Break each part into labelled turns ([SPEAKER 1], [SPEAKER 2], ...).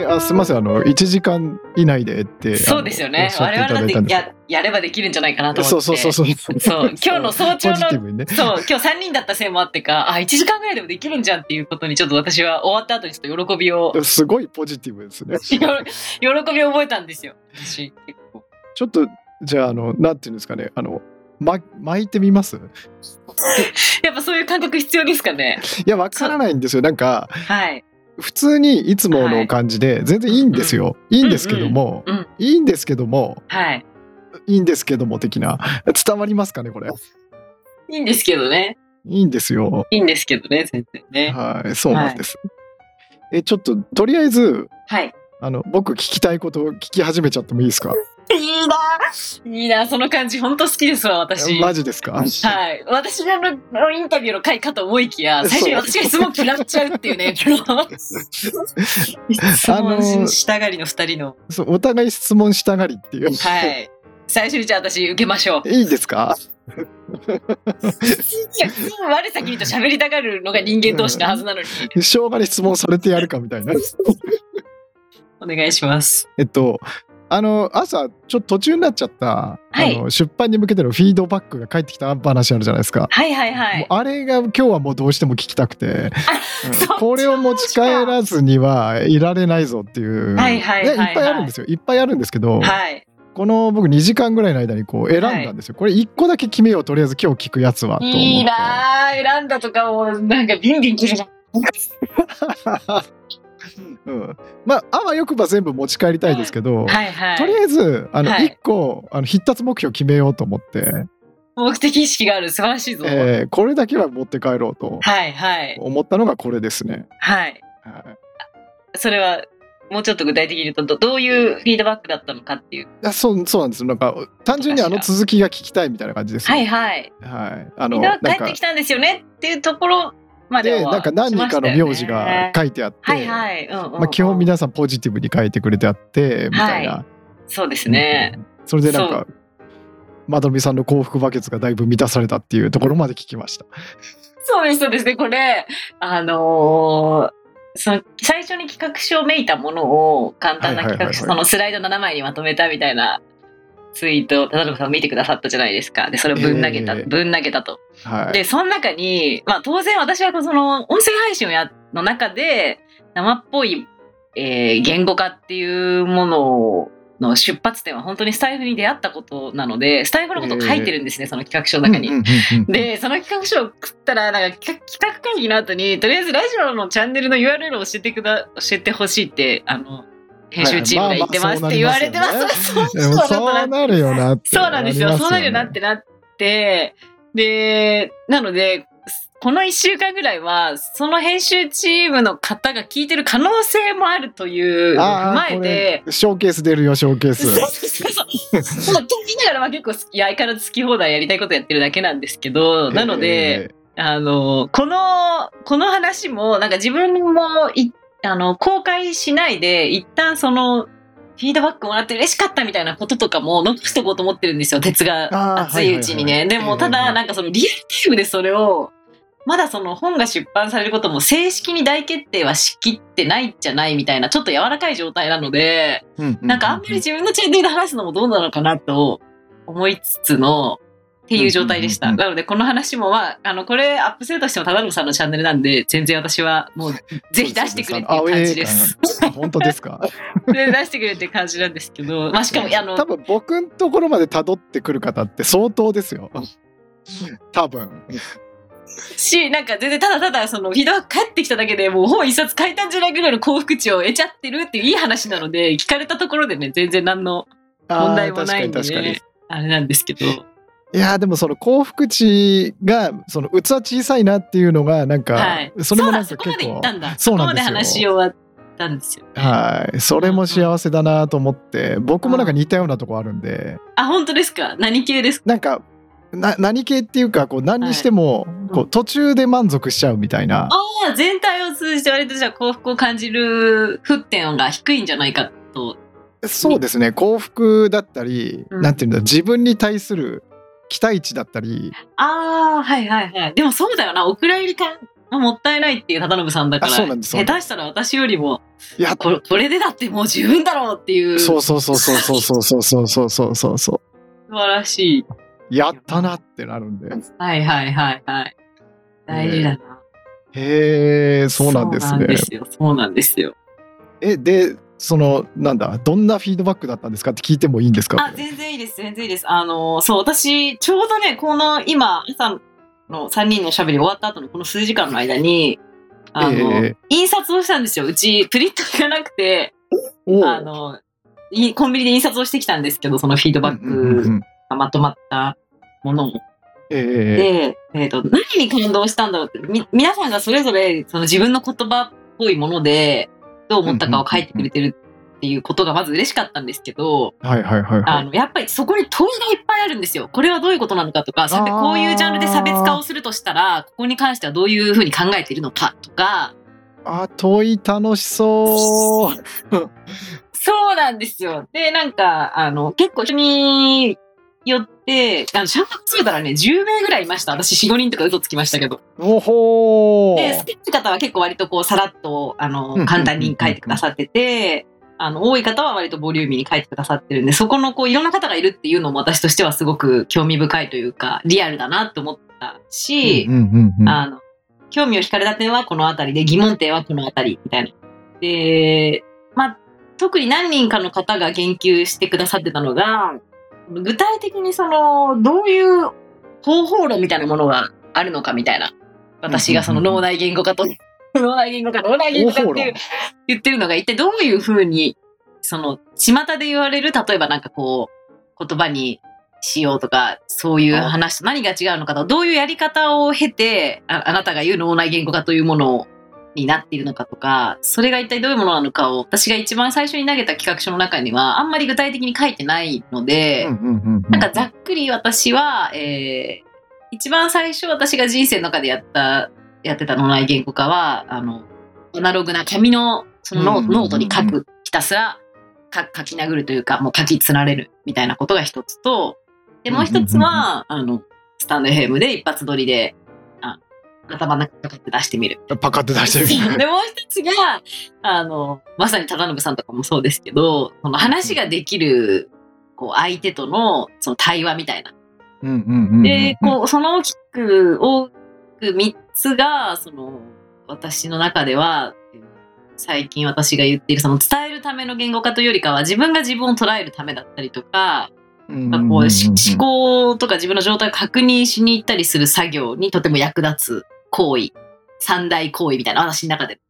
[SPEAKER 1] えあすみませんあの1時間以内でって
[SPEAKER 2] そうですよね。我々だってややればできるんじゃないかなと思って。
[SPEAKER 1] そうそうそうそう
[SPEAKER 2] そう今日の早朝
[SPEAKER 1] ポ
[SPEAKER 2] の
[SPEAKER 1] ジティブにね
[SPEAKER 2] そう今日3人だったせいもあってかあ1時間ぐらいでもできるんじゃんっていうことにちょっと私は終わった後にちょっと喜びを
[SPEAKER 1] でもすごいポジティブですね
[SPEAKER 2] 喜びを覚えたんですよ私結構
[SPEAKER 1] ちょっとじゃああのなんていうんですかねあのま巻いてみます
[SPEAKER 2] やっぱそういう感覚必要ですかね
[SPEAKER 1] いやわからないんですよなんか
[SPEAKER 2] はい
[SPEAKER 1] 普通にいつもの感じで全然いいんですよ、い、いんですけども、
[SPEAKER 2] うんうん
[SPEAKER 1] いいんですけども
[SPEAKER 2] はい
[SPEAKER 1] いいんですけども的な伝わりますかねこれ
[SPEAKER 2] いいんですけどね
[SPEAKER 1] いいんですよ
[SPEAKER 2] いいんですけどね全然ね
[SPEAKER 1] はいそうなんです、えちょっととりあえず
[SPEAKER 2] はい
[SPEAKER 1] あの僕聞きたいことを聞き始めちゃってもいいですか
[SPEAKER 2] いいないいなその感じ本当好きですわ私
[SPEAKER 1] マジですか
[SPEAKER 2] はい。私ののインタビューの回かと思いきや、最初に
[SPEAKER 1] そう
[SPEAKER 2] 私が質問食らっちゃうっていうね、この質問したがりの二人の。
[SPEAKER 1] そうお互い質問したがりっていう、
[SPEAKER 2] はい。最初にじゃあ私受けましょう。
[SPEAKER 1] い、いですか
[SPEAKER 2] いや、我先にと喋りたがるのが人間同士のはずなのに。
[SPEAKER 1] しょうがに質問されてやるかみたいな
[SPEAKER 2] お願いします。
[SPEAKER 1] えっとあの朝ちょっと途中になっちゃった、
[SPEAKER 2] はい
[SPEAKER 1] あの出版に向けてのフィードバックが返ってきた話あるじゃないですか、
[SPEAKER 2] はいはいは
[SPEAKER 1] もう
[SPEAKER 2] い。
[SPEAKER 1] あれが今日はもうどうしても聞きたくて
[SPEAKER 2] そっちの話
[SPEAKER 1] これを持ち帰らずにはいられないぞっていう、
[SPEAKER 2] はいはいはいはい
[SPEAKER 1] ねっぱいあるんですよいっぱいあるんですけど、
[SPEAKER 2] はい。
[SPEAKER 1] この僕2時間ぐらいの間にこう選んだんですよ、これ1個だけ決めようとりあえず今日聞くやつはと思って
[SPEAKER 2] いいなぁ。選んだとかも、なんかビンビン切るな。
[SPEAKER 1] うん、まああわよくば全部持ち帰りたいですけど、
[SPEAKER 2] はいは
[SPEAKER 1] とり
[SPEAKER 2] い。
[SPEAKER 1] あえずあの
[SPEAKER 2] はい
[SPEAKER 1] 1個、あの必達目標決めようと思って、
[SPEAKER 2] 目的意識がある。素晴らしいぞ。はい
[SPEAKER 1] えーこれだけは持って帰ろうと
[SPEAKER 2] はい。
[SPEAKER 1] 思ったのがこれですね。
[SPEAKER 2] はい。
[SPEAKER 1] はい
[SPEAKER 2] それはもうちょっと具体的に言うとどどういうフィードバックだったのかってい
[SPEAKER 1] い
[SPEAKER 2] う。
[SPEAKER 1] やそうそうなんですよなんか単純にあの続きが聞きたいみたいな感じですよ
[SPEAKER 2] はいはい。
[SPEAKER 1] はいあ
[SPEAKER 2] フィ
[SPEAKER 1] の
[SPEAKER 2] ードバック
[SPEAKER 1] なん
[SPEAKER 2] 帰っ
[SPEAKER 1] か
[SPEAKER 2] てきたんですよねっていうところまでは
[SPEAKER 1] でなんか何人かの名字が書いてあって、
[SPEAKER 2] しましたよねはいはい。うんうんうん
[SPEAKER 1] まあ、基本皆さんポジティブに書いてくれてあってみたいな、
[SPEAKER 2] そうですね。
[SPEAKER 1] それでなんかまどみさんの幸福バケツがだいぶ満たされたっていうところまで聞きました。
[SPEAKER 2] そうですそうですねこれあのーその最初に企画書をめいたものを簡単な
[SPEAKER 1] はい
[SPEAKER 2] 企画書、
[SPEAKER 1] はいはいはい
[SPEAKER 2] そのスライド7枚にまとめたみたいなツイートを田辺さん見てくださったじゃないですかでそれをぶん投げた、
[SPEAKER 1] ええ
[SPEAKER 2] ぶん投げたと
[SPEAKER 1] はい、
[SPEAKER 2] でその中に、まあ、当然私はその音声配信をやの中で生っぽい、えー言語化っていうものの出発点は本当にスタイフに出会ったことなのでスタイフのことを書いてるんですね、その企画書の中に。
[SPEAKER 1] うんうんうんうん
[SPEAKER 2] でその企画書を送ったらなんか企画企画会議の後にとりあえずラジオのチャンネルの URL を教えてくだ教えてほしいってあの編集チームが言ってますって言われてます。
[SPEAKER 1] まあまあ
[SPEAKER 2] そう
[SPEAKER 1] でも
[SPEAKER 2] そう
[SPEAKER 1] そうなるよなって、
[SPEAKER 2] そうなんですよ。そうなるよなってなって、で、なので、この1週間ぐらいは、その編集チームの方が聞いてる可能性もあるという
[SPEAKER 1] あー
[SPEAKER 2] 前で
[SPEAKER 1] こ、れショーケース出るよショーケー
[SPEAKER 2] そう
[SPEAKER 1] ス
[SPEAKER 2] そうそうそうと言いながらは結構いや相変わらず好き放題やりたいことやってるだけなんですけど、なので、、あのこのこの話もなんか自分もいあの公開しないで一旦そのフィードバックもらって嬉しかったみたいなこととかも残しておこうと思ってるんですよ鉄が
[SPEAKER 1] あー
[SPEAKER 2] 熱いうちにね、
[SPEAKER 1] はいはいはい
[SPEAKER 2] でもた
[SPEAKER 1] え
[SPEAKER 2] だ
[SPEAKER 1] え
[SPEAKER 2] なんかそのリアルタイムでそれをまだその本が出版されることも正式に大決定はしきってないんじゃないみたいなちょっと柔らかい状態なので
[SPEAKER 1] えー
[SPEAKER 2] なんかあんまり自分のチャンネルで話すのもどうなのかなと思いつつのっていう状態でし
[SPEAKER 1] うん
[SPEAKER 2] た。
[SPEAKER 1] うんうん
[SPEAKER 2] なのでこの話もまあ、あのこれアップするとしてもただのさんのチャンネルなんで全然私はもうぜひ出してくれっていう感じです。
[SPEAKER 1] あ本当ですか
[SPEAKER 2] で出してくれっていう感じなんですけど、まあしかもあの
[SPEAKER 1] 多分僕のところまで辿ってくる方って相当ですよ多分
[SPEAKER 2] しなんか全然ただただそのフィードバック返ってきただけでもう本一冊書いたんじゃないぐらいの幸福値を得ちゃってるっていういい話なので聞かれたところでね全然何の
[SPEAKER 1] あー
[SPEAKER 2] 問題もないんでね
[SPEAKER 1] 確かに確か
[SPEAKER 2] あれなんですけど。
[SPEAKER 1] にいやーでもその幸福値がその器小さいなっていうのがなんか、
[SPEAKER 2] はい。
[SPEAKER 1] それもなんか
[SPEAKER 2] うだそこまで
[SPEAKER 1] 結
[SPEAKER 2] 行
[SPEAKER 1] 構
[SPEAKER 2] ったんだ。
[SPEAKER 1] そうなんですよ
[SPEAKER 2] そこまで話を終わったんですよ。
[SPEAKER 1] はいそれも幸せだなと思って僕もなんか似たようなとこあるんで
[SPEAKER 2] あ、本当ですか何系ですか
[SPEAKER 1] なんかな何系っていうかこう何にしてもこう途中で満足しちゃうみたいな、
[SPEAKER 2] あ全体を通じて割とじゃあ幸福を感じる沸点が低いんじゃないかと。
[SPEAKER 1] そうですね幸福だったり、
[SPEAKER 2] うん
[SPEAKER 1] なんていうんだ自分に対する期待値だったり
[SPEAKER 2] ああ、はいはいはい。でもそうだよな。お蔵入り感まあもったいないっていう忠信さんだから、
[SPEAKER 1] あそうなんです
[SPEAKER 2] 下手したら私よりも、
[SPEAKER 1] いや
[SPEAKER 2] これこれでだってもう十分だろうっていう、
[SPEAKER 1] そ
[SPEAKER 2] 素
[SPEAKER 1] うそうそうそうそうそうそうそうそうそうそう
[SPEAKER 2] 晴らしい。
[SPEAKER 1] やったなってなるんで
[SPEAKER 2] はいはいはいはい。大事だな。
[SPEAKER 1] へえそうなんです
[SPEAKER 2] そうなん
[SPEAKER 1] ね
[SPEAKER 2] ですよ。そうなんですよ。
[SPEAKER 1] えでそのなんだどんなフィードバックだったんですかって聞いてもいいんですか
[SPEAKER 2] あ、全然いいです、全然いいです。あの、そう、私、ちょうどね、この今、朝の3人のおしゃべり終わった後のこの数時間の間に、あの、
[SPEAKER 1] ええ
[SPEAKER 2] 印刷をしたんですよ。うち、プリンターがなくて、
[SPEAKER 1] おう
[SPEAKER 2] あの、いコンビニで印刷をしてきたんですけど、そのフィードバッ
[SPEAKER 1] うんうんう
[SPEAKER 2] ク
[SPEAKER 1] ん
[SPEAKER 2] がまとまったものを。
[SPEAKER 1] ええ
[SPEAKER 2] で、えっ、と、何に感動したんだろうって、み、皆さんがそれぞれ、その自分の言葉っぽいもので、どう思ったかを書いてくれてるっていうことがまず嬉しかったんですけど、
[SPEAKER 1] はいはいはいは
[SPEAKER 2] あ
[SPEAKER 1] い
[SPEAKER 2] のやっぱりそこに問いがいっぱいあるんですよ。これはどういうことなのかとか、さて
[SPEAKER 1] あー
[SPEAKER 2] こういうジャンルで差別化をするとしたら、ここに関してはどういうふうに考えているのかとか、
[SPEAKER 1] あ問い楽しそう
[SPEAKER 2] そうなんですよ。で、なんか、あの、結構人によって、あの、シャンパン作ったらね、10名ぐらいいました。私4、5人とか嘘つきましたけど。
[SPEAKER 1] おほ
[SPEAKER 2] で、好
[SPEAKER 1] ー
[SPEAKER 2] きって方は結構割とこう、さらっと、あ
[SPEAKER 1] うんうん
[SPEAKER 2] の、簡単に書いてくださってて、あの、多い方は割とボリューミーに書いてくださってるんで、そこのこう、いろんな方がいるっていうのも私としてはすごく興味深いというか、リアルだなと思ったし
[SPEAKER 1] うん、うんうんうん
[SPEAKER 2] あの、興味を惹かれた点はこのあたりで、疑問点はこのあたり、みたいな。で、まあ、特に何人かの方が言及してくださってたのが、具体的にその、どういう方法論みたいなものがあるのかみたいな。私がその
[SPEAKER 1] うんうんうん
[SPEAKER 2] 脳内言語化と、脳内言語化、脳内言語化っていう言ってるのが一体どういうふうに、その、巷で言われる、例えばなんかこう、言葉にしようとか、そういう話と何が違うのかと、どういうやり方を経て、ああなたが言う脳内言語化というものになっているのかとか、それが一体どういうものなのかを、私が一番最初に投げた企画書の中には、あんまり具体的に書いてないので、
[SPEAKER 1] うんうんうんうん
[SPEAKER 2] なんかざっくり私は、えー一番最初私が人生の中でやった、やってた脳内言語化は、あの、アナログな紙の、そのノ
[SPEAKER 1] うん
[SPEAKER 2] ー
[SPEAKER 1] うんうんうん
[SPEAKER 2] ノートに書く、ひたすらか書き殴るというか、もう書きつられるみたいなことが一つと、で、もう一つは、あの、スタンドヘムで一発撮りで、あ頭の中にかって出してみる。
[SPEAKER 1] パカって出してみる
[SPEAKER 2] でもう一つがあのまさに忠信さんとかもそうですけどその話ができるこう相手とのその対話みたいな。
[SPEAKER 1] うんうんうんうん
[SPEAKER 2] でこうその大きく大きく3つがその私の中では最近私が言っているその伝えるための言語化というよりかは自分が自分を捉えるためだったりとか
[SPEAKER 1] うん
[SPEAKER 2] ま
[SPEAKER 1] う
[SPEAKER 2] あ
[SPEAKER 1] ん
[SPEAKER 2] こ
[SPEAKER 1] うんう
[SPEAKER 2] うんし思考とか自分の状態を確認しに行ったりする作業にとても役立つ行為三大行為みたいな私の中で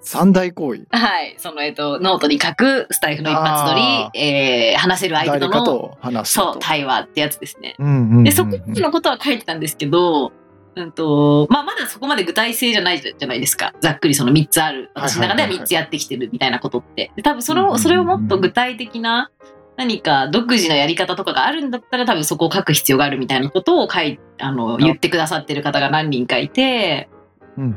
[SPEAKER 1] 三大行為
[SPEAKER 2] はいそのえっとノートに書くスタイフの一発撮
[SPEAKER 1] あ
[SPEAKER 2] り、えー話せる相手と
[SPEAKER 1] 誰か
[SPEAKER 2] の
[SPEAKER 1] と話す
[SPEAKER 2] そう
[SPEAKER 1] と
[SPEAKER 2] 対話ってやつですね
[SPEAKER 1] うんうんうんうん
[SPEAKER 2] でそこまでのことは書いてたんですけど、うんとまあ、まだそこまで具体性じゃないじゃないですかざっくりその3つある私の中では
[SPEAKER 1] はいはいはいはい
[SPEAKER 2] 3つやってきてるみたいなことってで多分そ
[SPEAKER 1] うんうんうんうん
[SPEAKER 2] のそれをもっと具体的な何か独自のやり方とかがあるんだったら多分そこを書く必要があるみたいなことを書いあの言ってくださってる方が何人かいて、
[SPEAKER 1] うんうんうん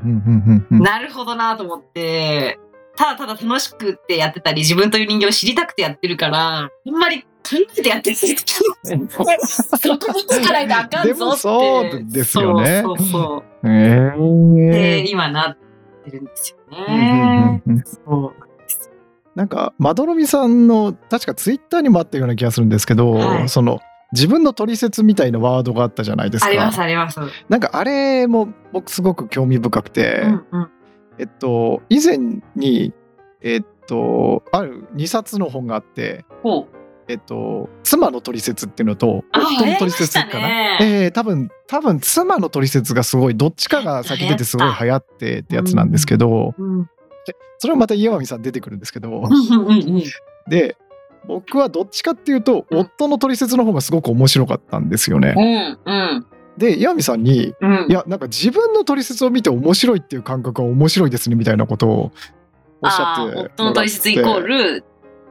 [SPEAKER 1] うんうん
[SPEAKER 2] なるほどなと思ってただただ楽しくってやってたり自分という人形を知りたくてやってるからあんまり考えてやってる人そこにつかないとあかん
[SPEAKER 1] で
[SPEAKER 2] ぞって。
[SPEAKER 1] もそうですよね
[SPEAKER 2] そうそうそう。
[SPEAKER 1] へえ
[SPEAKER 2] で、今なってるんですよ
[SPEAKER 1] うんうん
[SPEAKER 2] ね。
[SPEAKER 1] うんうん
[SPEAKER 2] そ
[SPEAKER 1] なんかまどろみさんの確かツイッターにもあったような気がするんですけど、
[SPEAKER 2] はい
[SPEAKER 1] その自分の取説みたいなワードがあったじゃないで
[SPEAKER 2] う。
[SPEAKER 1] す
[SPEAKER 2] ありま
[SPEAKER 1] か
[SPEAKER 2] すあります。
[SPEAKER 1] なんかあれも僕すごく興味深くて、
[SPEAKER 2] うんうん
[SPEAKER 1] えっと以前にえっとある2冊の本があって
[SPEAKER 2] ほう。
[SPEAKER 1] えっと妻の取説っていうのと
[SPEAKER 2] あ
[SPEAKER 1] 夫の取説か
[SPEAKER 2] 流行りました
[SPEAKER 1] な、
[SPEAKER 2] ね
[SPEAKER 1] えー多分多分妻の取説がすごいどっちかが先出てすごい流行ってってやつなんですけど、
[SPEAKER 2] うん
[SPEAKER 1] それはまた岩見さん出てくるんですけど、
[SPEAKER 2] うんうんうん。
[SPEAKER 1] で僕はどっちかっていうと
[SPEAKER 2] うん
[SPEAKER 1] 夫の取説の方がすごく面白かったんですよね。
[SPEAKER 2] うんうん
[SPEAKER 1] で岩見さんに
[SPEAKER 2] うん。
[SPEAKER 1] いやなんか自分の取説を見て面白いっていう感覚は面白いですねみたいなことをおっしゃ
[SPEAKER 2] あ
[SPEAKER 1] っ
[SPEAKER 2] あ
[SPEAKER 1] てもらって
[SPEAKER 2] 夫の取説イコール、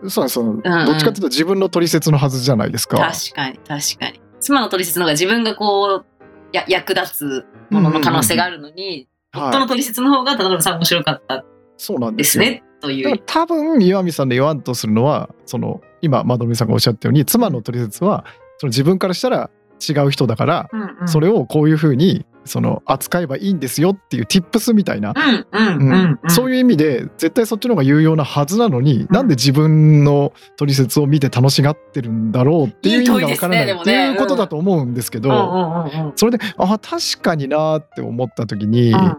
[SPEAKER 1] そうなんですよ
[SPEAKER 2] んう
[SPEAKER 1] どっ
[SPEAKER 2] ん
[SPEAKER 1] ちかっていうと自分の取説のはずじゃないですか。
[SPEAKER 2] 確かに確かに。妻の取説の方が自分がこう、や役立つものの可能性があるのに、
[SPEAKER 1] うんうんうん
[SPEAKER 2] 夫の
[SPEAKER 1] はい、
[SPEAKER 2] 取説の方が、田辺さん面白かった
[SPEAKER 1] そうなんで
[SPEAKER 2] ですす
[SPEAKER 1] よ。
[SPEAKER 2] ね、とい
[SPEAKER 1] だ
[SPEAKER 2] う
[SPEAKER 1] から。多分岩見さんで言わんとするのはその今まどろみさんがおっしゃったように妻の取説はその自分からしたら違う人だから、
[SPEAKER 2] うんうん
[SPEAKER 1] それをこういうふうにその扱えばいいんですよっていう tips みたいな、
[SPEAKER 2] うんうん
[SPEAKER 1] うん
[SPEAKER 2] うんうん。
[SPEAKER 1] そういう意味で絶対そっちの方が有用なはずなのに、なんで自分の取説を見て楽しがってるんだろうっていう意味がわからない
[SPEAKER 2] いい問いですねでも
[SPEAKER 1] って
[SPEAKER 2] ね
[SPEAKER 1] いうことだと思うんですけど、
[SPEAKER 2] うんうんうんうん
[SPEAKER 1] それであ確かになーって思った時に、
[SPEAKER 2] うん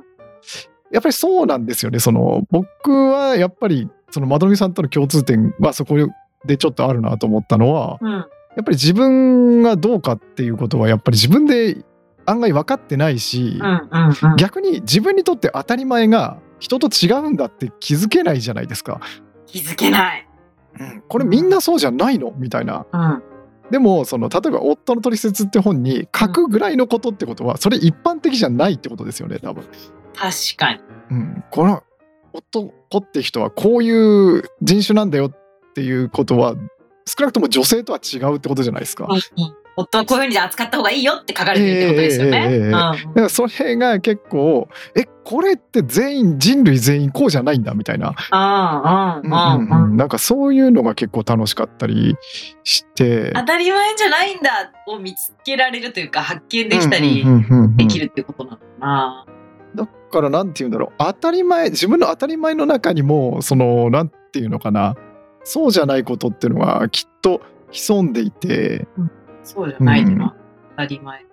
[SPEAKER 1] やっぱりそうなんですよね。その僕はやっぱりそのまどろみさんとの共通点はそこでちょっとあるなと思ったのは、
[SPEAKER 2] うん
[SPEAKER 1] やっぱり自分がどうかっていうことはやっぱり自分で案外分かってないし、
[SPEAKER 2] うんうんうん
[SPEAKER 1] 逆に自分にとって当たり前が人と違うんだって気づけないじゃないですか。
[SPEAKER 2] 気づけない。
[SPEAKER 1] これみんなそうじゃないのみたいな。
[SPEAKER 2] うん
[SPEAKER 1] でもその例えば「夫の取説」って本に書くぐらいのことってことはそれ一般的じゃないってことですよね多分。
[SPEAKER 2] 確かに。
[SPEAKER 1] うん、この男って人はこういう人種なんだよっていうことは少なくとも女性とは違うってことじゃないですか。だ
[SPEAKER 2] 夫はこういうふうに扱った方がいいよって書かれてるってことですよ
[SPEAKER 1] え
[SPEAKER 2] ね。
[SPEAKER 1] えええええ
[SPEAKER 2] うん
[SPEAKER 1] からそれが結構えこれって全員人類全員こうじゃないんだみたいな、
[SPEAKER 2] うんうんうんうん。
[SPEAKER 1] なんかそういうのが結構楽しかったりして
[SPEAKER 2] 当たり前じゃないんだを見つけられるというか発見できたり
[SPEAKER 1] うんうんうんうんうん
[SPEAKER 2] できるってことなのかな。
[SPEAKER 1] だからなんて言うんだろう当たり前自分の当たり前の中にもそのなんていうのかなそうじゃないことっていうのがきっと潜んでいて
[SPEAKER 2] そうじゃないのは当たり前。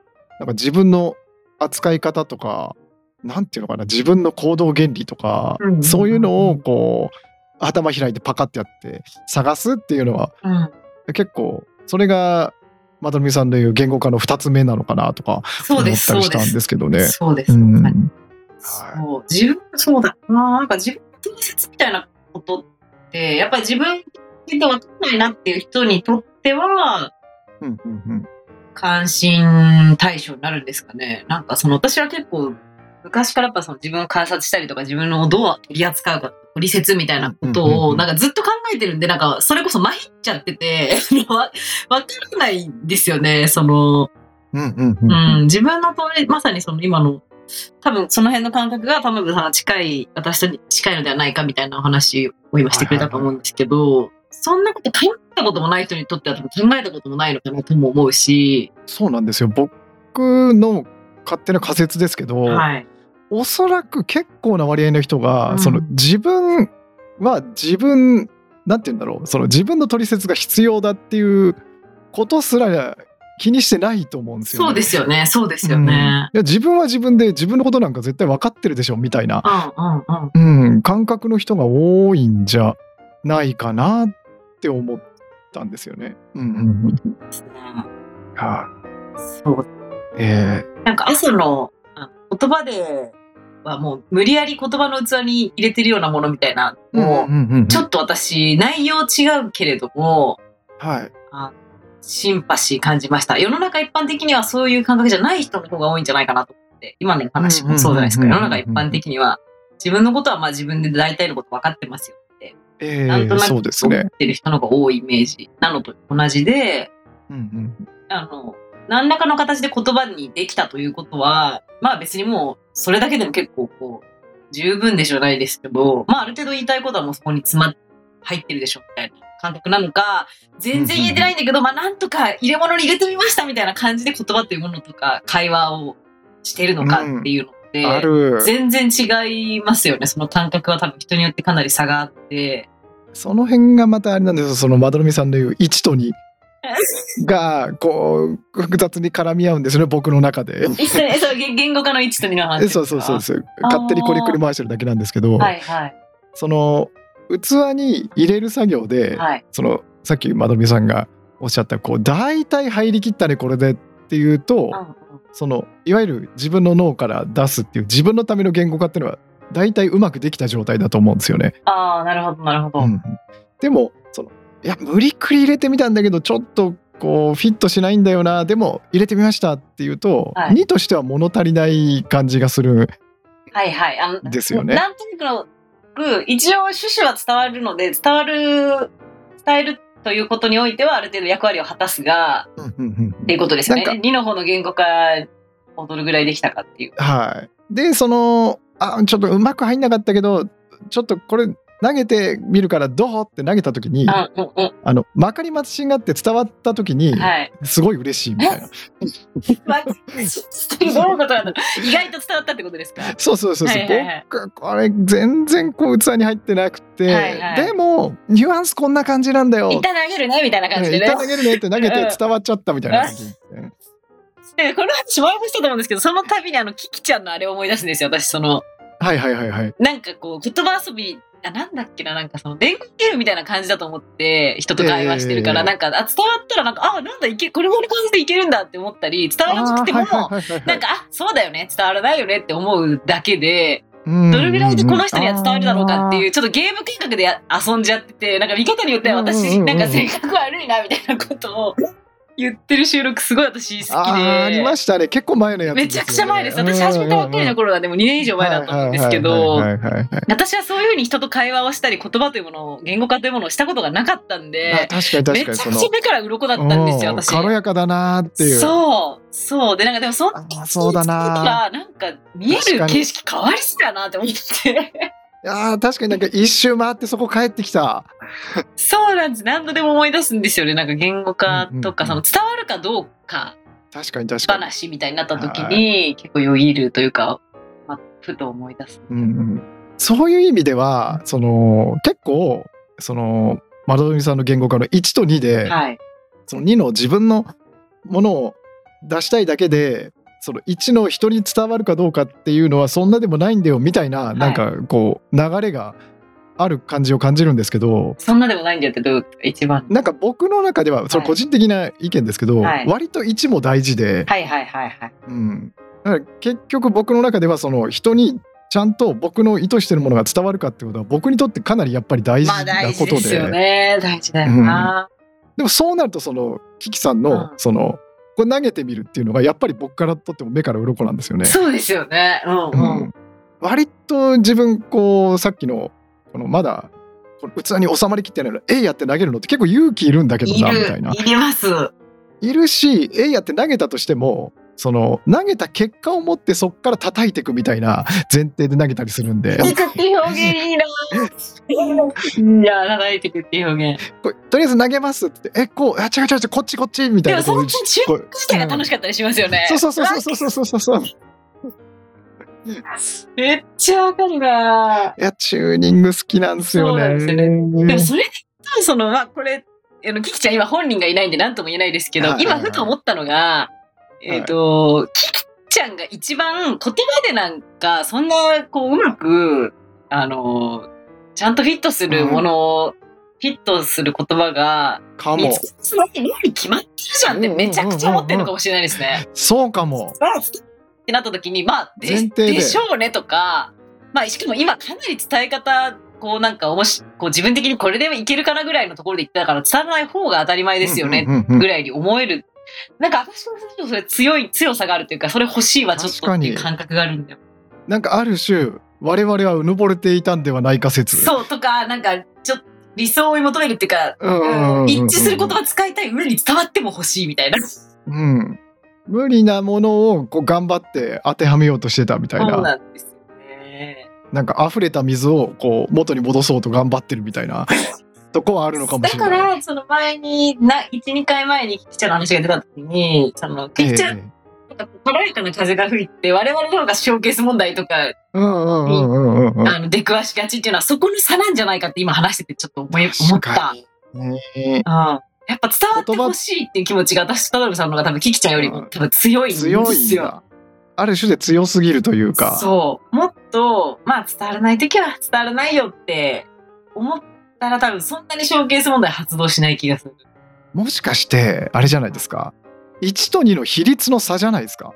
[SPEAKER 1] なんか自分の扱い方とか、なんていうのかな、自分の行動原理とか、
[SPEAKER 2] うんうんうん
[SPEAKER 1] そういうのをこう、頭開いてパカってやって探すっていうのは、
[SPEAKER 2] うん
[SPEAKER 1] 結構、それが、まどろみさんの言う言語化の2つ目なのかなとか
[SPEAKER 2] そ
[SPEAKER 1] 思った
[SPEAKER 2] うで
[SPEAKER 1] り
[SPEAKER 2] すそう
[SPEAKER 1] した
[SPEAKER 2] で
[SPEAKER 1] ん
[SPEAKER 2] す
[SPEAKER 1] で。すけどね。
[SPEAKER 2] そうで
[SPEAKER 1] う
[SPEAKER 2] す。
[SPEAKER 1] ん
[SPEAKER 2] はい
[SPEAKER 1] はい
[SPEAKER 2] そう自分そうだななんか自分の取説みたいなことってやっぱり自分で分かんないなっていう人にとっては
[SPEAKER 1] うんうんうん
[SPEAKER 2] 関心対象になるんですかね。なんかその私は結構昔からやっぱその自分を観察したりとか自分をどう取り扱うか取説みたいなこと
[SPEAKER 1] うんうんうんう
[SPEAKER 2] を
[SPEAKER 1] ん
[SPEAKER 2] なんかずっと考えてるんでなんかそれこそ参っちゃってて わ分からないんですよねその、
[SPEAKER 1] うんうんうん
[SPEAKER 2] うん、自分の取りまさにその今の多分その辺の感覚が田辺さんは近い私と近いのではないかみたいなお話を今してくれたと思うんですけど、そんなこと考えたこともない人にとっては多分考えたこともないのかなとも思うし。
[SPEAKER 1] そうなんですよ。僕の勝手な仮説ですけど、
[SPEAKER 2] はい
[SPEAKER 1] おそらく結構な割合の人が、
[SPEAKER 2] うん
[SPEAKER 1] その自分は自分なんて言うんだろうその自分の取説が必要だっていうことすら気にしてないと思うんですよ、ね。
[SPEAKER 2] そうですよね。そうですよ
[SPEAKER 1] うんい
[SPEAKER 2] ね
[SPEAKER 1] や。自分は自分で自分のことなんか絶対分かってるでしょみたいな、
[SPEAKER 2] うんうんうん。
[SPEAKER 1] うん、感覚の人が多いんじゃないかなって思ったんですよね。うんうんうんは
[SPEAKER 2] そう。
[SPEAKER 1] いえ
[SPEAKER 2] なんか朝のあ言葉ではもう無理やり言葉の器に入れてるようなものみたいな
[SPEAKER 1] ー
[SPEAKER 2] のを、
[SPEAKER 1] うんうんうんうん
[SPEAKER 2] ちょっと私内容違うけれども
[SPEAKER 1] はい
[SPEAKER 2] シンパシー感じました。世の中一般的にはそういう感覚じゃない人の方が多いんじゃないかなと思って今のお話もそうじゃないですか。
[SPEAKER 1] うん
[SPEAKER 2] 世
[SPEAKER 1] うん
[SPEAKER 2] の
[SPEAKER 1] うんうん
[SPEAKER 2] 中一般的には自分のことはまあ自分で大体のこと分かってますよって、
[SPEAKER 1] え
[SPEAKER 2] なんと
[SPEAKER 1] ー、
[SPEAKER 2] なく
[SPEAKER 1] そう
[SPEAKER 2] 思
[SPEAKER 1] です
[SPEAKER 2] っ
[SPEAKER 1] ね。
[SPEAKER 2] てる人の方が多いイメージなのと同じで、
[SPEAKER 1] うん
[SPEAKER 2] あの、何らかの形で言葉にできたということは、まあ別にもう、それだけでも結構こう、十分でしょうないですけど、まあある程度言いたいことはもうそこに詰まっ、入ってるでしょみたいな感覚なのか、全然言えてないんだけど、まあなんとか入れ物に入れてみましたみたいな感じで言葉というものとか、会話をしてるのかっていうのって、
[SPEAKER 1] うん、ある
[SPEAKER 2] 全然違いますよね。その感覚は多分人によってかなり差があって。
[SPEAKER 1] その辺がまたあれなんですよそのまどろみさんの言う1と2 がこう複雑に絡み合うんですよね僕の中で。
[SPEAKER 2] 一緒に、 そう、言言語化の一と二の話
[SPEAKER 1] え
[SPEAKER 2] です
[SPEAKER 1] そ
[SPEAKER 2] か。
[SPEAKER 1] うそうそうそう
[SPEAKER 2] あー
[SPEAKER 1] 勝手にこりくり回してるだけなんですけど、
[SPEAKER 2] はいは
[SPEAKER 1] その器に入れる作業
[SPEAKER 2] い。
[SPEAKER 1] で、
[SPEAKER 2] はい。
[SPEAKER 1] そのさっきまどろみさんがおっしゃったこう大体入りきったねこれでっていうと、
[SPEAKER 2] うんうん
[SPEAKER 1] そのいわゆる自分の脳から出すっていう自分のための言語化っていうのは大体うまくできた状態だと思うんですよね。
[SPEAKER 2] ああ、なるほど、なるほど。
[SPEAKER 1] うんでもそのいや無理くり入れてみたんだけどちょっとこうフィットしないんだよなでも入れてみましたっていうと、
[SPEAKER 2] はい
[SPEAKER 1] 2としては物足りない感じがする
[SPEAKER 2] はいはい。あの
[SPEAKER 1] ですよね
[SPEAKER 2] なんとなく、一応趣旨は伝わるので、伝わる、伝えるということにおいては、ある程度役割を果たすが、っていうことですよね
[SPEAKER 1] なん。
[SPEAKER 2] 2の方の言語化をどれぐらいできたかっていう。
[SPEAKER 1] はいでそのあちょっとうまく入んなかったけどちょっとこれ投げてみるからどうって投げた時に、
[SPEAKER 2] うんうんう
[SPEAKER 1] あのまかりまつしんがあって伝わった時に、
[SPEAKER 2] ん。はい。
[SPEAKER 1] すごい嬉しいみたい な。
[SPEAKER 2] わどういうことなんだろう意外と伝わったってことですか
[SPEAKER 1] そうそうそうそう、
[SPEAKER 2] はいはいはい
[SPEAKER 1] 僕これ全然こう器に入ってなくて、
[SPEAKER 2] はいはい
[SPEAKER 1] でもニュアンスこんな感じなんだよ。
[SPEAKER 2] 一旦投げるねみたいな感じでね。
[SPEAKER 1] うんいた投げるねって投げて伝わっちゃったみたいな感じ。うん
[SPEAKER 2] なんかこの話前もしたと思うんですけど、その度にあの、キキちゃんのあれを思い出すんですよ、私。その、
[SPEAKER 1] はいはいはいはい。
[SPEAKER 2] なんかこう、言葉遊び、あ、なんだっけな、なんかその、伝言ゲームみたいな感じだと思って、人と会話してるから、
[SPEAKER 1] ええ
[SPEAKER 2] なんか、あ、伝わったらなんか、あ、なんだ、いけ、これこれ感じでいけるんだって思ったり、伝わらなくても、なんか、あ、そうだよね、伝わらないよねって思うだけで、ど
[SPEAKER 1] ど。
[SPEAKER 2] れぐらいでこの人には伝わるだろうかっていうう、ちょっとゲーム感覚でや遊んじゃってて、なんか見方によっては
[SPEAKER 1] うんうんうん
[SPEAKER 2] 私、
[SPEAKER 1] うん
[SPEAKER 2] なんか性格悪いな、みたいなことを言ってる収録、すごい私好きで。
[SPEAKER 1] あーありましたね結構前のやつ、
[SPEAKER 2] めちゃくちゃ前です。私始めたばっかりの
[SPEAKER 1] こ
[SPEAKER 2] 頃はでも2年以上前だと思うんですけど、
[SPEAKER 1] 確
[SPEAKER 2] 私はそういうふうに人と会話をしたり、言葉というものを、言語化というものをしたことがなかったん
[SPEAKER 1] かに
[SPEAKER 2] で、め
[SPEAKER 1] 確
[SPEAKER 2] ち
[SPEAKER 1] か
[SPEAKER 2] ゃ
[SPEAKER 1] に
[SPEAKER 2] く
[SPEAKER 1] そ
[SPEAKER 2] ちゃ
[SPEAKER 1] の
[SPEAKER 2] 目から鱗だったんですよ、
[SPEAKER 1] うん
[SPEAKER 2] 私。
[SPEAKER 1] 軽やかだなーっていう
[SPEAKER 2] そう、そう。で、なんかでもそん
[SPEAKER 1] あ
[SPEAKER 2] な
[SPEAKER 1] ーそうだな
[SPEAKER 2] が、なんか見え
[SPEAKER 1] 確
[SPEAKER 2] る
[SPEAKER 1] かに
[SPEAKER 2] 景色変わりそうだなって思って。
[SPEAKER 1] ーあー確かになんか一周回ってそこ帰ってきた
[SPEAKER 2] そうなんです。何度でも思い出すんですよね。なんか言語化とか、
[SPEAKER 1] うん
[SPEAKER 2] そ
[SPEAKER 1] うんう
[SPEAKER 2] の伝わるかどうか
[SPEAKER 1] 確かに確かに、
[SPEAKER 2] 話みたいになった時に、結構よぎるというか、まあ、ふと思い出す。
[SPEAKER 1] うんうん、そういう意味ではその結構そのまどみさんの言語化の1と2で、
[SPEAKER 2] はい。
[SPEAKER 1] その2の自分のものを出したいだけでその1の人に伝わるかどうかっていうのはそんなでもないんだよみたいな、
[SPEAKER 2] い
[SPEAKER 1] なんかこう流れがある感じを感じるんですけど
[SPEAKER 2] そんなでもないんだよってどういうこと一番。
[SPEAKER 1] なんか僕の中ではその
[SPEAKER 2] はい
[SPEAKER 1] 個人的な意見ですけど、
[SPEAKER 2] はい
[SPEAKER 1] 割と1も大事で、
[SPEAKER 2] はいはいはいはい。
[SPEAKER 1] うん、だから結局僕の中ではその人にちゃんと僕の意図してるものが伝わるかってことは僕にとってかなりやっぱり大事
[SPEAKER 2] まあ
[SPEAKER 1] な
[SPEAKER 2] 大
[SPEAKER 1] こと
[SPEAKER 2] 事で
[SPEAKER 1] です
[SPEAKER 2] よね。大事だよな。
[SPEAKER 1] でもそうなるとそのキキさんの
[SPEAKER 2] うん
[SPEAKER 1] そのこれ投げてみるっていうのがやっぱり僕からとっても目から鱗なんですよね。
[SPEAKER 2] そうですよね。うん
[SPEAKER 1] う
[SPEAKER 2] うん。
[SPEAKER 1] ん、割と自分こうさっきのこのまだこの器に収まりきってないのえいやって投げるのって結構勇気いるんだけど
[SPEAKER 2] い
[SPEAKER 1] なみた
[SPEAKER 2] る
[SPEAKER 1] いな。。
[SPEAKER 2] いります。
[SPEAKER 1] いるしえいやって投げたとしてもその投げた結果を持ってそっから叩いていくみたいな前提で投げたりするんで
[SPEAKER 2] 叩くっていう表現いいな。いや、叩いてくっていう表現。
[SPEAKER 1] こうとりあえず投げますってえこうあ違う違う違うこっちこっちみたい
[SPEAKER 2] で
[SPEAKER 1] な
[SPEAKER 2] もそ
[SPEAKER 1] こ
[SPEAKER 2] の
[SPEAKER 1] う
[SPEAKER 2] 瞬
[SPEAKER 1] こ
[SPEAKER 2] 間
[SPEAKER 1] う
[SPEAKER 2] 自体が楽しかったりしますよね。
[SPEAKER 1] そうそうそうそうそうそうそうそう。
[SPEAKER 2] めっちゃわかるない
[SPEAKER 1] や、チューニング好きなんですよね。
[SPEAKER 2] そうなんですよでもそれで多分その、まあこれ、あの、キキちゃん今本人がいないんで何とも言えないですけど、
[SPEAKER 1] はい
[SPEAKER 2] 今ふと思ったのが、えっ、と、キキちゃんが一番言葉でなんか、そんな、こう、うまく、あの、ちゃんとフィットするものを、フィットする言葉が、
[SPEAKER 1] か
[SPEAKER 2] 見
[SPEAKER 1] も
[SPEAKER 2] つ。け出すわけに決まってるじゃんってめちゃくちゃ思ってるのかもしれないですね。
[SPEAKER 1] そうかも。
[SPEAKER 2] ってなった時にまあで
[SPEAKER 1] 前提で
[SPEAKER 2] でしょうねとか、まあ、しかも今かなり伝え方こうなんかおもしこう自分的にこれでいけるかなぐらいのところで言ってたから伝わらない方が当たり前ですよね
[SPEAKER 1] うんうんうんう
[SPEAKER 2] ぐ
[SPEAKER 1] ん
[SPEAKER 2] らいに思える。なんか私のそれ強い強さがあるというかそれ欲しいはちょっとっていう
[SPEAKER 1] 確か
[SPEAKER 2] 感覚があるんだよ。
[SPEAKER 1] なんかある種、我々はうぬぼれていたんではないか説。
[SPEAKER 2] そうとかなんかちょっと理想を追い求めるっていうか、
[SPEAKER 1] うんうんうんうん
[SPEAKER 2] 一致する言葉使いたい上に伝わっても欲しいみたいな。
[SPEAKER 1] うん。無理なものをこう頑張って当てはめようとしてたみたい
[SPEAKER 2] そう
[SPEAKER 1] な。
[SPEAKER 2] なんですよね。
[SPEAKER 1] なんか溢れた水をこう元に戻そうと頑張ってるみた いなとこはあるのかもしれない。
[SPEAKER 2] だから、その前に、な、1、2回前にキキちゃんの話が出た時に、その、キキちゃん
[SPEAKER 1] ええ
[SPEAKER 2] なんか軽やかな風が吹いて、我々の方がショーケース問題とか、
[SPEAKER 1] うんうんうんうんうんうん。
[SPEAKER 2] あの、出くわしがちっていうのは、そこの差なんじゃないかって今話しててちょっと思い、思
[SPEAKER 1] 確
[SPEAKER 2] っ
[SPEAKER 1] か
[SPEAKER 2] た。うん。やっぱ伝わってほしいっていう気持ちが、私と田辺さんの方が多分キキちゃんよりも多分強いんですよ。
[SPEAKER 1] 強いんだ。ある種で強すぎるというか。
[SPEAKER 2] そう。もっと、まあ、伝わらない時は伝わらないよって思ったら多分そんなにショーケース問題発動しない気がする。
[SPEAKER 1] もしかしてあれじゃないですか1と2の比率の差じゃないですか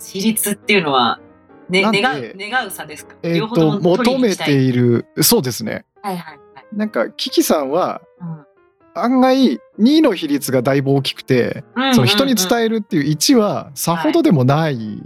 [SPEAKER 2] 比率っていうのは、ね、
[SPEAKER 1] なんで
[SPEAKER 2] 願う願うさですか、
[SPEAKER 1] えっ、
[SPEAKER 2] 両方
[SPEAKER 1] と
[SPEAKER 2] とも取
[SPEAKER 1] 求
[SPEAKER 2] りに
[SPEAKER 1] め
[SPEAKER 2] 行きた
[SPEAKER 1] て
[SPEAKER 2] い。
[SPEAKER 1] いるそうですね
[SPEAKER 2] はいはいはい。
[SPEAKER 1] なんかキキさんは
[SPEAKER 2] うん
[SPEAKER 1] 案外2の比率がだいぶ大きくて、
[SPEAKER 2] うんうんうん
[SPEAKER 1] その人に伝えるっていう1はさほどでもない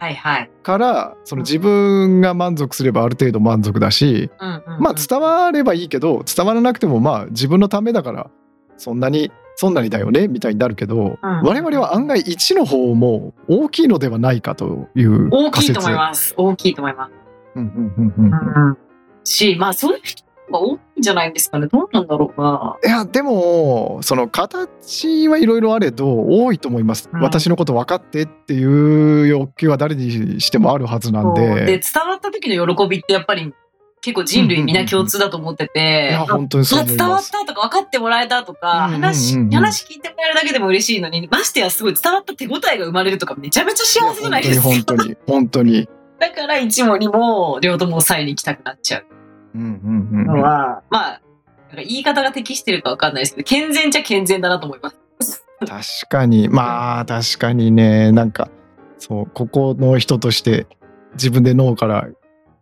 [SPEAKER 2] はいはい。
[SPEAKER 1] から、その自分が満足すればある程度満足だし、
[SPEAKER 2] うんうんうん
[SPEAKER 1] まあ伝わればいいけど伝わらなくてもまあ自分のためだからそんなにそんなにだよねみたいになるけど、
[SPEAKER 2] うん
[SPEAKER 1] 我々は案外1の方も大きいのではないかという
[SPEAKER 2] 大き
[SPEAKER 1] 仮
[SPEAKER 2] い
[SPEAKER 1] 説
[SPEAKER 2] と思います。大きいと思います。
[SPEAKER 1] うんうんうんうん
[SPEAKER 2] うんうん、し、まあそういう人が多いんじゃないんですかね。どうなんだろうな。
[SPEAKER 1] いやでもその形はいろいろあれど多いと思います、
[SPEAKER 2] うん
[SPEAKER 1] 私のこと分かってっていう欲求は誰にしてもあるはずなん
[SPEAKER 2] そう
[SPEAKER 1] で
[SPEAKER 2] で、伝わった時の喜びってやっぱり結構人類みんな共通だと思って
[SPEAKER 1] い
[SPEAKER 2] て、
[SPEAKER 1] や本当にそう
[SPEAKER 2] あ
[SPEAKER 1] 思い
[SPEAKER 2] 伝わ
[SPEAKER 1] ま
[SPEAKER 2] っ
[SPEAKER 1] す
[SPEAKER 2] たとか分かってもらえたとか、
[SPEAKER 1] うんうんうんうん
[SPEAKER 2] 話話聞いてもらえるだけでも嬉しいのにましてやすごい伝わった手応えが生まれるとかめちゃめちゃ幸せじゃない
[SPEAKER 1] いや
[SPEAKER 2] ですか
[SPEAKER 1] 本当に本当に
[SPEAKER 2] だから一も二も両とも抑えに行きたくなっちゃう
[SPEAKER 1] うんうんうん
[SPEAKER 2] のは、まあなんか言い方が適してるか分かんないですけど健全じゃ健全だなと思います
[SPEAKER 1] 確かにまあ確かにねなんかそうここの人として自分で脳から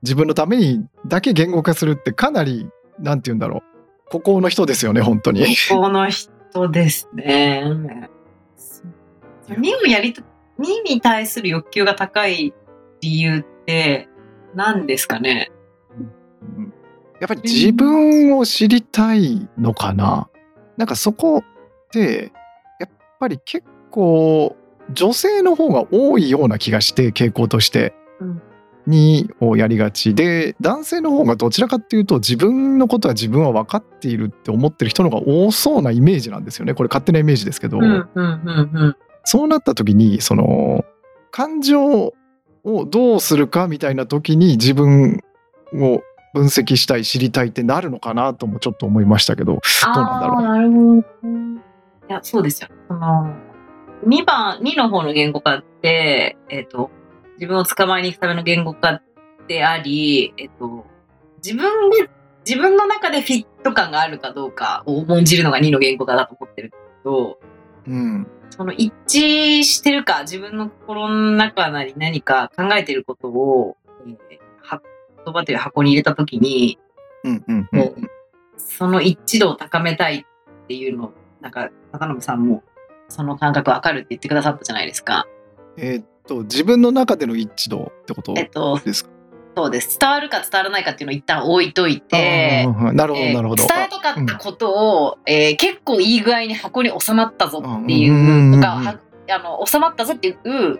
[SPEAKER 1] 自分のためにだけ言語化するってかなりなんて言うんだろうここの人ですよね本当に。
[SPEAKER 2] この人ですね2をやりた2に対する欲求が高い理由って何ですかね
[SPEAKER 1] うんやっぱり自分を知りたいのかななんかそこってやっぱり結構女性の方が多いような気がして傾向として
[SPEAKER 2] うん
[SPEAKER 1] にをやりがちで男性の方がどちらかっていうと自分のことは自分は分かっているって思ってる人の方が多そうなイメージなんですよねこれ勝手なイメージですけど、
[SPEAKER 2] うんうんうんうん
[SPEAKER 1] そうなった時にその感情をどうするかみたいな時に自分を分析したい知りたいってなるのかなともちょっと思いましたけど
[SPEAKER 2] あ
[SPEAKER 1] どうなんだろう
[SPEAKER 2] あーなるほど。いや、そうですよ。その、2番、2の方の言語化って、えっ、と、自分を捕まえに行くための言語化であり、えっ、と、自分で、自分の中でフィット感があるかどうかを重んじるのが2の言語化だと思ってるんですけど、
[SPEAKER 1] うん
[SPEAKER 2] その一致してるか、自分の心の中なり何か考えてることを、えーは言葉という箱に入れたときに、
[SPEAKER 1] うんうん
[SPEAKER 2] もうその一致度を高めたいっていうのをなんか高信さんもその感覚わかるって言ってくださったじゃないですか。
[SPEAKER 1] えーっと自分の中での一致度ってこと
[SPEAKER 2] えっと、
[SPEAKER 1] ですか、
[SPEAKER 2] そうです伝わるか伝わらないかっていうのを一旦置いといて、
[SPEAKER 1] あーはいなるほど
[SPEAKER 2] えー
[SPEAKER 1] なるほど、
[SPEAKER 2] 伝えたかったことを、えー結構いい具合に箱に収まったぞってい
[SPEAKER 1] うんうんうん
[SPEAKER 2] う
[SPEAKER 1] う
[SPEAKER 2] と
[SPEAKER 1] ん
[SPEAKER 2] か、はあの収まったぞっていう、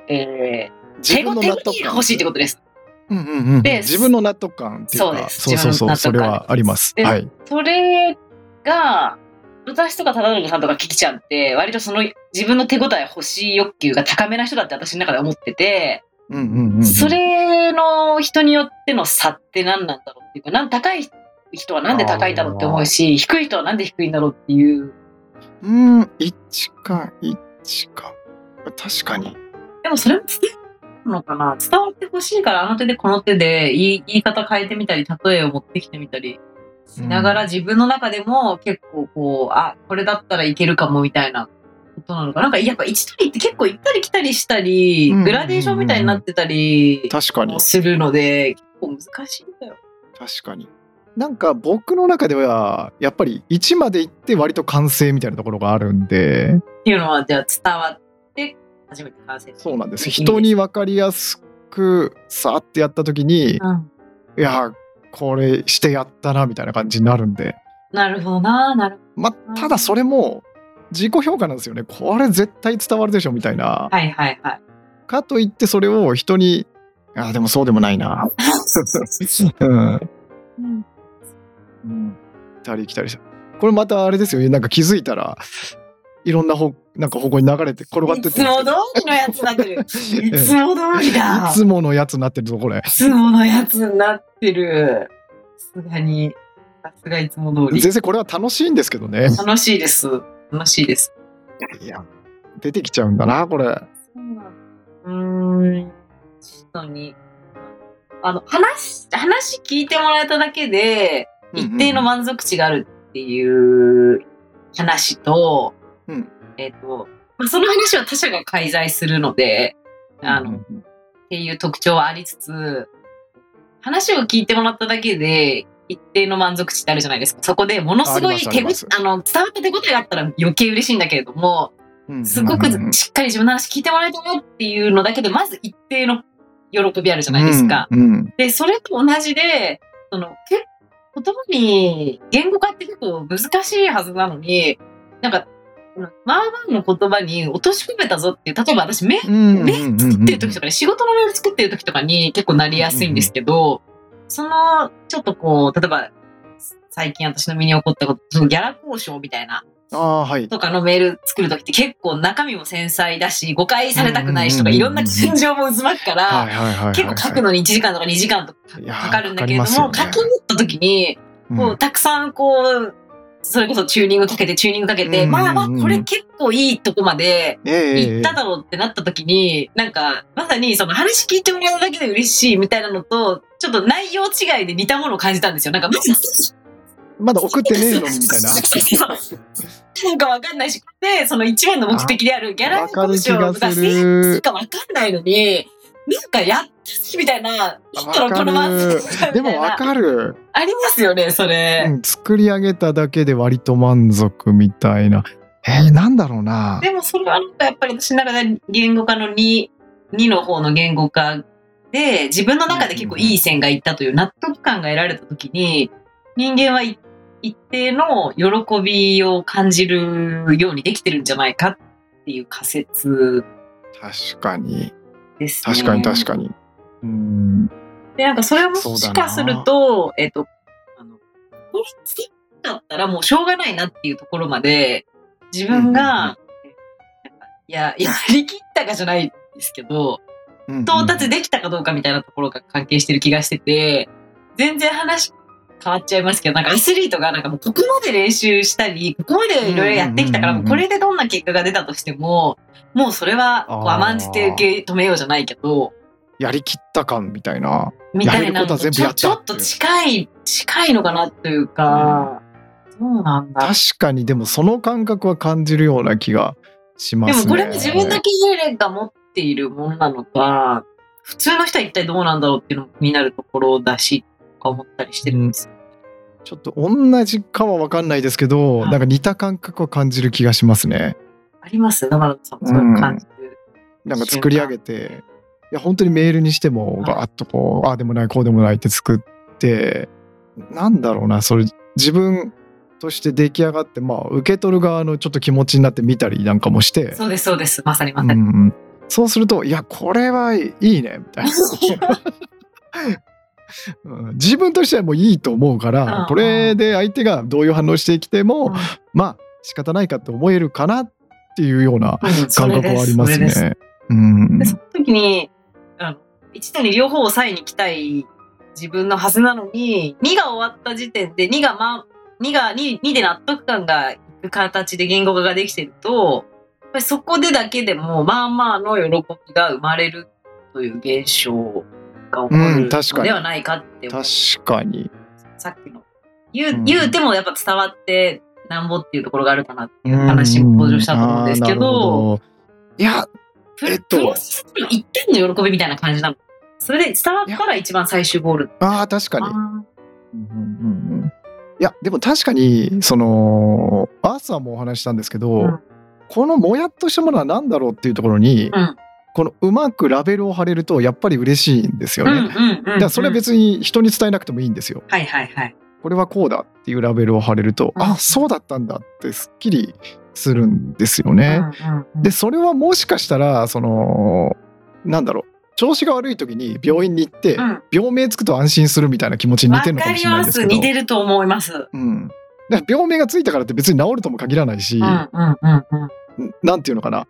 [SPEAKER 2] えー、
[SPEAKER 1] 自
[SPEAKER 2] 手ご
[SPEAKER 1] 分の
[SPEAKER 2] 手
[SPEAKER 1] 納
[SPEAKER 2] ご
[SPEAKER 1] 得
[SPEAKER 2] い
[SPEAKER 1] 感
[SPEAKER 2] が欲しいってことです。
[SPEAKER 1] うんうんうん
[SPEAKER 2] で
[SPEAKER 1] 自分の納得感っていう
[SPEAKER 2] そう
[SPEAKER 1] か
[SPEAKER 2] です
[SPEAKER 1] そうそうそう
[SPEAKER 2] 自
[SPEAKER 1] そ
[SPEAKER 2] 分
[SPEAKER 1] れ
[SPEAKER 2] の納得感
[SPEAKER 1] はあります
[SPEAKER 2] で
[SPEAKER 1] はい
[SPEAKER 2] それが私とか忠信さんとかキキちゃんって割とその自分の手応え欲しい欲求が高めな人だって私の中で思ってて、
[SPEAKER 1] うんうんうんうん
[SPEAKER 2] それの人によっての差って何なんだろうっていうかなん高い人はなんで高いだろうって思うし低い人はなんで低いんだろうっていう
[SPEAKER 1] うん1か1か確かに
[SPEAKER 2] でもそれも伝わるのかな伝わってほしいからあの手でこの手で言い言い方変えてみたり例えを持ってきてみたりしながら自分の中でも結構こうあこれだったらいけるかもみたいなことなのかなんかやっぱ1と2って結構行ったり来たりしたり
[SPEAKER 1] うん
[SPEAKER 2] グラデーションみたいになってたり
[SPEAKER 1] 確かに
[SPEAKER 2] もするので結構難しいんだよ。
[SPEAKER 1] 確かになんか僕の中ではやっぱり1まで行って割と完成みたいなところがあるんで
[SPEAKER 2] っていうのはじゃあ伝わって初めて完成
[SPEAKER 1] そうなんです人に分かりやすくさーってやった時に、
[SPEAKER 2] うん
[SPEAKER 1] いやーこれしてやったなみたいな感じになるんで
[SPEAKER 2] なるほどななる
[SPEAKER 1] ま
[SPEAKER 2] うん
[SPEAKER 1] あただそれも自己評価なんですよねこれ絶対伝わるでしょみたいな、
[SPEAKER 2] はいはい はい。
[SPEAKER 1] かといってそれを人に「あーでもそうでもない な」うん
[SPEAKER 2] うん
[SPEAKER 1] 行ったり来たりしたこれまたあれですよねなんか気づいたらいろんな方なんか方向に流れて転がって
[SPEAKER 2] い
[SPEAKER 1] っ
[SPEAKER 2] つ
[SPEAKER 1] て
[SPEAKER 2] も
[SPEAKER 1] ます
[SPEAKER 2] 通りのやつになって る。い
[SPEAKER 1] けど
[SPEAKER 2] つも通りだ。
[SPEAKER 1] いつものやつになってるぞこれ
[SPEAKER 2] いつものやつになってる。さすがに、さすがいつも通り。
[SPEAKER 1] 先生これは楽しいんですけどね
[SPEAKER 2] 楽しいです。楽しいです。
[SPEAKER 1] いや出てきちゃうんだなこれ
[SPEAKER 2] うーん。人に。あの、話、話聞いてもらえただけで、一定の満足値があるっていう話と、
[SPEAKER 1] うん
[SPEAKER 2] えっ、と、まあ、その話は他者が介在するので、あの、
[SPEAKER 1] うん
[SPEAKER 2] っていう特徴はありつつ、話を聞いてもらっただけで、一定の満足値ってあるじゃないですか。そこでものすご
[SPEAKER 1] あ
[SPEAKER 2] い
[SPEAKER 1] ります
[SPEAKER 2] 手ご
[SPEAKER 1] あります
[SPEAKER 2] あの、伝わった手応えがあったら余計嬉しいんだけれども、
[SPEAKER 1] うん
[SPEAKER 2] すごく
[SPEAKER 1] うんうん
[SPEAKER 2] しっかり自分の話聞いてもらえたなっていうのだけで、まず一定の喜びあるじゃないですか。
[SPEAKER 1] うんうん
[SPEAKER 2] で、それと同じで、その、け言葉に、言語化って結構難しいはずなのに、なんか、まあまあの言葉に落とし込めたぞっていう、例えば私、目
[SPEAKER 1] うんうんうんうん
[SPEAKER 2] メール作ってる時とかね、仕事のメール作ってる時とかに結構なりやすいんですけど、その、ちょっとこう、例えば、最近私の身に起こったこと、そのギャラ交渉みたいな、
[SPEAKER 1] ああ、はい。
[SPEAKER 2] とかのメール作るときって結構中身も繊細だし、誤解されたくないしとか、
[SPEAKER 1] うん
[SPEAKER 2] い
[SPEAKER 1] うんうん
[SPEAKER 2] ろんな感情も渦巻くから、
[SPEAKER 1] はいはいはいはいはい。
[SPEAKER 2] 結構書くのに1時間とか2時間とか
[SPEAKER 1] いやー
[SPEAKER 2] かかるんだけれども、
[SPEAKER 1] かかりますよ
[SPEAKER 2] 書
[SPEAKER 1] ね
[SPEAKER 2] きに行った時に、こ
[SPEAKER 1] う
[SPEAKER 2] うんたくさんこう、それこそチューニングかけて、チューニングかけて、
[SPEAKER 1] うんうんうん
[SPEAKER 2] まあまあ、これ結構いいとこまで
[SPEAKER 1] ええ
[SPEAKER 2] 行っただろうってなった時に、なんか、まさにその話聞いてもらうだけで嬉しいみたいなのと、ちょっと内容違いで似たものを感じたんですよ。なんか、まず
[SPEAKER 1] まだ送ってねえ のみたいな。
[SPEAKER 2] そうなんかわかんないし、で、その一番の目的であるギャラ
[SPEAKER 1] わか
[SPEAKER 2] 交
[SPEAKER 1] る気が
[SPEAKER 2] 渉が
[SPEAKER 1] す
[SPEAKER 2] 成
[SPEAKER 1] る
[SPEAKER 2] 立するかわかんないのに、なんかやったしみたいな、だったらこの
[SPEAKER 1] わ
[SPEAKER 2] ままみ
[SPEAKER 1] で
[SPEAKER 2] たい
[SPEAKER 1] もわ
[SPEAKER 2] な
[SPEAKER 1] かる、
[SPEAKER 2] ありますよね、それ
[SPEAKER 1] う。ん作り上げただけで割と満足みたいな。えー、なんだろうな。
[SPEAKER 2] でもそれはなんかやっぱり私の中で言語化の2、2の方の言語化で、自分の中で結構いい線がいったという納得感が得られた時に、人間はい一定の喜びを感じるようにできてるんじゃないかっていう仮説
[SPEAKER 1] 確かに。
[SPEAKER 2] ですね。
[SPEAKER 1] 確かに確かに。うん。
[SPEAKER 2] で、なんかそれも
[SPEAKER 1] そう
[SPEAKER 2] し
[SPEAKER 1] だな
[SPEAKER 2] かすると、えっと、あの、これつだったらもうしょうがないなっていうところまで、自分が、いや、やりきったかじゃないですけど、
[SPEAKER 1] うん
[SPEAKER 2] 到達できたかどうかみたいなところが関係してる気がしてて、全然話変わっちゃいますけど、なんかアスリートがなんかもうここまで練習したり、ここまでいろいろやってきたから、
[SPEAKER 1] うんうん
[SPEAKER 2] も
[SPEAKER 1] うんうん
[SPEAKER 2] うこれでどんな結果が出たとしても、もうそれはこう
[SPEAKER 1] あー
[SPEAKER 2] 甘んじて受け止めようじゃないけど、
[SPEAKER 1] やりきった感みたいな。
[SPEAKER 2] みたいな
[SPEAKER 1] やれるこ
[SPEAKER 2] の
[SPEAKER 1] とは全部やった
[SPEAKER 2] ちょちょっと近い、近いのかなというか、そうなんだ。
[SPEAKER 1] 確かにでもその感覚は感じるような気がしま
[SPEAKER 2] で
[SPEAKER 1] ね。
[SPEAKER 2] すもこれも自分だけが持っているものなのか、普通の人は一体どうなんだろうっていうのも気になるところだし、とか思ったりしてるんですよ。
[SPEAKER 1] ちょっと同じかは分かんないですけど、
[SPEAKER 2] はい
[SPEAKER 1] なんか似た感覚を感じる気がしますね。
[SPEAKER 2] あります長野さんもそういう感じ。
[SPEAKER 1] なんか作り上げて、いや本当にメールにしてもガーッとこう、ああでもないこうでもないって作って、なんだろうな、それ自分として出来上がって、まあ受け取る側のちょっと気持ちになって見たりなんかもして、
[SPEAKER 2] そうです、そうです。まさにま
[SPEAKER 1] う
[SPEAKER 2] さに。
[SPEAKER 1] ん、そうすると、いやこれはいいねみたいな。うん自分としてはもういいと思うから、
[SPEAKER 2] うん
[SPEAKER 1] これで相手がどういう反応してきても、
[SPEAKER 2] うん
[SPEAKER 1] まあ仕方ないかって思えるかなっていうような
[SPEAKER 2] うんそ
[SPEAKER 1] 感覚
[SPEAKER 2] れです
[SPEAKER 1] はあります
[SPEAKER 2] それです
[SPEAKER 1] ね。うん
[SPEAKER 2] で、その時に、あの、一度に両方を抑えに来たい自分のはずなのに、2が終わった時点で、2がま、2が、2, 2で納得感がいく形で言語化ができてると、やっぱりそこでだけでも、まあまあの喜びが生まれるという現象が起こ
[SPEAKER 1] う
[SPEAKER 2] る
[SPEAKER 1] ん確かに
[SPEAKER 2] のではないかって思う、
[SPEAKER 1] 確かに。
[SPEAKER 2] さっきの。言う、
[SPEAKER 1] うん
[SPEAKER 2] 言うてもやっぱ伝わってなんぼっていうところがあるかな。話も登場したと思うんです
[SPEAKER 1] あ
[SPEAKER 2] けど
[SPEAKER 1] ーなるほいや
[SPEAKER 2] プ
[SPEAKER 1] えっ
[SPEAKER 2] ロ
[SPEAKER 1] と
[SPEAKER 2] プロセスの一点の喜びみたいな感じなの。それで伝わったら一番最終ゴール
[SPEAKER 1] あー確かに。
[SPEAKER 2] あ
[SPEAKER 1] うんうんうんうんいやでも確かにそのアーサーもお話ししたんですけど、
[SPEAKER 2] うん
[SPEAKER 1] このもやっとしたものは何だろうっていうところに、
[SPEAKER 2] うん
[SPEAKER 1] このうまくラベルを貼れるとやっぱり嬉しいんですよ
[SPEAKER 2] ー
[SPEAKER 1] ね。
[SPEAKER 2] うん
[SPEAKER 1] だ
[SPEAKER 2] うんうんう
[SPEAKER 1] か
[SPEAKER 2] ん
[SPEAKER 1] らそれは別に人に伝えなくてもいいんですよ。
[SPEAKER 2] はいはいはい。
[SPEAKER 1] これはこうだっていうラベルを貼れると、
[SPEAKER 2] うん
[SPEAKER 1] あそうだったんだってすっきりするんですよね。
[SPEAKER 2] うんうん
[SPEAKER 1] でそれはもしかしたらそのなんだろう調子が悪い時に病院に行って、
[SPEAKER 2] うん
[SPEAKER 1] 病名つくと安心するみたいな気持ちに似てるのかもしれないですけ
[SPEAKER 2] わ
[SPEAKER 1] ど
[SPEAKER 2] かります。似てると思います。
[SPEAKER 1] うん、だから病名がついたからって別に治るとも限らないし、
[SPEAKER 2] うんうんうんうん。
[SPEAKER 1] なんていうのかな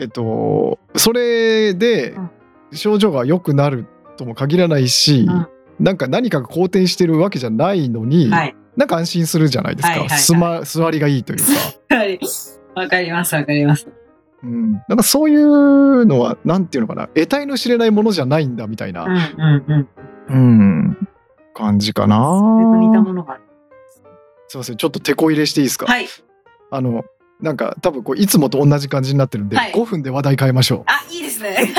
[SPEAKER 1] えっとそれで
[SPEAKER 2] うん
[SPEAKER 1] 症状が良くなるとも限らないし、
[SPEAKER 2] うん
[SPEAKER 1] なんか何かが好転してるわけじゃないのに、
[SPEAKER 2] はい。
[SPEAKER 1] なんか安心するじゃないですか、
[SPEAKER 2] はいはいはい
[SPEAKER 1] すま座りがいいというか。
[SPEAKER 2] はい。わかりますわかります。
[SPEAKER 1] うん、なんかそういうのはなんていうのかな得体の知れないものじゃないんだみたいな
[SPEAKER 2] うんうんうん。
[SPEAKER 1] うん感じかな。
[SPEAKER 2] それと似たものがある。
[SPEAKER 1] すいません、ちょっと手こ入れしていいですか。
[SPEAKER 2] はい。
[SPEAKER 1] あの、なんか多分こういつもと同じ感じになってるんで、
[SPEAKER 2] はい
[SPEAKER 1] 5分で話題変えましょ
[SPEAKER 2] あ、いいで すね。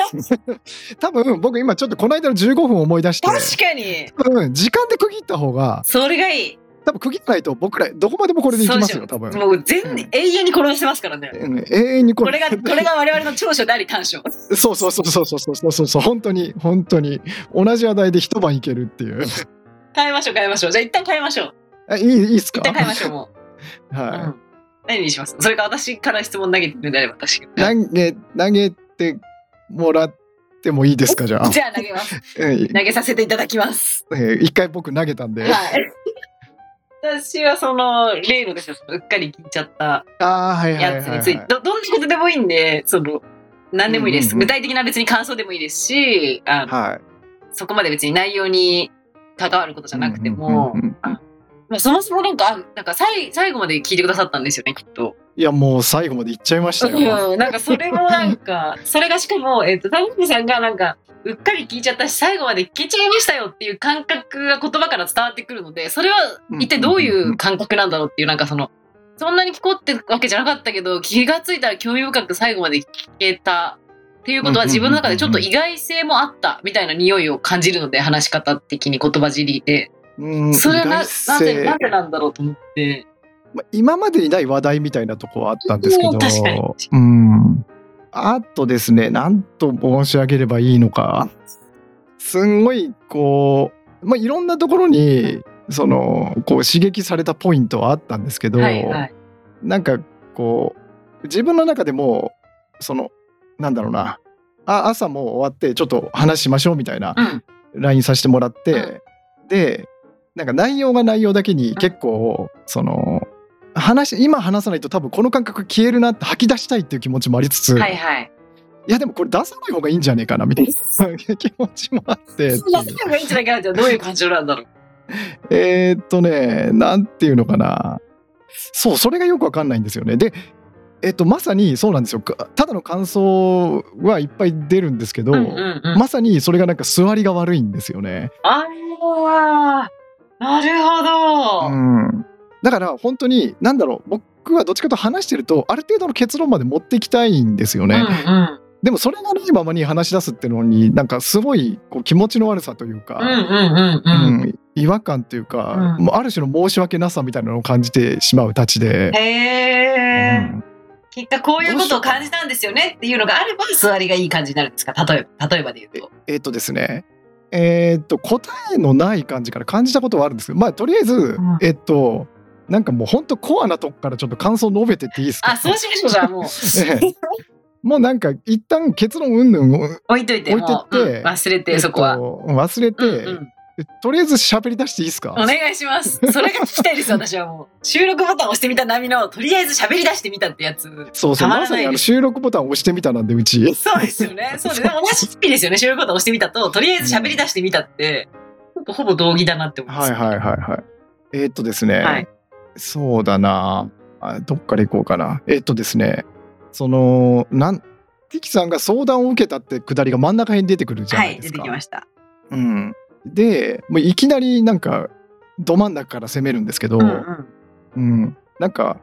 [SPEAKER 1] う。多分僕今ちょっとこの間の15分を思い出して、
[SPEAKER 2] 確かに。
[SPEAKER 1] 多分時間で区切った方が、
[SPEAKER 2] それがいい。
[SPEAKER 1] 多分区切らないと僕らどこまでもこれでいきますよ、多
[SPEAKER 2] そう
[SPEAKER 1] 分
[SPEAKER 2] し。ようもう全、
[SPEAKER 1] うん
[SPEAKER 2] 永遠にこれをしてますからね。
[SPEAKER 1] うん永遠にこ
[SPEAKER 2] こ
[SPEAKER 1] れ
[SPEAKER 2] れ が、これが我々の長所であり短所。
[SPEAKER 1] そうそうそうそうそうそうそうそう本当に本当に同じ話題で一晩いけるっていう
[SPEAKER 2] 変えましょう変えましょう。じゃあ一旦変えましょう。
[SPEAKER 1] あいいいいですか
[SPEAKER 2] 一旦変えましょうもう。う
[SPEAKER 1] は
[SPEAKER 2] ん何にしますそれか私から質問投げてくれれば確か
[SPEAKER 1] い、投げ投げてもらってもいいですかじゃあ。
[SPEAKER 2] じゃあ投げます。
[SPEAKER 1] えー
[SPEAKER 2] 投げさせていただきます。
[SPEAKER 1] えー一回僕投げたんで。
[SPEAKER 2] はい。 私はその例のですよ、そのうっかり聞いちゃった
[SPEAKER 1] ああ、はいはい
[SPEAKER 2] や
[SPEAKER 1] は
[SPEAKER 2] つ
[SPEAKER 1] い、は
[SPEAKER 2] について、
[SPEAKER 1] い。
[SPEAKER 2] どどんなことでもいいんで、その、何でもいいで
[SPEAKER 1] うんう
[SPEAKER 2] す。
[SPEAKER 1] んうん
[SPEAKER 2] 具体的な別に感想でもいいですし、あの
[SPEAKER 1] はい。
[SPEAKER 2] そこまで別に内容に関わることじゃなくても、
[SPEAKER 1] うんうんうんうん
[SPEAKER 2] まあ、そもそもなんか、あなんかさい最後まで聞いてくださったんですよね、きっと。
[SPEAKER 1] いや、もう最後まで行っちゃいましたよ。
[SPEAKER 2] うん、なんかそれもなんか、それがしかも、えっ、と、タミミさんがなんか、うっかり聞いちゃったし、最後まで聞いちゃいましたよっていう感覚が言葉から伝わってくるので、それは一体どういう感覚なんだろうっていう、なんかその、そんなに聞こうってわけじゃなかったけど、気がついたら興味深く最後まで聞けた。っていうことは
[SPEAKER 1] うんうん
[SPEAKER 2] 自
[SPEAKER 1] うんうん
[SPEAKER 2] 分の中でちょっと意外性もあったみたいな匂いを感じるので話し方的に言葉尻で
[SPEAKER 1] うん、
[SPEAKER 2] それはな
[SPEAKER 1] 意外
[SPEAKER 2] なぜ
[SPEAKER 1] 性
[SPEAKER 2] なんでなんだろうと思って
[SPEAKER 1] まあ今までにない話題みたいなとこはあったんですけ
[SPEAKER 2] う
[SPEAKER 1] ど
[SPEAKER 2] ん確かに
[SPEAKER 1] うんあとですねなんと申し上げればいいのかすんごいこう、まあ、いろんなところにそのこう刺激されたポイントはあったんですけど、
[SPEAKER 2] はいはい
[SPEAKER 1] なんかこう自分の中でもそのなんだろうなあ朝もう終わってちょっと話しましょうみたいな
[SPEAKER 2] うん
[SPEAKER 1] LINE させてもらって、でなんか内容が内容だけに結構、その話今話さないと多分この感覚消えるなって吐き出したいっていう気持ちもありつつ、
[SPEAKER 2] はいはい
[SPEAKER 1] いやでもこれ出さない方がいいんじゃねえかなみたいな 気持ちもあってってい
[SPEAKER 2] そんな
[SPEAKER 1] う
[SPEAKER 2] すぐがいいんじゃないかなじゃあどういう感情なんだろう。
[SPEAKER 1] えーっとねなんていうのかなそうそれがよくわかんないんですよねでえっとまさにそうなんですよかただの感想はいっぱい出るんですけど、
[SPEAKER 2] うんうんうん、
[SPEAKER 1] まさにそれがなんか座りが悪いんですよね。
[SPEAKER 2] ああなるほ
[SPEAKER 1] う
[SPEAKER 2] ど。
[SPEAKER 1] ん、だから本当に何だろう僕はどっちかというと話してるとある程度の結論まで持っていきたいんですよね、
[SPEAKER 2] うん
[SPEAKER 1] でもそれがないままに話し出すっていうのになんかすごいこう気持ちの悪さというか、
[SPEAKER 2] うんうんうんうん
[SPEAKER 1] うん違和感というか、
[SPEAKER 2] うん
[SPEAKER 1] もうある種の申し訳なさみたいなのを感じてしまうたちで
[SPEAKER 2] うん。、
[SPEAKER 1] う
[SPEAKER 2] へえ。
[SPEAKER 1] ん
[SPEAKER 2] 結果こういうことを感じたんですよねっていうのがあれば座りがいい感じになるんですか。例えば例えばで言うと。
[SPEAKER 1] えっ、とですねえっと答えのない感じから感じたことはあるんですけどまあとりあえず、
[SPEAKER 2] ん
[SPEAKER 1] えっとなんかもう本当コアなとこからちょっと感想述べてっていいですか
[SPEAKER 2] あそうしましょうじゃあもう
[SPEAKER 1] ええ もうなんか一旦結論云々を
[SPEAKER 2] 置いといて
[SPEAKER 1] 置いて
[SPEAKER 2] も
[SPEAKER 1] っ
[SPEAKER 2] う
[SPEAKER 1] て
[SPEAKER 2] うん忘れてそこ
[SPEAKER 1] えっ
[SPEAKER 2] は。
[SPEAKER 1] と忘れて、
[SPEAKER 2] うんうん
[SPEAKER 1] とりあえず喋り出していいですか
[SPEAKER 2] お願いします。それが聞きたいです、私はもう。収録ボタン押してみた波の、とりあえず喋り出してみたってやつ。
[SPEAKER 1] そうそ
[SPEAKER 2] た
[SPEAKER 1] うま
[SPEAKER 2] まらな
[SPEAKER 1] さ
[SPEAKER 2] い
[SPEAKER 1] にあの
[SPEAKER 2] です。
[SPEAKER 1] 収録ボタンを押してみたなんでう ち
[SPEAKER 2] そうですよ ね。そうです。でも同じスピですよね。収録ボタン押してみたと、とりあえず喋り出してみたって、ほぼ同義だなって思いま
[SPEAKER 1] は
[SPEAKER 2] す。
[SPEAKER 1] いはいはいはいえっとですね、
[SPEAKER 2] はい
[SPEAKER 1] そうだなあどっから行こうかなえっとですねそのなんティキさんが相談を受けたってくだりが真ん中辺に出てくるじゃ
[SPEAKER 2] は
[SPEAKER 1] ない
[SPEAKER 2] い、
[SPEAKER 1] で
[SPEAKER 2] 出
[SPEAKER 1] す
[SPEAKER 2] て
[SPEAKER 1] か、
[SPEAKER 2] きました。
[SPEAKER 1] うん、でもういきなりなんかど真ん中から攻めるんですけど、
[SPEAKER 2] うんうん
[SPEAKER 1] うん、なんか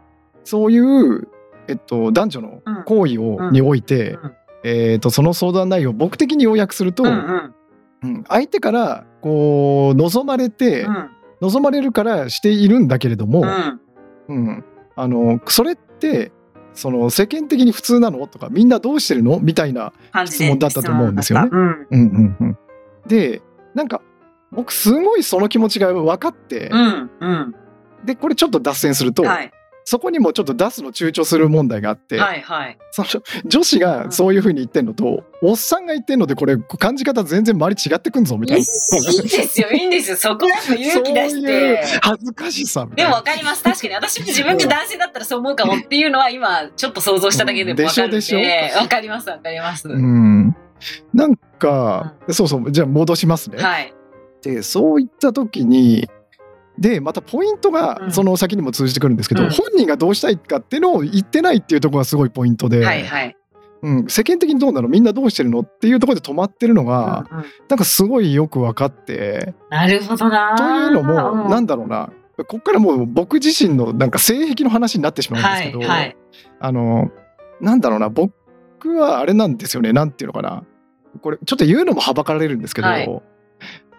[SPEAKER 1] そういう、えっと、男女の
[SPEAKER 2] うん
[SPEAKER 1] 行為を、
[SPEAKER 2] うん
[SPEAKER 1] において、
[SPEAKER 2] うん
[SPEAKER 1] えっとその相談内容を僕的に要約すると、
[SPEAKER 2] うんうん
[SPEAKER 1] うん相手からこう望まれて、
[SPEAKER 2] うん
[SPEAKER 1] 望まれるからしているんだけれども、
[SPEAKER 2] うん
[SPEAKER 1] うんあのそれってその世間的に普通なのとかみんなどうしてるのみたいな、
[SPEAKER 2] 感じ
[SPEAKER 1] 質
[SPEAKER 2] で
[SPEAKER 1] 問だったと思うんですよね
[SPEAKER 2] 質問だっ
[SPEAKER 1] うんうんうん、でなんか僕すごいその気持ちが分かって
[SPEAKER 2] た。、うんうん
[SPEAKER 1] でこれちょっと脱線すると、
[SPEAKER 2] うん。はい
[SPEAKER 1] そこにもちょっと出すの躊躇する問題があって、
[SPEAKER 2] はいはい。
[SPEAKER 1] その女子がそういうふうに言ってんのと、おっさんが言ってんのでこれ感じ方全然周り違ってくんぞみ
[SPEAKER 2] い
[SPEAKER 1] た
[SPEAKER 2] い
[SPEAKER 1] い
[SPEAKER 2] い
[SPEAKER 1] な
[SPEAKER 2] ですよ、いいんですよ。そこやっぱ勇気出し
[SPEAKER 1] そういう
[SPEAKER 2] て。
[SPEAKER 1] 恥ずかしさみた
[SPEAKER 2] で
[SPEAKER 1] い
[SPEAKER 2] も
[SPEAKER 1] な
[SPEAKER 2] わかります。確かに私も自分が男性だったらそう思うかもっていうのは今ちょっと想像しただけでもわかるん
[SPEAKER 1] でしょで
[SPEAKER 2] で、わかりますわかります。
[SPEAKER 1] うんなんか、そうそうじゃあ戻しますね、
[SPEAKER 2] はい。
[SPEAKER 1] でそういった時にでまたポイント
[SPEAKER 2] う
[SPEAKER 1] が
[SPEAKER 2] ん
[SPEAKER 1] その先にも通じてくるんですけど、
[SPEAKER 2] うん
[SPEAKER 1] 本人がどうしたいかっていうのを言ってないっていうところがすごいポイントで、
[SPEAKER 2] はいはい。
[SPEAKER 1] うん、世間的にどうなのみんなどうしてるのっていうところで止まってるのが、
[SPEAKER 2] うんうん
[SPEAKER 1] なんかすごいよく分かって。
[SPEAKER 2] なるほどな。
[SPEAKER 1] というのも、なんんだろうなここからもう僕自身のなんか性癖の話になってしまうんです
[SPEAKER 2] は
[SPEAKER 1] け
[SPEAKER 2] い
[SPEAKER 1] ど、
[SPEAKER 2] はい。
[SPEAKER 1] あのなんだろうな僕はあれなんですよねなんていうのかなこれちょっと言うのもはばかられるんですけど、
[SPEAKER 2] はい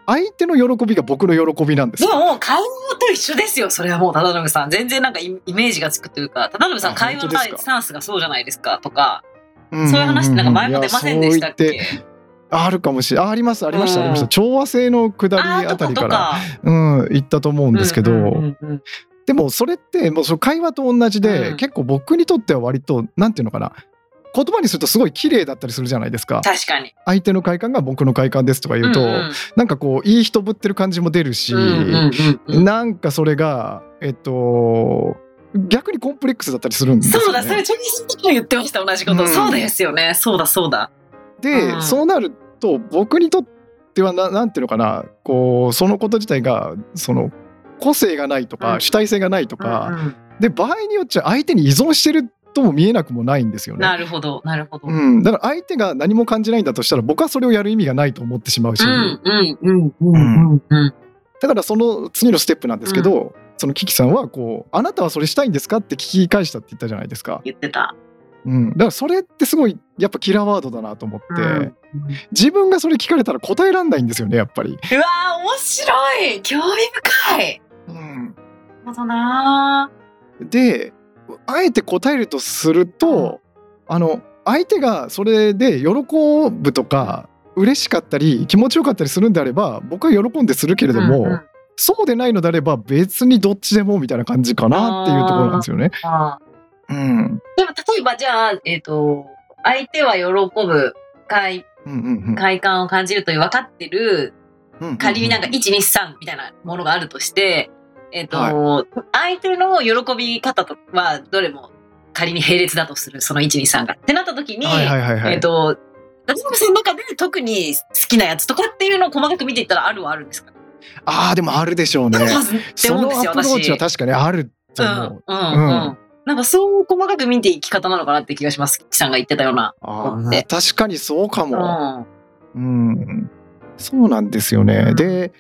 [SPEAKER 1] 相手の喜びが僕の喜びなんです
[SPEAKER 2] で
[SPEAKER 1] よ。
[SPEAKER 2] ももう会話と一緒ですよ。それはもう忠信さん全然なんかイイメージがつくというか、忠信さん
[SPEAKER 1] あ
[SPEAKER 2] 会話
[SPEAKER 1] 本
[SPEAKER 2] の
[SPEAKER 1] 当ですか
[SPEAKER 2] スタンスがそうじゃないですかとか、
[SPEAKER 1] そう
[SPEAKER 2] そういう話ってなんか前も出ませんでしたっけ？
[SPEAKER 1] そう言ってあるかもしれないあありますありました、
[SPEAKER 2] うん
[SPEAKER 1] ありました調和性の下
[SPEAKER 2] あ
[SPEAKER 1] り
[SPEAKER 2] ー
[SPEAKER 1] あた
[SPEAKER 2] とか
[SPEAKER 1] り
[SPEAKER 2] と
[SPEAKER 1] から
[SPEAKER 2] か。
[SPEAKER 1] うん言ったと思うんですけど、
[SPEAKER 2] うんうんうんうん
[SPEAKER 1] でもそれってもうその会話と同じで、
[SPEAKER 2] うん
[SPEAKER 1] 結構僕にとっては割となんていうのかな言葉にするとすごい綺麗だったりするじゃないですか
[SPEAKER 2] 確かに。
[SPEAKER 1] 相手の快感が僕の快感ですとか言うと、
[SPEAKER 2] うんうん
[SPEAKER 1] なんかこういい人ぶってる感じも出るし、
[SPEAKER 2] うんうんうんうん
[SPEAKER 1] なんかそれがえっと逆にコンプレックスだったりするんですよ、ね、
[SPEAKER 2] そうだ、それ、チョキさんとも言ってました、同じこと。
[SPEAKER 1] うん
[SPEAKER 2] そうですよね。そうだ、そうだ。
[SPEAKER 1] で、
[SPEAKER 2] うん
[SPEAKER 1] そうなると僕にとってはななんていうのかなこうそのこと自体がその個性がないとか、
[SPEAKER 2] うん
[SPEAKER 1] 主体性がないと
[SPEAKER 2] うん
[SPEAKER 1] か、
[SPEAKER 2] うん
[SPEAKER 1] で場合によっちゃ相手に依存してるとも見えなくもないんですよね。
[SPEAKER 2] なるほど、なるほど。うん、
[SPEAKER 1] うん、だから相手が何も感じないんだとしたら僕はそれをやる意味がないと思ってしまうし、
[SPEAKER 2] うん、うん、うん、うん。
[SPEAKER 1] だからその次のステップなんですけど、そのキキさんはこう「あなたはそれしたいんですか?」って聞き返したって言ったじゃないですか、
[SPEAKER 2] 言ってた。
[SPEAKER 1] うん、だからそれってすごいやっぱキラーワードだなと思って、
[SPEAKER 2] うん
[SPEAKER 1] 自分がそれ聞かれたら答えらんないんですよねやっぱり。
[SPEAKER 2] うわー、面白い興味深い
[SPEAKER 1] うん、
[SPEAKER 2] なるほどな
[SPEAKER 1] であえて答えるとすると、あの相手がそれで喜ぶとか嬉しかったり気持ちよかったりするんであれば僕は喜んでするけれども、
[SPEAKER 2] うんうん
[SPEAKER 1] そうでないのであれば別にどっちでもみたいな感じかなっていうところなんですよね。
[SPEAKER 2] あ
[SPEAKER 1] う
[SPEAKER 2] ー
[SPEAKER 1] ん
[SPEAKER 2] でも、例えば、じゃあ、えっ、と、相手は喜ぶ、快
[SPEAKER 1] うんうん
[SPEAKER 2] 快感を感じるという分かってる、
[SPEAKER 1] うん
[SPEAKER 2] 仮になんか123みたいなものがあるとして、えっ、と、
[SPEAKER 1] は
[SPEAKER 2] 相手の喜び方とはどれも仮に並列だとする、その123が。ってなった時に、
[SPEAKER 1] はいはいはいはい
[SPEAKER 2] えっ、と、夏目さんの中で特に好きなやつとかっていうのを細かく見ていったらあるはあるんですかね
[SPEAKER 1] ああでもあるでしょうね
[SPEAKER 2] ある。はずって
[SPEAKER 1] そ
[SPEAKER 2] 思う
[SPEAKER 1] の
[SPEAKER 2] んですよ、
[SPEAKER 1] アプロー
[SPEAKER 2] 私。
[SPEAKER 1] チは確かにあると
[SPEAKER 2] うん
[SPEAKER 1] 思う。
[SPEAKER 2] うんうん
[SPEAKER 1] うん
[SPEAKER 2] なんかそう細かく見ていき方なのかなって気がします。キさんが言ってたような。
[SPEAKER 1] あ
[SPEAKER 2] うん
[SPEAKER 1] ー確かにそうか
[SPEAKER 2] う
[SPEAKER 1] も。
[SPEAKER 2] ん。
[SPEAKER 1] うん、そうなんですよね。
[SPEAKER 2] うん
[SPEAKER 1] で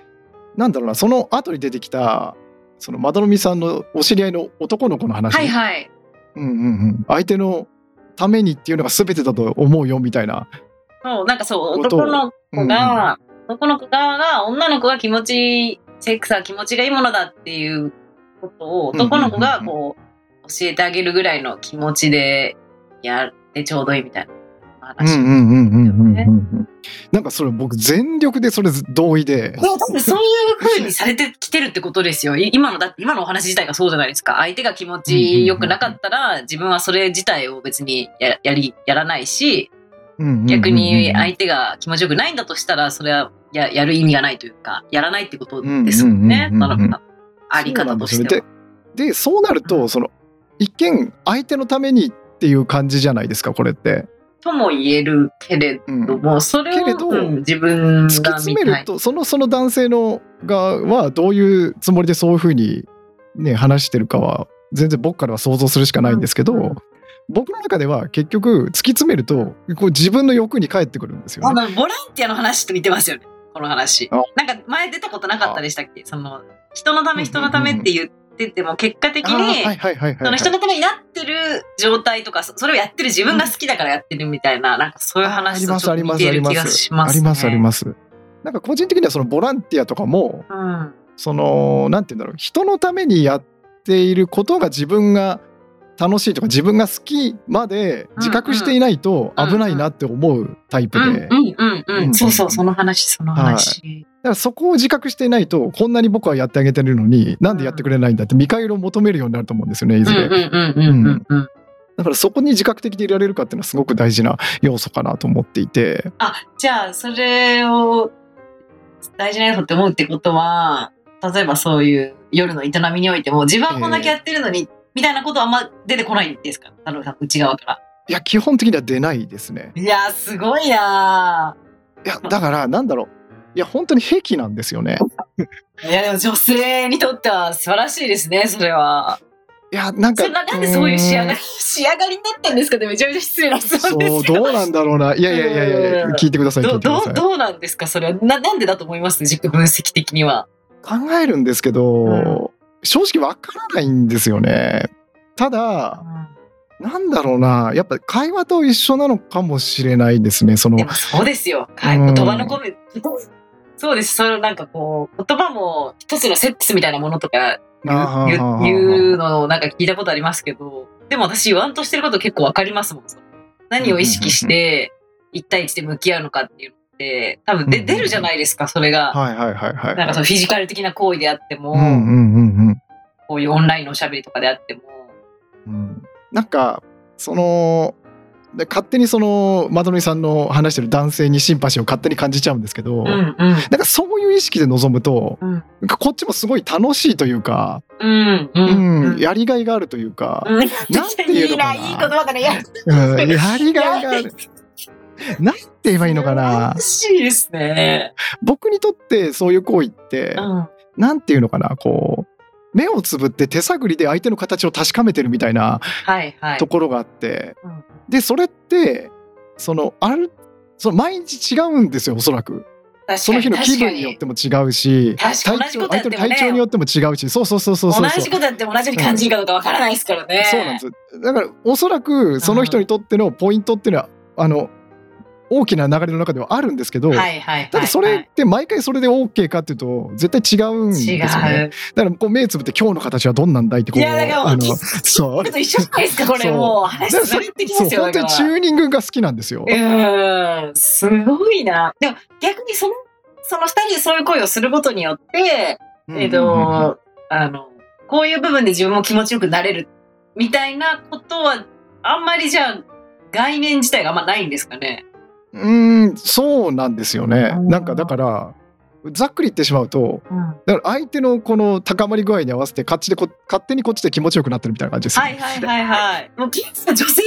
[SPEAKER 1] なんだろうなその後に出てきたそのまどろみさんのお知り合いの男の子の話、
[SPEAKER 2] はいはい。
[SPEAKER 1] うんうんうん、相手のためにっていうのが全てだと思うよみたいな。
[SPEAKER 2] そう、なんかそう、
[SPEAKER 1] ことを
[SPEAKER 2] 男の
[SPEAKER 1] うんう
[SPEAKER 2] 子
[SPEAKER 1] ん
[SPEAKER 2] が、男の子側が女の子が気持ちいい、セックスは気持ちがいいものだっていうこと
[SPEAKER 1] う
[SPEAKER 2] を
[SPEAKER 1] んうんうんうん
[SPEAKER 2] 男の子がこう、教えてあげるぐらいの気持ちでやってちょうどいいみたいな話。
[SPEAKER 1] うんうんうんうんうんうんうんなんかそれ僕全力でそれ同意で
[SPEAKER 2] いや、多分そういう風にされてきてるってことですよ。い今の、だって今のお話自体がそうじゃないですか。相手が気持ち良くなかったら、自分はそれ自体を別にややり、やらないし、逆に相手が気持ち良くないんだとしたら、それはややる意味がないというか、やらないってことですもんね。
[SPEAKER 1] うんうん
[SPEAKER 2] な
[SPEAKER 1] うんうん
[SPEAKER 2] の
[SPEAKER 1] うん
[SPEAKER 2] か、あり方としては。
[SPEAKER 1] ででそうなるとその一見相手のためにっていう感じじゃないですかこれって。
[SPEAKER 2] とも言えるけれ
[SPEAKER 1] うん
[SPEAKER 2] ども、それ
[SPEAKER 1] けれ
[SPEAKER 2] を、
[SPEAKER 1] ど
[SPEAKER 2] うん自分が見たい。
[SPEAKER 1] 突き詰めるとそのその男性の側はどういうつもりでそういうふうに、ね、話してるかは全然僕からは想像するしかないんですけど、
[SPEAKER 2] うん
[SPEAKER 1] 僕の中では結局突き詰めるとこう自分の欲に返ってくるんですよ
[SPEAKER 2] あ
[SPEAKER 1] ね。
[SPEAKER 2] のボランティアの話と似てますよねこの話
[SPEAKER 1] あ
[SPEAKER 2] なんか前出たことなかったでしたっけその人の
[SPEAKER 1] うん
[SPEAKER 2] ため
[SPEAKER 1] うんうん
[SPEAKER 2] 人のためって言ってても結果的
[SPEAKER 1] あーはいはい
[SPEAKER 2] に
[SPEAKER 1] はいはいはい
[SPEAKER 2] その人のためになってる状態とかそそれをやってる自分が好きだからやってるみたいななんかそういう話とちょっと似ている気がします
[SPEAKER 1] ありますあり
[SPEAKER 2] す
[SPEAKER 1] ます。なんか個人的にはそのボランティアとかも
[SPEAKER 2] うん
[SPEAKER 1] そのなんて言うんだろう人のためにやっていることが自分が楽しいとか自分が好きまで自覚していないと危ないなって思うタイプ
[SPEAKER 2] う
[SPEAKER 1] で、
[SPEAKER 2] んうんうんうん、
[SPEAKER 1] うん
[SPEAKER 2] そうそうその話その話、
[SPEAKER 1] だからそこを自覚していないとこんなに僕はやってあげてるのになんでやってくれないんだって見返りを求めるようになると思うんですよねいずれ、
[SPEAKER 2] うんうんうんうんうんうん
[SPEAKER 1] だからそこに自覚的でいられるかっていうのはすごく大事な要素かなと思っていて
[SPEAKER 2] あ、じゃあ、それを大事なことって思うってことは、例えばそういう夜の営みにおいても、自分はこんだけやってるのに、みたいなことはあんま出てこないんですか太郎さん、内側から。
[SPEAKER 1] いや基本的には出ないですね
[SPEAKER 2] いやー、すごいない
[SPEAKER 1] やだからなんだろういや本当に癖なんですよね
[SPEAKER 2] ーいや、でも女性にとっては素晴らしいですね、それは。
[SPEAKER 1] いやなん
[SPEAKER 2] そ
[SPEAKER 1] か
[SPEAKER 2] れななんでそういう仕上が
[SPEAKER 1] ーん
[SPEAKER 2] り、仕上がりになったんですかねめちゃめちゃ失礼な質問で
[SPEAKER 1] そう
[SPEAKER 2] すけど。
[SPEAKER 1] どうなんだろうないやいやいやいやいや
[SPEAKER 2] うん
[SPEAKER 1] 聞いてください聞
[SPEAKER 2] ど
[SPEAKER 1] いてくださ
[SPEAKER 2] ど
[SPEAKER 1] いう
[SPEAKER 2] どうなんですかそれはな。なんでだと思います自己分析的には。
[SPEAKER 1] 考えるんですけど、
[SPEAKER 2] うん
[SPEAKER 1] 正直わからないんですよねただなんだろうな、やっぱ会話と一緒なのかもしれないですね。その
[SPEAKER 2] で、もそうですよ。はい、
[SPEAKER 1] うん
[SPEAKER 2] 言葉の込め、そうです。そのなんかこう、言葉も一つのセックスみたいなものとか
[SPEAKER 1] あー
[SPEAKER 2] 言
[SPEAKER 1] はーはー
[SPEAKER 2] う言う言うのをなんか聞いたことありますけど、でも私言わんとしてること結構わかりますもん。何を意識して、一対一で向き合うのかっていうのって、多分
[SPEAKER 1] うん
[SPEAKER 2] で
[SPEAKER 1] うん
[SPEAKER 2] 出るじゃないですか、それが。
[SPEAKER 1] はいはいはいはい。
[SPEAKER 2] なんかそのフィジカル的な行為であって
[SPEAKER 1] うんうん
[SPEAKER 2] も、
[SPEAKER 1] うん
[SPEAKER 2] こういうオンラインのおしゃべりとかであっても。
[SPEAKER 1] うんうん。なんか、その、で勝手にそのまどみさんの話してる男性にシンパシーを勝手に感じちゃうんですけど、
[SPEAKER 2] うんうん
[SPEAKER 1] なんかそういう意識で臨むと、
[SPEAKER 2] うん
[SPEAKER 1] なんかこっちもすごい楽しいというか、
[SPEAKER 2] うんう
[SPEAKER 1] うん
[SPEAKER 2] ん
[SPEAKER 1] やりがいがあるというか、
[SPEAKER 2] うん
[SPEAKER 1] なんていうの かない
[SPEAKER 3] いいい言葉だね。いや
[SPEAKER 1] うんやりがいがある。なんて言えばいいのかな
[SPEAKER 2] 楽しいですね。
[SPEAKER 1] 僕にとってそういう行為って、
[SPEAKER 2] うん
[SPEAKER 1] なんていうのかなこう目をつぶって手探りで相手の形を確かめてるみたいな
[SPEAKER 2] はいはい
[SPEAKER 1] と。ころがあって、
[SPEAKER 2] うん
[SPEAKER 1] でそれってそのあるその毎日違うんですよおそらくその日の気分によっても違うし
[SPEAKER 2] 確かに
[SPEAKER 1] 体調
[SPEAKER 2] 同じこと
[SPEAKER 1] 相
[SPEAKER 2] やっ
[SPEAKER 1] 手
[SPEAKER 2] ても
[SPEAKER 1] の
[SPEAKER 2] ね
[SPEAKER 1] 体調によっても違うしそうそうそうそうそう
[SPEAKER 2] 同
[SPEAKER 1] そう
[SPEAKER 2] じことやっても同じように感じるかどうかわからないですからね。
[SPEAKER 1] そうなんですだからおそらくその人にとってのポイントっていうのは、あの大きな流れの中ではあるんですけど、
[SPEAKER 2] はいはいはい。
[SPEAKER 1] ただそれって毎回それで OK かっていうと絶対違うんですよ
[SPEAKER 2] 違
[SPEAKER 1] ね。
[SPEAKER 2] う。
[SPEAKER 1] だからこう目つぶって今日の形はどんなんだいってこう
[SPEAKER 2] いやだから
[SPEAKER 1] あの
[SPEAKER 2] もう
[SPEAKER 1] そう
[SPEAKER 2] ちょっと一緒じゃないですか、こ
[SPEAKER 1] そ
[SPEAKER 2] れ
[SPEAKER 1] う
[SPEAKER 2] もう。話
[SPEAKER 1] だから
[SPEAKER 2] つ
[SPEAKER 1] そ
[SPEAKER 2] な
[SPEAKER 1] れ
[SPEAKER 2] がってき
[SPEAKER 1] そ
[SPEAKER 2] ま
[SPEAKER 1] う
[SPEAKER 2] すよ
[SPEAKER 1] 本当に
[SPEAKER 2] だ
[SPEAKER 1] チ
[SPEAKER 2] から
[SPEAKER 1] ューニングが好きなんですよ。
[SPEAKER 2] うーん、すごいな。でも逆にその、その二人でそういう恋をすることによって、えっ
[SPEAKER 1] うんうんうん
[SPEAKER 2] と、あの、こういう部分で自分も気持ちよくなれるみたいなことは、あんまりじゃあ、概念自体があんまないんですかね。
[SPEAKER 1] うん、そうなんですよね。
[SPEAKER 2] うん
[SPEAKER 1] なんかだからざっくり言ってしまうと
[SPEAKER 2] は
[SPEAKER 1] だから相手のこの高まり具合に合わせて勝手でこ勝手にこっちで気持ちよくなってるみたいな感じですよね、
[SPEAKER 2] いはいはいはい。もう、結構女性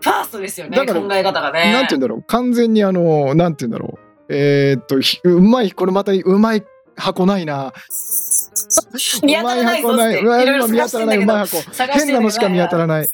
[SPEAKER 2] ファーストですよね、
[SPEAKER 1] だから
[SPEAKER 2] 考え方がね。
[SPEAKER 1] なんて言うんだろう完全にあのなんて言うんだろうえーっとひうまいこれまたうまい箱ないな
[SPEAKER 2] 見当たらないう
[SPEAKER 1] ま箱
[SPEAKER 2] ぞっていろいろ
[SPEAKER 1] うまい今見当
[SPEAKER 2] 探
[SPEAKER 1] らないう
[SPEAKER 2] したてんだけど
[SPEAKER 1] まい箱
[SPEAKER 2] 探して
[SPEAKER 1] 変
[SPEAKER 2] る
[SPEAKER 1] なのしか見当た
[SPEAKER 2] な
[SPEAKER 1] ら
[SPEAKER 2] い。
[SPEAKER 1] ない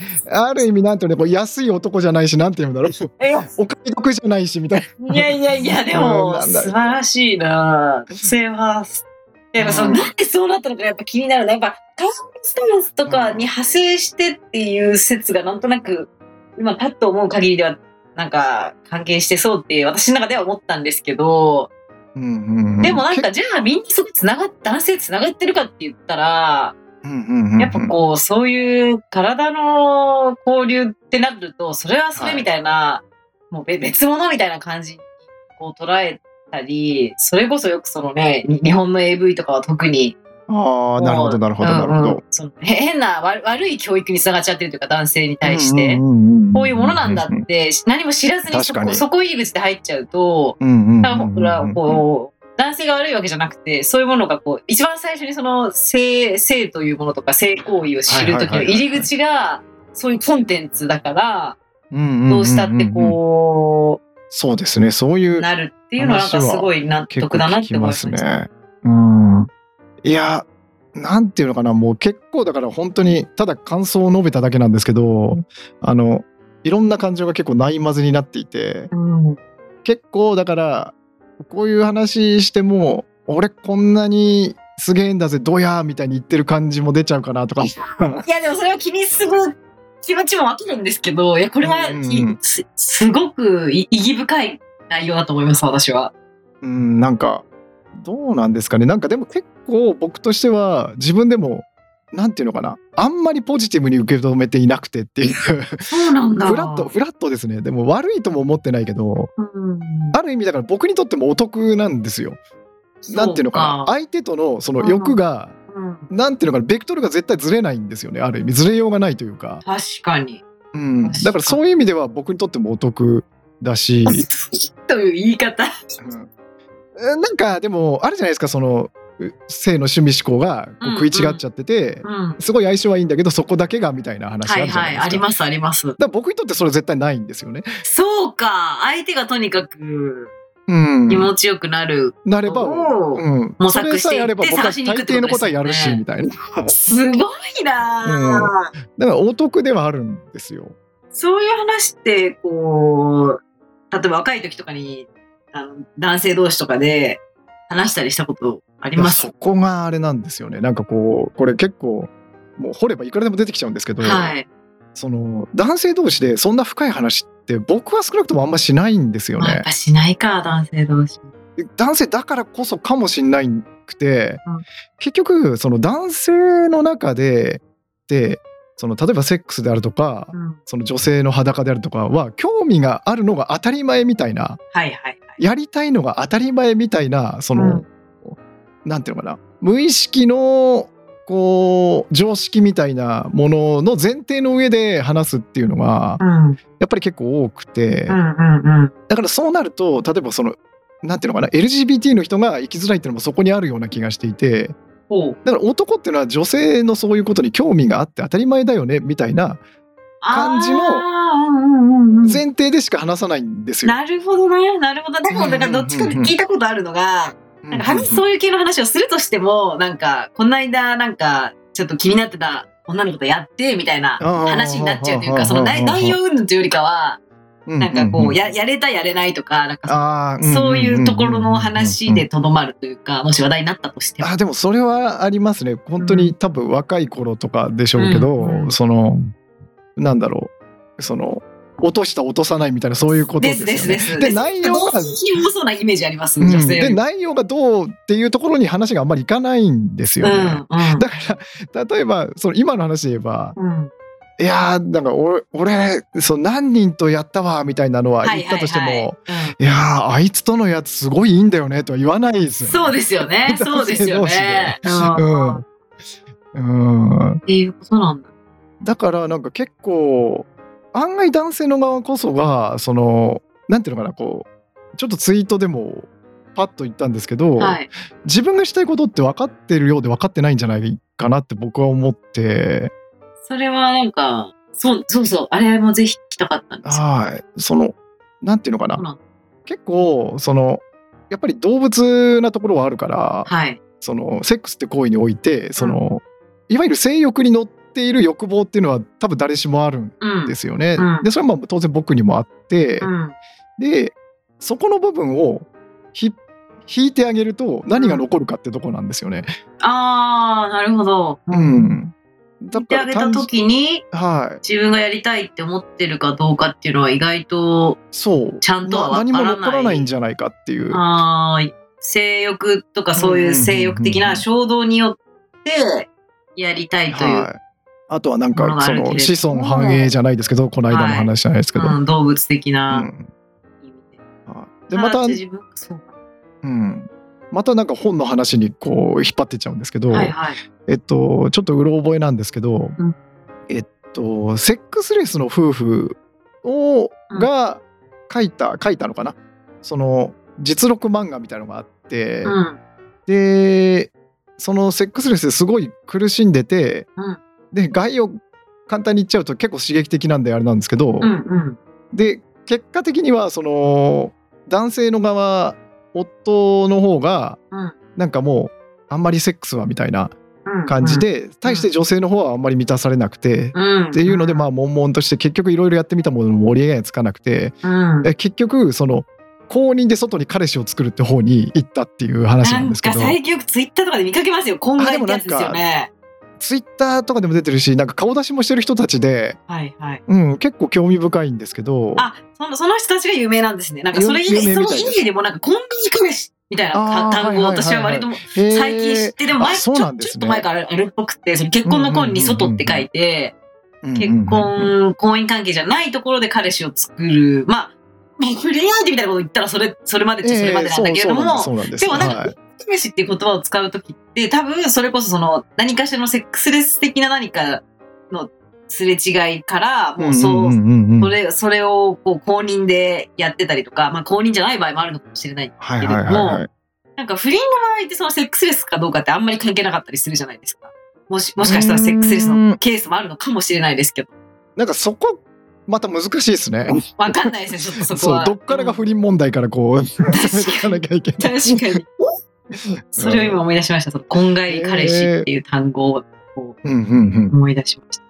[SPEAKER 1] ある意味なんていうのこう安い男じゃないしなんて言うんだろう
[SPEAKER 2] え
[SPEAKER 1] お買い得じゃないしみたいない
[SPEAKER 2] やいやいや、で
[SPEAKER 1] うん
[SPEAKER 2] も、
[SPEAKER 1] なん
[SPEAKER 2] 素
[SPEAKER 1] だ
[SPEAKER 2] 晴らしいな女性ファースト。やっぱその、
[SPEAKER 1] うん
[SPEAKER 2] なんでそうなったのかやっぱ気になるな。やっぱ、カウンスタンスとかに派生してっていう説がなんとなく、今パッと思う限りでは、なんか、関係してそうって私の中では思ったんですけど、
[SPEAKER 1] うんうんうん
[SPEAKER 2] でもなんか、じゃあみんなすごい繋がっ、男性繋がってるかって言ったら、
[SPEAKER 1] うんうんうんうん
[SPEAKER 2] やっぱこう、そういう体の交流ってなると、それはそれみたいな、もうべ別物みたいな感じにこう捉えたり、それこそよくそのね、に日本の AV とかは特に、
[SPEAKER 1] ああなるほどなるほどなるほ
[SPEAKER 2] うんう
[SPEAKER 1] ど
[SPEAKER 2] ん。そのへ変な悪悪い教育につながっちゃってるというか、男性に対して、こ
[SPEAKER 1] こ
[SPEAKER 2] ういうものなんだって、何も知らずにそ
[SPEAKER 1] 確か
[SPEAKER 2] こ
[SPEAKER 1] に
[SPEAKER 2] そこ入り口で入っちゃうと、だから僕らはこう、男性が悪いわけじゃなくて、そういうものがこう、一番最初にその性、性というものとか性行為を知るときの入り口が、そういうコンテンツだから、どうしたってこ、
[SPEAKER 1] そうですねそういうう
[SPEAKER 2] なるっていうのはなんかすごい納
[SPEAKER 1] 結
[SPEAKER 2] 得
[SPEAKER 1] 構
[SPEAKER 2] だな
[SPEAKER 1] 聞
[SPEAKER 2] って
[SPEAKER 1] き
[SPEAKER 2] 思い
[SPEAKER 1] ま
[SPEAKER 2] ますす
[SPEAKER 1] ねうんいやなんていうのかなもう結構だから本当にただ感想を述べただけなんですけど、あのいろんな感情が結構ないまぜになっていて
[SPEAKER 2] うん
[SPEAKER 1] 結構だからこういう話しても俺こんなにすげえんだぜどやーみたいに言ってる感じも出ちゃうかなとか
[SPEAKER 2] いや、でもそれを気にする気持ちもわかるんですけど、いや、これは、
[SPEAKER 1] うん
[SPEAKER 2] いすすごくい意義深い内容だと思います、私は。
[SPEAKER 1] うん、なんかどうなんですかねなんかでも結構僕としては自分でもなんていうのかなあんまりポジティブに受け止めていなくてっていうフ
[SPEAKER 2] そうなんだ。
[SPEAKER 1] ラットフラットですねでも悪いとも思ってないけど
[SPEAKER 2] うん
[SPEAKER 1] ある意味だから僕にとってもお得なんですよ。なんていうのかな相手とのその欲が
[SPEAKER 2] そうかうん
[SPEAKER 1] なんていうのかなベクトルが絶対ずれないんですよねある意味ずれようがないというか、
[SPEAKER 2] 確かに。
[SPEAKER 1] うん、だからそういう意味では僕にとってもお得だし。
[SPEAKER 2] という言い方。
[SPEAKER 1] うんえなんかでもあるじゃないですかそのう性の趣味思考がこ
[SPEAKER 2] うん
[SPEAKER 1] う食い違っちゃってて、
[SPEAKER 2] うん。
[SPEAKER 1] すごい相性はいいんだけどそこだけがみたいな話あ
[SPEAKER 2] は
[SPEAKER 1] る
[SPEAKER 2] い
[SPEAKER 1] じゃな
[SPEAKER 2] はいい、
[SPEAKER 1] ですか。
[SPEAKER 2] ありますあります。
[SPEAKER 1] だから僕にとってそれ絶対ないんですよね。
[SPEAKER 2] そうか、相手がとにかく
[SPEAKER 1] うん
[SPEAKER 2] 気、持ちよくなる。
[SPEAKER 1] なれば、
[SPEAKER 2] を
[SPEAKER 1] うん、
[SPEAKER 2] 模
[SPEAKER 1] そ
[SPEAKER 2] 索
[SPEAKER 1] れ
[SPEAKER 2] し
[SPEAKER 1] さ
[SPEAKER 2] て
[SPEAKER 1] え
[SPEAKER 2] い
[SPEAKER 1] あ
[SPEAKER 2] っ
[SPEAKER 1] れば
[SPEAKER 2] て
[SPEAKER 1] 僕は
[SPEAKER 2] 探し
[SPEAKER 1] 大
[SPEAKER 2] に行くって
[SPEAKER 1] 抵の
[SPEAKER 2] こ
[SPEAKER 1] こと
[SPEAKER 2] と
[SPEAKER 1] は
[SPEAKER 2] です
[SPEAKER 1] やるし
[SPEAKER 2] よね
[SPEAKER 1] みたいな。
[SPEAKER 2] すごいなあ、
[SPEAKER 1] だからお得ではあるんですよ。
[SPEAKER 2] そういう話って、こう、例えば若い時とかに、あの男性同士とかで話したりしたことあり
[SPEAKER 1] いや
[SPEAKER 2] ます
[SPEAKER 1] そこがあれなんですよね。なんかこうこれ結構もう掘ればいくらでも出てきちゃうんですけど、
[SPEAKER 2] はい。
[SPEAKER 1] その男性同士でそんな深い話って僕は少なくともあんましないんですよ
[SPEAKER 2] まあや
[SPEAKER 1] ね
[SPEAKER 2] っ。ぱしないか、男性同士。
[SPEAKER 1] 男性だからこそかもしんないくて、
[SPEAKER 2] うん
[SPEAKER 1] 結局その男性の中ででその例えばセックスであるとか、
[SPEAKER 2] うん。はい
[SPEAKER 1] その女性の裸であるとかは興味があるのが当たり前みたいな
[SPEAKER 2] はいはい。
[SPEAKER 1] やりたいのが当たり前みたいなその、
[SPEAKER 2] うん
[SPEAKER 1] なんていうのかな無意識のこう常識みたいなものの前提の上で話すっていうのが
[SPEAKER 2] うんうん
[SPEAKER 1] やっぱり結構多くて
[SPEAKER 2] うんうん
[SPEAKER 1] だからそうなると例えばそのなんていうのかな LGBT の人が生きづらいっていうのもそこにあるような気がしていて
[SPEAKER 2] ほう
[SPEAKER 1] だから男っていうのは女性のそういうことに興味があって当たり前だよねみたいな感じの
[SPEAKER 2] あーうんうんうんうん
[SPEAKER 1] 前提でしか話さないんですよ。
[SPEAKER 2] なるほどねなるほどでもだからどっちかで聞いたことあるのがなんか話そういう系の話をするとしてもなんかこの間なんかちょっと気になってた女の子とやってみたいな話になっちゃうというかその内内容云々というよりかはなんかこうややれたやれないとかなん
[SPEAKER 1] あ
[SPEAKER 2] か
[SPEAKER 1] ー
[SPEAKER 2] そういうところの話でとどまるというかもし話題になったとしても
[SPEAKER 1] あでもそれはありますね本当に多分若い頃とかでしょうけど、
[SPEAKER 2] うんうん
[SPEAKER 1] そのなんだろうその落とした落とさないみたいなそういうことで
[SPEAKER 2] ですす
[SPEAKER 1] よね。
[SPEAKER 2] ですです
[SPEAKER 1] で内容が
[SPEAKER 2] 多そうなイメージあります
[SPEAKER 1] うん
[SPEAKER 2] 女性よ
[SPEAKER 1] で
[SPEAKER 2] り
[SPEAKER 1] 内容がどうっていうところに話があんまりいかないんです
[SPEAKER 2] う
[SPEAKER 1] よ
[SPEAKER 2] ん
[SPEAKER 1] ね。
[SPEAKER 2] うん
[SPEAKER 1] だから例えばその今の話で言えば
[SPEAKER 2] うん
[SPEAKER 1] 「いやーなんか俺俺そう何人とやったわ」みたいなのは言ったとしても「
[SPEAKER 2] はいいはいはいうん
[SPEAKER 1] やーあいつとのやつすごいいいんだよね」とは言わないですよね。
[SPEAKER 2] そうですよね。そうですよ ね。うんっ
[SPEAKER 1] うんうん
[SPEAKER 2] ていうことなんだ。
[SPEAKER 1] だからなんか結構案外男性の側こそがそのなんていうのかなこうちょっとツイートでもパッと言ったんですけど、
[SPEAKER 2] はい。
[SPEAKER 1] 自分がしたいことって分かってるようで分かってないんじゃないかなって僕は思って
[SPEAKER 2] それはなんか、そう、そうそう、あれもぜひ聞きたかったんですよ。
[SPEAKER 1] はいそのなんていうのかな、
[SPEAKER 2] そうなんだ
[SPEAKER 1] 結構そのやっぱり動物なところはあるから
[SPEAKER 2] はい。
[SPEAKER 1] そのセックスって行為においてその、いわゆる性欲に乗っている欲望っていうのは多分誰しもあるん
[SPEAKER 2] うん。
[SPEAKER 1] ですよね。
[SPEAKER 2] うん
[SPEAKER 1] でそれはまあ当然僕にもあって、
[SPEAKER 2] うん。
[SPEAKER 1] でそこの部分をひ引いてあげると何が残るかってとこなんですよね。
[SPEAKER 2] あー、なるほど。
[SPEAKER 1] う
[SPEAKER 2] うん。
[SPEAKER 1] ん、だ
[SPEAKER 2] 言ってあげた
[SPEAKER 1] 単純
[SPEAKER 2] 時に、
[SPEAKER 1] はい
[SPEAKER 2] 自分がやりたいって思ってるかどうかっていうのは意外と、
[SPEAKER 1] そう
[SPEAKER 2] ちゃんとは
[SPEAKER 1] な
[SPEAKER 2] わ
[SPEAKER 1] 何
[SPEAKER 2] からない
[SPEAKER 1] も残らないんじゃないかっていう。
[SPEAKER 2] あー、性欲とかそういう性欲的な衝動によって、やりたいという、
[SPEAKER 1] はいあとはなん
[SPEAKER 2] もの
[SPEAKER 1] か
[SPEAKER 2] があ
[SPEAKER 1] そ
[SPEAKER 2] るけれ
[SPEAKER 1] の
[SPEAKER 2] ど
[SPEAKER 1] 子孫繁栄じゃないですけどこの間の話じゃないですけど、
[SPEAKER 2] うん、動物的
[SPEAKER 1] う
[SPEAKER 2] なん意味で。
[SPEAKER 1] はいでまた
[SPEAKER 2] あ、自分そう
[SPEAKER 1] うん、またなんか本の話にこう引っ張ってっちゃうんですけど、
[SPEAKER 2] はいはい。
[SPEAKER 1] えっと、ちょっとうろ覚えなんですけど、
[SPEAKER 2] うん
[SPEAKER 1] えっと、セックスレスの夫婦を
[SPEAKER 2] うん
[SPEAKER 1] が書いた、書いたのかなその実録漫画みたいなのがあって、
[SPEAKER 2] うん。
[SPEAKER 1] で、そのセックスレスですごい苦しんでて、
[SPEAKER 2] うん
[SPEAKER 1] で、概要簡単に言っちゃうと結構刺激的なんであれなんですけど、
[SPEAKER 2] うんうん。
[SPEAKER 1] で、結果的にはその男性の側、夫の方が
[SPEAKER 2] うん
[SPEAKER 1] なんかもうあんまりセックスはみたいな
[SPEAKER 2] うん
[SPEAKER 1] 感じ、で、対して女性の方はあんまり満たされなくて、
[SPEAKER 2] うん、
[SPEAKER 1] っていうのでま
[SPEAKER 2] あ、
[SPEAKER 1] あ悶々として結局いろいろやってみたものの盛り上がりがつかなくて、
[SPEAKER 2] うん、
[SPEAKER 1] え結局その公認で外に彼氏を作るって方に行ったっていう話なんですけど
[SPEAKER 2] なんか最近よくツイッターとかで見かけますよ婚
[SPEAKER 1] あで
[SPEAKER 2] 外っ
[SPEAKER 1] もなんか
[SPEAKER 2] てやつですよね
[SPEAKER 1] ツイッターとかでも出てるしなんか顔出しもしてる人たちで、
[SPEAKER 2] はいはい
[SPEAKER 1] うん、結構興味深いんですけど
[SPEAKER 2] あそのその人たちが有名なんですねなんかそれ以
[SPEAKER 1] 有
[SPEAKER 2] 外
[SPEAKER 1] 有
[SPEAKER 2] そ
[SPEAKER 1] 名み
[SPEAKER 2] の
[SPEAKER 1] たいです
[SPEAKER 2] 以外でもなんか婚外彼氏みたいな
[SPEAKER 1] あー
[SPEAKER 2] 単語を
[SPEAKER 1] はいはいはいはい
[SPEAKER 2] 私は割とも
[SPEAKER 1] へー
[SPEAKER 2] 最近知ってでも前
[SPEAKER 1] あ
[SPEAKER 2] ち
[SPEAKER 1] そ
[SPEAKER 2] ょ
[SPEAKER 1] うなんで
[SPEAKER 2] ちょ
[SPEAKER 1] すね
[SPEAKER 2] っと前からあるっぽくてその結婚の婚に外って書いて
[SPEAKER 1] うんうんうん
[SPEAKER 2] 結婚婚姻関係じゃないところで彼氏を作るまあ触れ合いでみたいなこと言ったらそれそれまでっちゃそれまでなんだけれども、
[SPEAKER 1] ええそうそうなんです
[SPEAKER 2] で
[SPEAKER 1] そう
[SPEAKER 2] も
[SPEAKER 1] な
[SPEAKER 2] なんん
[SPEAKER 1] です
[SPEAKER 2] か、
[SPEAKER 1] はい
[SPEAKER 2] 試しっていう言葉を使うときって、多分それこそその何かしらのセックスレス的な何かのすれ違いから、もうそう、
[SPEAKER 1] んんんうん
[SPEAKER 2] それ、それをこう公認でやってたりとか、まあ公認じゃない場合もあるのかもしれない。
[SPEAKER 1] はいはいはいはい
[SPEAKER 2] なんか不倫の場合ってそのセックスレスかどうかってあんまり関係なかったりするじゃないですか。もし、もしかしたらセックスレスのケースもあるのかもしれないですけど。
[SPEAKER 1] なんかそこまた難しいですね。
[SPEAKER 2] わかんないですね、ちょっとそこ
[SPEAKER 1] そう
[SPEAKER 2] は。
[SPEAKER 1] どっからが不倫問題からこう進めていかなきゃいけない。
[SPEAKER 2] 確か に。それを今思い出しました。その婚外彼氏っていう単語を
[SPEAKER 1] うんうんうん、
[SPEAKER 2] 思い出しました。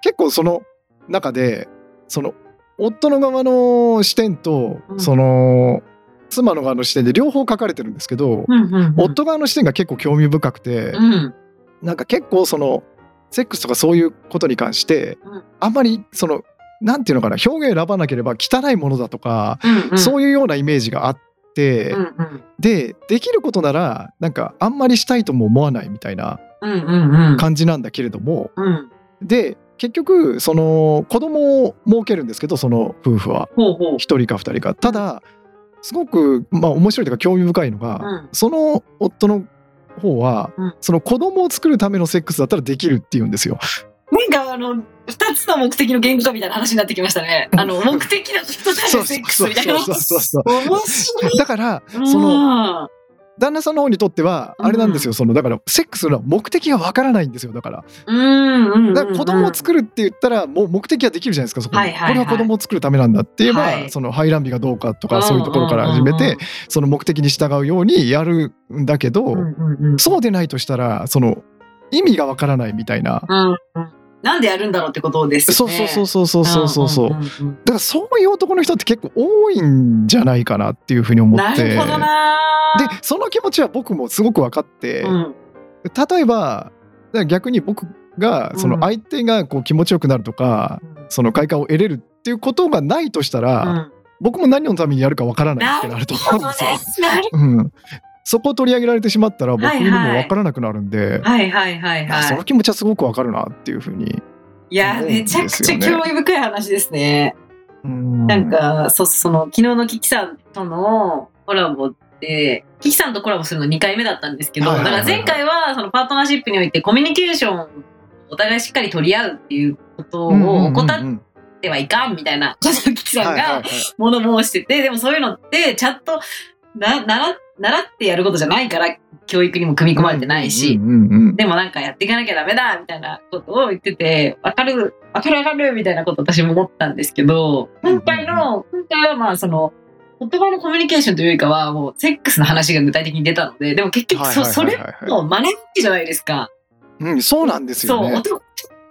[SPEAKER 1] 結構その中でその夫の側の視点と、
[SPEAKER 2] うん
[SPEAKER 1] その妻の側の視点で両方書かれてるんですけど、
[SPEAKER 2] うんうんうん
[SPEAKER 1] 夫側の視点が結構興味深くて、
[SPEAKER 2] うん。
[SPEAKER 1] なんか結構そのセックスとかそういうことに関して、
[SPEAKER 2] うん
[SPEAKER 1] あんまりそのなんていうのかな表現選ばなければ汚いものだとか、
[SPEAKER 2] うんうん、
[SPEAKER 1] そうういうようなイメージがあって。
[SPEAKER 2] んうん
[SPEAKER 1] でできることならなんかあんまりしたいとも思わないみたいな
[SPEAKER 2] うんうんうん
[SPEAKER 1] 感じなんだけれども、
[SPEAKER 2] うん
[SPEAKER 1] で結局その子供を設けるんですけどその夫婦は
[SPEAKER 2] ほうほう
[SPEAKER 1] 1人か2人かただすごくまあ面白いというか興味深いのが、
[SPEAKER 2] うん
[SPEAKER 1] その夫の方は、
[SPEAKER 2] うん
[SPEAKER 1] その子供を作るためのセックスだったらできるっていうんですよ。
[SPEAKER 2] なんかあの、二つの目的の言語化みたいな話になってきましたね。あの、目的のことた
[SPEAKER 1] そう
[SPEAKER 2] るセ
[SPEAKER 1] そう
[SPEAKER 2] ックス
[SPEAKER 1] そう
[SPEAKER 2] みたいな。
[SPEAKER 1] そうそうそう。
[SPEAKER 2] 面白い。
[SPEAKER 1] だから、その、
[SPEAKER 2] の、
[SPEAKER 1] 旦那さんの方にとっては、あれなんですよ。その、だから、セックスの目的がわからないんですよ。だから。
[SPEAKER 2] うんうんうんうん、
[SPEAKER 1] だから子供を作るって言ったらもう目的はできるじゃないですかそこに、
[SPEAKER 2] はいはいはい
[SPEAKER 1] これは子供を作るためなんだって言えば、
[SPEAKER 2] はい
[SPEAKER 1] その排卵日がどうかとかそういうところから始めて、
[SPEAKER 2] うんうんうん
[SPEAKER 1] その目的に従うようにやるんだけど、
[SPEAKER 2] うんうんうん
[SPEAKER 1] そうでないとしたらその意味がわからないみたいな、
[SPEAKER 2] うんうんなんでやるんだろうってことです
[SPEAKER 1] そ
[SPEAKER 2] よ
[SPEAKER 1] う
[SPEAKER 2] ね。
[SPEAKER 1] そうそうそうそうそうそうそう,、
[SPEAKER 2] んんんうん
[SPEAKER 1] だからそういう男の人って結構多いんじゃないかなっていうふうに思
[SPEAKER 2] な
[SPEAKER 1] って
[SPEAKER 2] るほどな
[SPEAKER 1] でその気持ちは僕もすごく分かって、
[SPEAKER 2] うん
[SPEAKER 1] 例えばだから逆に僕がその相手がこう気持ちよくなるとか、その快感を得れるっていうことがないとしたら、
[SPEAKER 2] うん
[SPEAKER 1] 僕も何のためにやるかわからないってなると
[SPEAKER 2] そ
[SPEAKER 1] 思うん
[SPEAKER 2] う
[SPEAKER 1] ですよ
[SPEAKER 2] で。すなる
[SPEAKER 1] うん、そこを取り上げられてしまったら僕
[SPEAKER 2] はいはい
[SPEAKER 1] にもわからなくなるんで、
[SPEAKER 2] はいはいはい
[SPEAKER 1] あそ
[SPEAKER 2] は
[SPEAKER 1] の気持ちはすごくわかるなっていうふうに。
[SPEAKER 2] い。いや、めちゃくちゃ興味深い話ですね。
[SPEAKER 1] な
[SPEAKER 2] なんか、そうその、昨日のキキさんとのコラボで、キキさんとコラボするの2回目だったんですけど、
[SPEAKER 1] はい
[SPEAKER 2] だ
[SPEAKER 1] はいはい
[SPEAKER 2] か
[SPEAKER 1] は
[SPEAKER 2] ら
[SPEAKER 1] い
[SPEAKER 2] 前回は、そのパートナーシップにおいてコミュニケーションをお互いしっかり取り合うっていうことを怠ってはいかんみたいなことをキキさんが物申してて、でもそういうのって、ちゃんとな習習ってやることじゃないから、教育にも組み込まれてないし、でもなんかやっていかなきゃダメだみたいなことを言ってて、わかる、わかるわかるみたいなこと私も思ったんですけど、今回の、今回はまあその、言葉のコミュニケーションというよりかは、もうセックスの話が具体的に出たので、でも結局そ,、それも学びじゃないですか。
[SPEAKER 1] うん、そうなんですよ
[SPEAKER 2] そう、
[SPEAKER 1] ね。
[SPEAKER 2] 男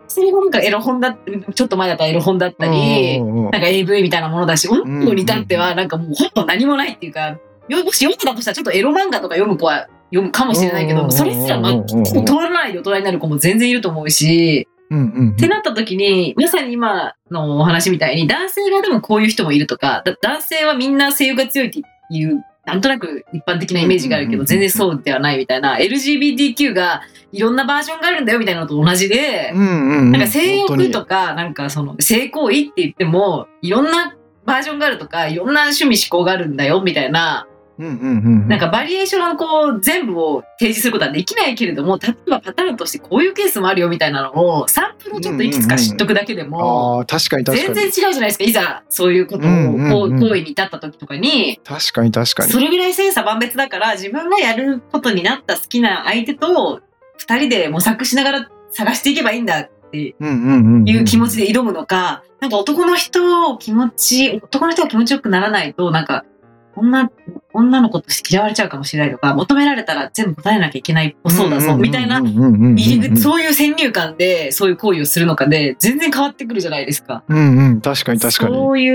[SPEAKER 2] それもなんかエロ本だったちょっと前だったらエロ本だったり、
[SPEAKER 1] うんうんうん
[SPEAKER 2] なんか AV みたいなものだし、
[SPEAKER 1] ん
[SPEAKER 2] 女の子に至ってはなんかもうほぼ何もないっていうか、よもし読んでたとしたらちょっとエロ漫画とか読む子は読むかもしれないけ
[SPEAKER 1] うんうんうんう
[SPEAKER 2] ど、
[SPEAKER 1] ん
[SPEAKER 2] それすら全く通らないで大人になる子も全然いると思うし、
[SPEAKER 1] うんうん
[SPEAKER 2] ってなった時に、まさに今のお話みたいに、男性がでもこういう人もいるとか、だ男性はみんな性欲が強いっていう、なんとなく一般的なイメージがある
[SPEAKER 1] う
[SPEAKER 2] け
[SPEAKER 1] んうんうんう
[SPEAKER 2] ど、
[SPEAKER 1] ん
[SPEAKER 2] 全然そうではないみたいな、LGBTQ がいろんなバージョンがあるんだよみたいなのと同じで、
[SPEAKER 1] うんうんうん
[SPEAKER 2] なんか性欲と
[SPEAKER 1] か
[SPEAKER 2] か、なんかその性行為って言っても、いろんなバージョンがあるとか、いろんな趣味思考があるんだよみたいな、なんかバリエーションをこう全部を提示することはできないけれども、例えばパターンとしてこういうケースもあるよみたいなのを、サンプルをちょっといくつか知っとくだけでも、
[SPEAKER 1] あー確かに確か
[SPEAKER 2] 全然違
[SPEAKER 1] に
[SPEAKER 2] うじゃないですか、いざそういうことを
[SPEAKER 1] うんうん
[SPEAKER 2] こ
[SPEAKER 1] う
[SPEAKER 2] うん行為に至った時とかに、
[SPEAKER 1] 確かに確かに
[SPEAKER 2] それぐらい千差万別だから、自分がやることになった好きな相手と、二人で模索しながら探していけばいいんだって
[SPEAKER 1] うんうんうん
[SPEAKER 2] いう気持ちで挑むのか、なんか男の人を気持ち、男の人が気持ちよくならないと、なんか、女、女の子として嫌われちゃうかもしれないとか、求められたら全部答えなきゃいけないっぽそうだぞ、みたいな、
[SPEAKER 1] 入
[SPEAKER 2] 入り口、そういう先入観で、そういう行為をするのかで、全然変わってくるじゃないですか。
[SPEAKER 1] うんうん、確かに確かに。
[SPEAKER 2] そうい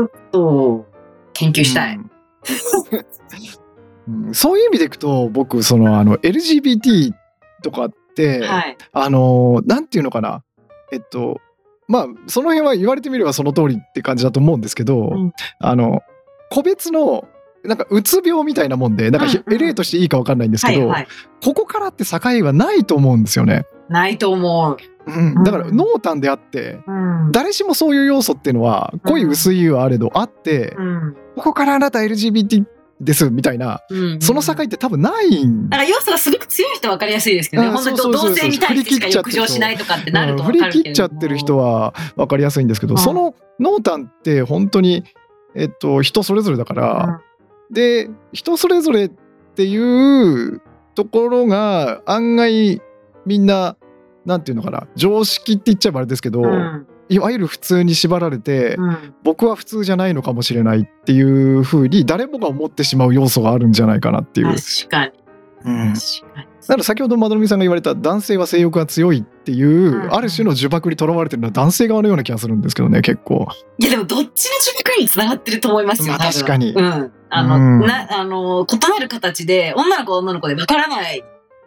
[SPEAKER 2] うことを研究したい。
[SPEAKER 1] うん。うんそういう意味でいくと僕そのあの LGBT とかって、
[SPEAKER 2] はい。
[SPEAKER 1] あのなんていうのかなえっとまあその辺は言われてみればその通りって感じだと思うんですけど、
[SPEAKER 2] うん
[SPEAKER 1] あの個別のなんかうつ病みたいなもんでなんかひ、
[SPEAKER 2] うんうん
[SPEAKER 1] 例としていいかわかんないんです
[SPEAKER 2] は
[SPEAKER 1] けど、
[SPEAKER 2] い、はい。
[SPEAKER 1] ここからって境はないと思うんですよね。
[SPEAKER 2] ないと思う。
[SPEAKER 1] うん、だから
[SPEAKER 2] うん
[SPEAKER 1] 濃淡であって
[SPEAKER 2] うん。
[SPEAKER 1] 誰しもそういう要素っていうのは濃い薄いはあれどあって、
[SPEAKER 2] うん
[SPEAKER 1] ここからあなた LGBT ですみたいな、
[SPEAKER 2] うん。
[SPEAKER 1] その境って多分ないん
[SPEAKER 2] なんか要素がすごく強い人は分かりやすいですけどね、
[SPEAKER 1] うん
[SPEAKER 2] 本当に
[SPEAKER 1] そう
[SPEAKER 2] ど
[SPEAKER 1] そうそうそう
[SPEAKER 2] 同性に対してしか欲情しないとかってなると
[SPEAKER 1] うん振
[SPEAKER 2] 分か
[SPEAKER 1] り
[SPEAKER 2] るけれ
[SPEAKER 1] 切っち
[SPEAKER 2] ども、
[SPEAKER 1] ゃってる人は分かりやすいんですけど、
[SPEAKER 2] うん
[SPEAKER 1] その濃淡って本当に、えっと、人それぞれだから、で人それぞれっていうところが案外みんななんていうのかな常識って言っちゃえばあれですけど、
[SPEAKER 2] うん
[SPEAKER 1] いわゆる普通に縛られて、
[SPEAKER 2] うん
[SPEAKER 1] 僕は普通じゃないのかもしれないっていうふうに誰もが思ってしまう要素があるんじゃないかなっていう。
[SPEAKER 2] 確かに
[SPEAKER 1] うん
[SPEAKER 2] 確かに、
[SPEAKER 1] だから先ほどまどろみさんが言われた男性は性欲が強いっていう、
[SPEAKER 2] うん
[SPEAKER 1] ある種の呪縛にとらわれてるのは男性側のような気がするんですけどね結構
[SPEAKER 2] いやでもどっちの呪縛につながってると思いますよ、
[SPEAKER 1] まあ
[SPEAKER 2] 多分
[SPEAKER 1] 確かに
[SPEAKER 2] うんあの、
[SPEAKER 1] うん
[SPEAKER 2] なあの異なる形で女の子は女の子で分からない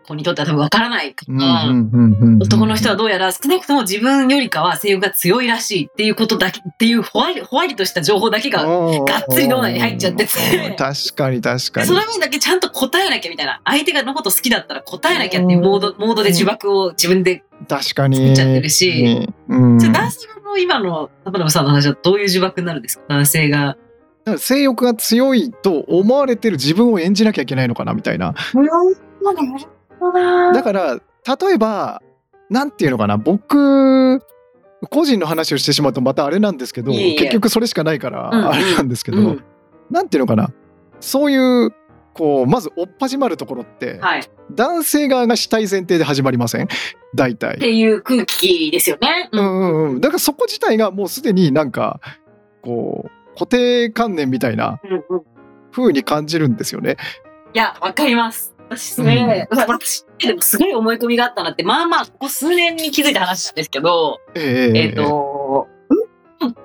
[SPEAKER 2] 子にとっては多分分からないから、男の人は
[SPEAKER 1] ど
[SPEAKER 2] どうやら少なくとも自分よりかは性欲が強いらしいっていうことだけっていうほわりほわりとした情報だけががっつり脳内に入っちゃってて
[SPEAKER 1] 確かに確かに
[SPEAKER 2] その分だけちゃんと答えなきゃみたいな相手がのこと好きだったら答えなきゃっていうモードモードで呪縛を自分で
[SPEAKER 1] 確かに
[SPEAKER 2] 作っちゃってるし、
[SPEAKER 1] うん、
[SPEAKER 2] じゃあ
[SPEAKER 1] だ
[SPEAKER 2] 男性の今の高野さんの話はどういう呪縛になるんですか男性が。
[SPEAKER 1] から性欲が強いと思われてる自分を演じなきゃいけないのかなみたいな
[SPEAKER 2] あ、なるほどな
[SPEAKER 1] だから例えばなんていうのかな僕個人の話をしてしまうとまたあれなんですけど
[SPEAKER 2] いえいえ
[SPEAKER 1] 結局それしかないから
[SPEAKER 2] うん
[SPEAKER 1] あれなんですけど、
[SPEAKER 2] うん
[SPEAKER 1] なんていうのかなそういうこうまず追っ始まるところって、
[SPEAKER 2] はい。っ
[SPEAKER 1] 男性側が主体前提で始まりません大体。
[SPEAKER 2] ていう空気ですよね。
[SPEAKER 1] う
[SPEAKER 2] うん
[SPEAKER 1] んうんうん、だからそこ自体がもうすでになんかこう固定観念みたいな
[SPEAKER 2] うんうんい
[SPEAKER 1] 風に感じるんですよね。
[SPEAKER 2] や、わかります。私、すごい、うわ私ってでもすごい思い込みがあったなって、まあまあ、ここ数年に気づいた話ですけど、
[SPEAKER 1] ええ
[SPEAKER 2] えっ、と、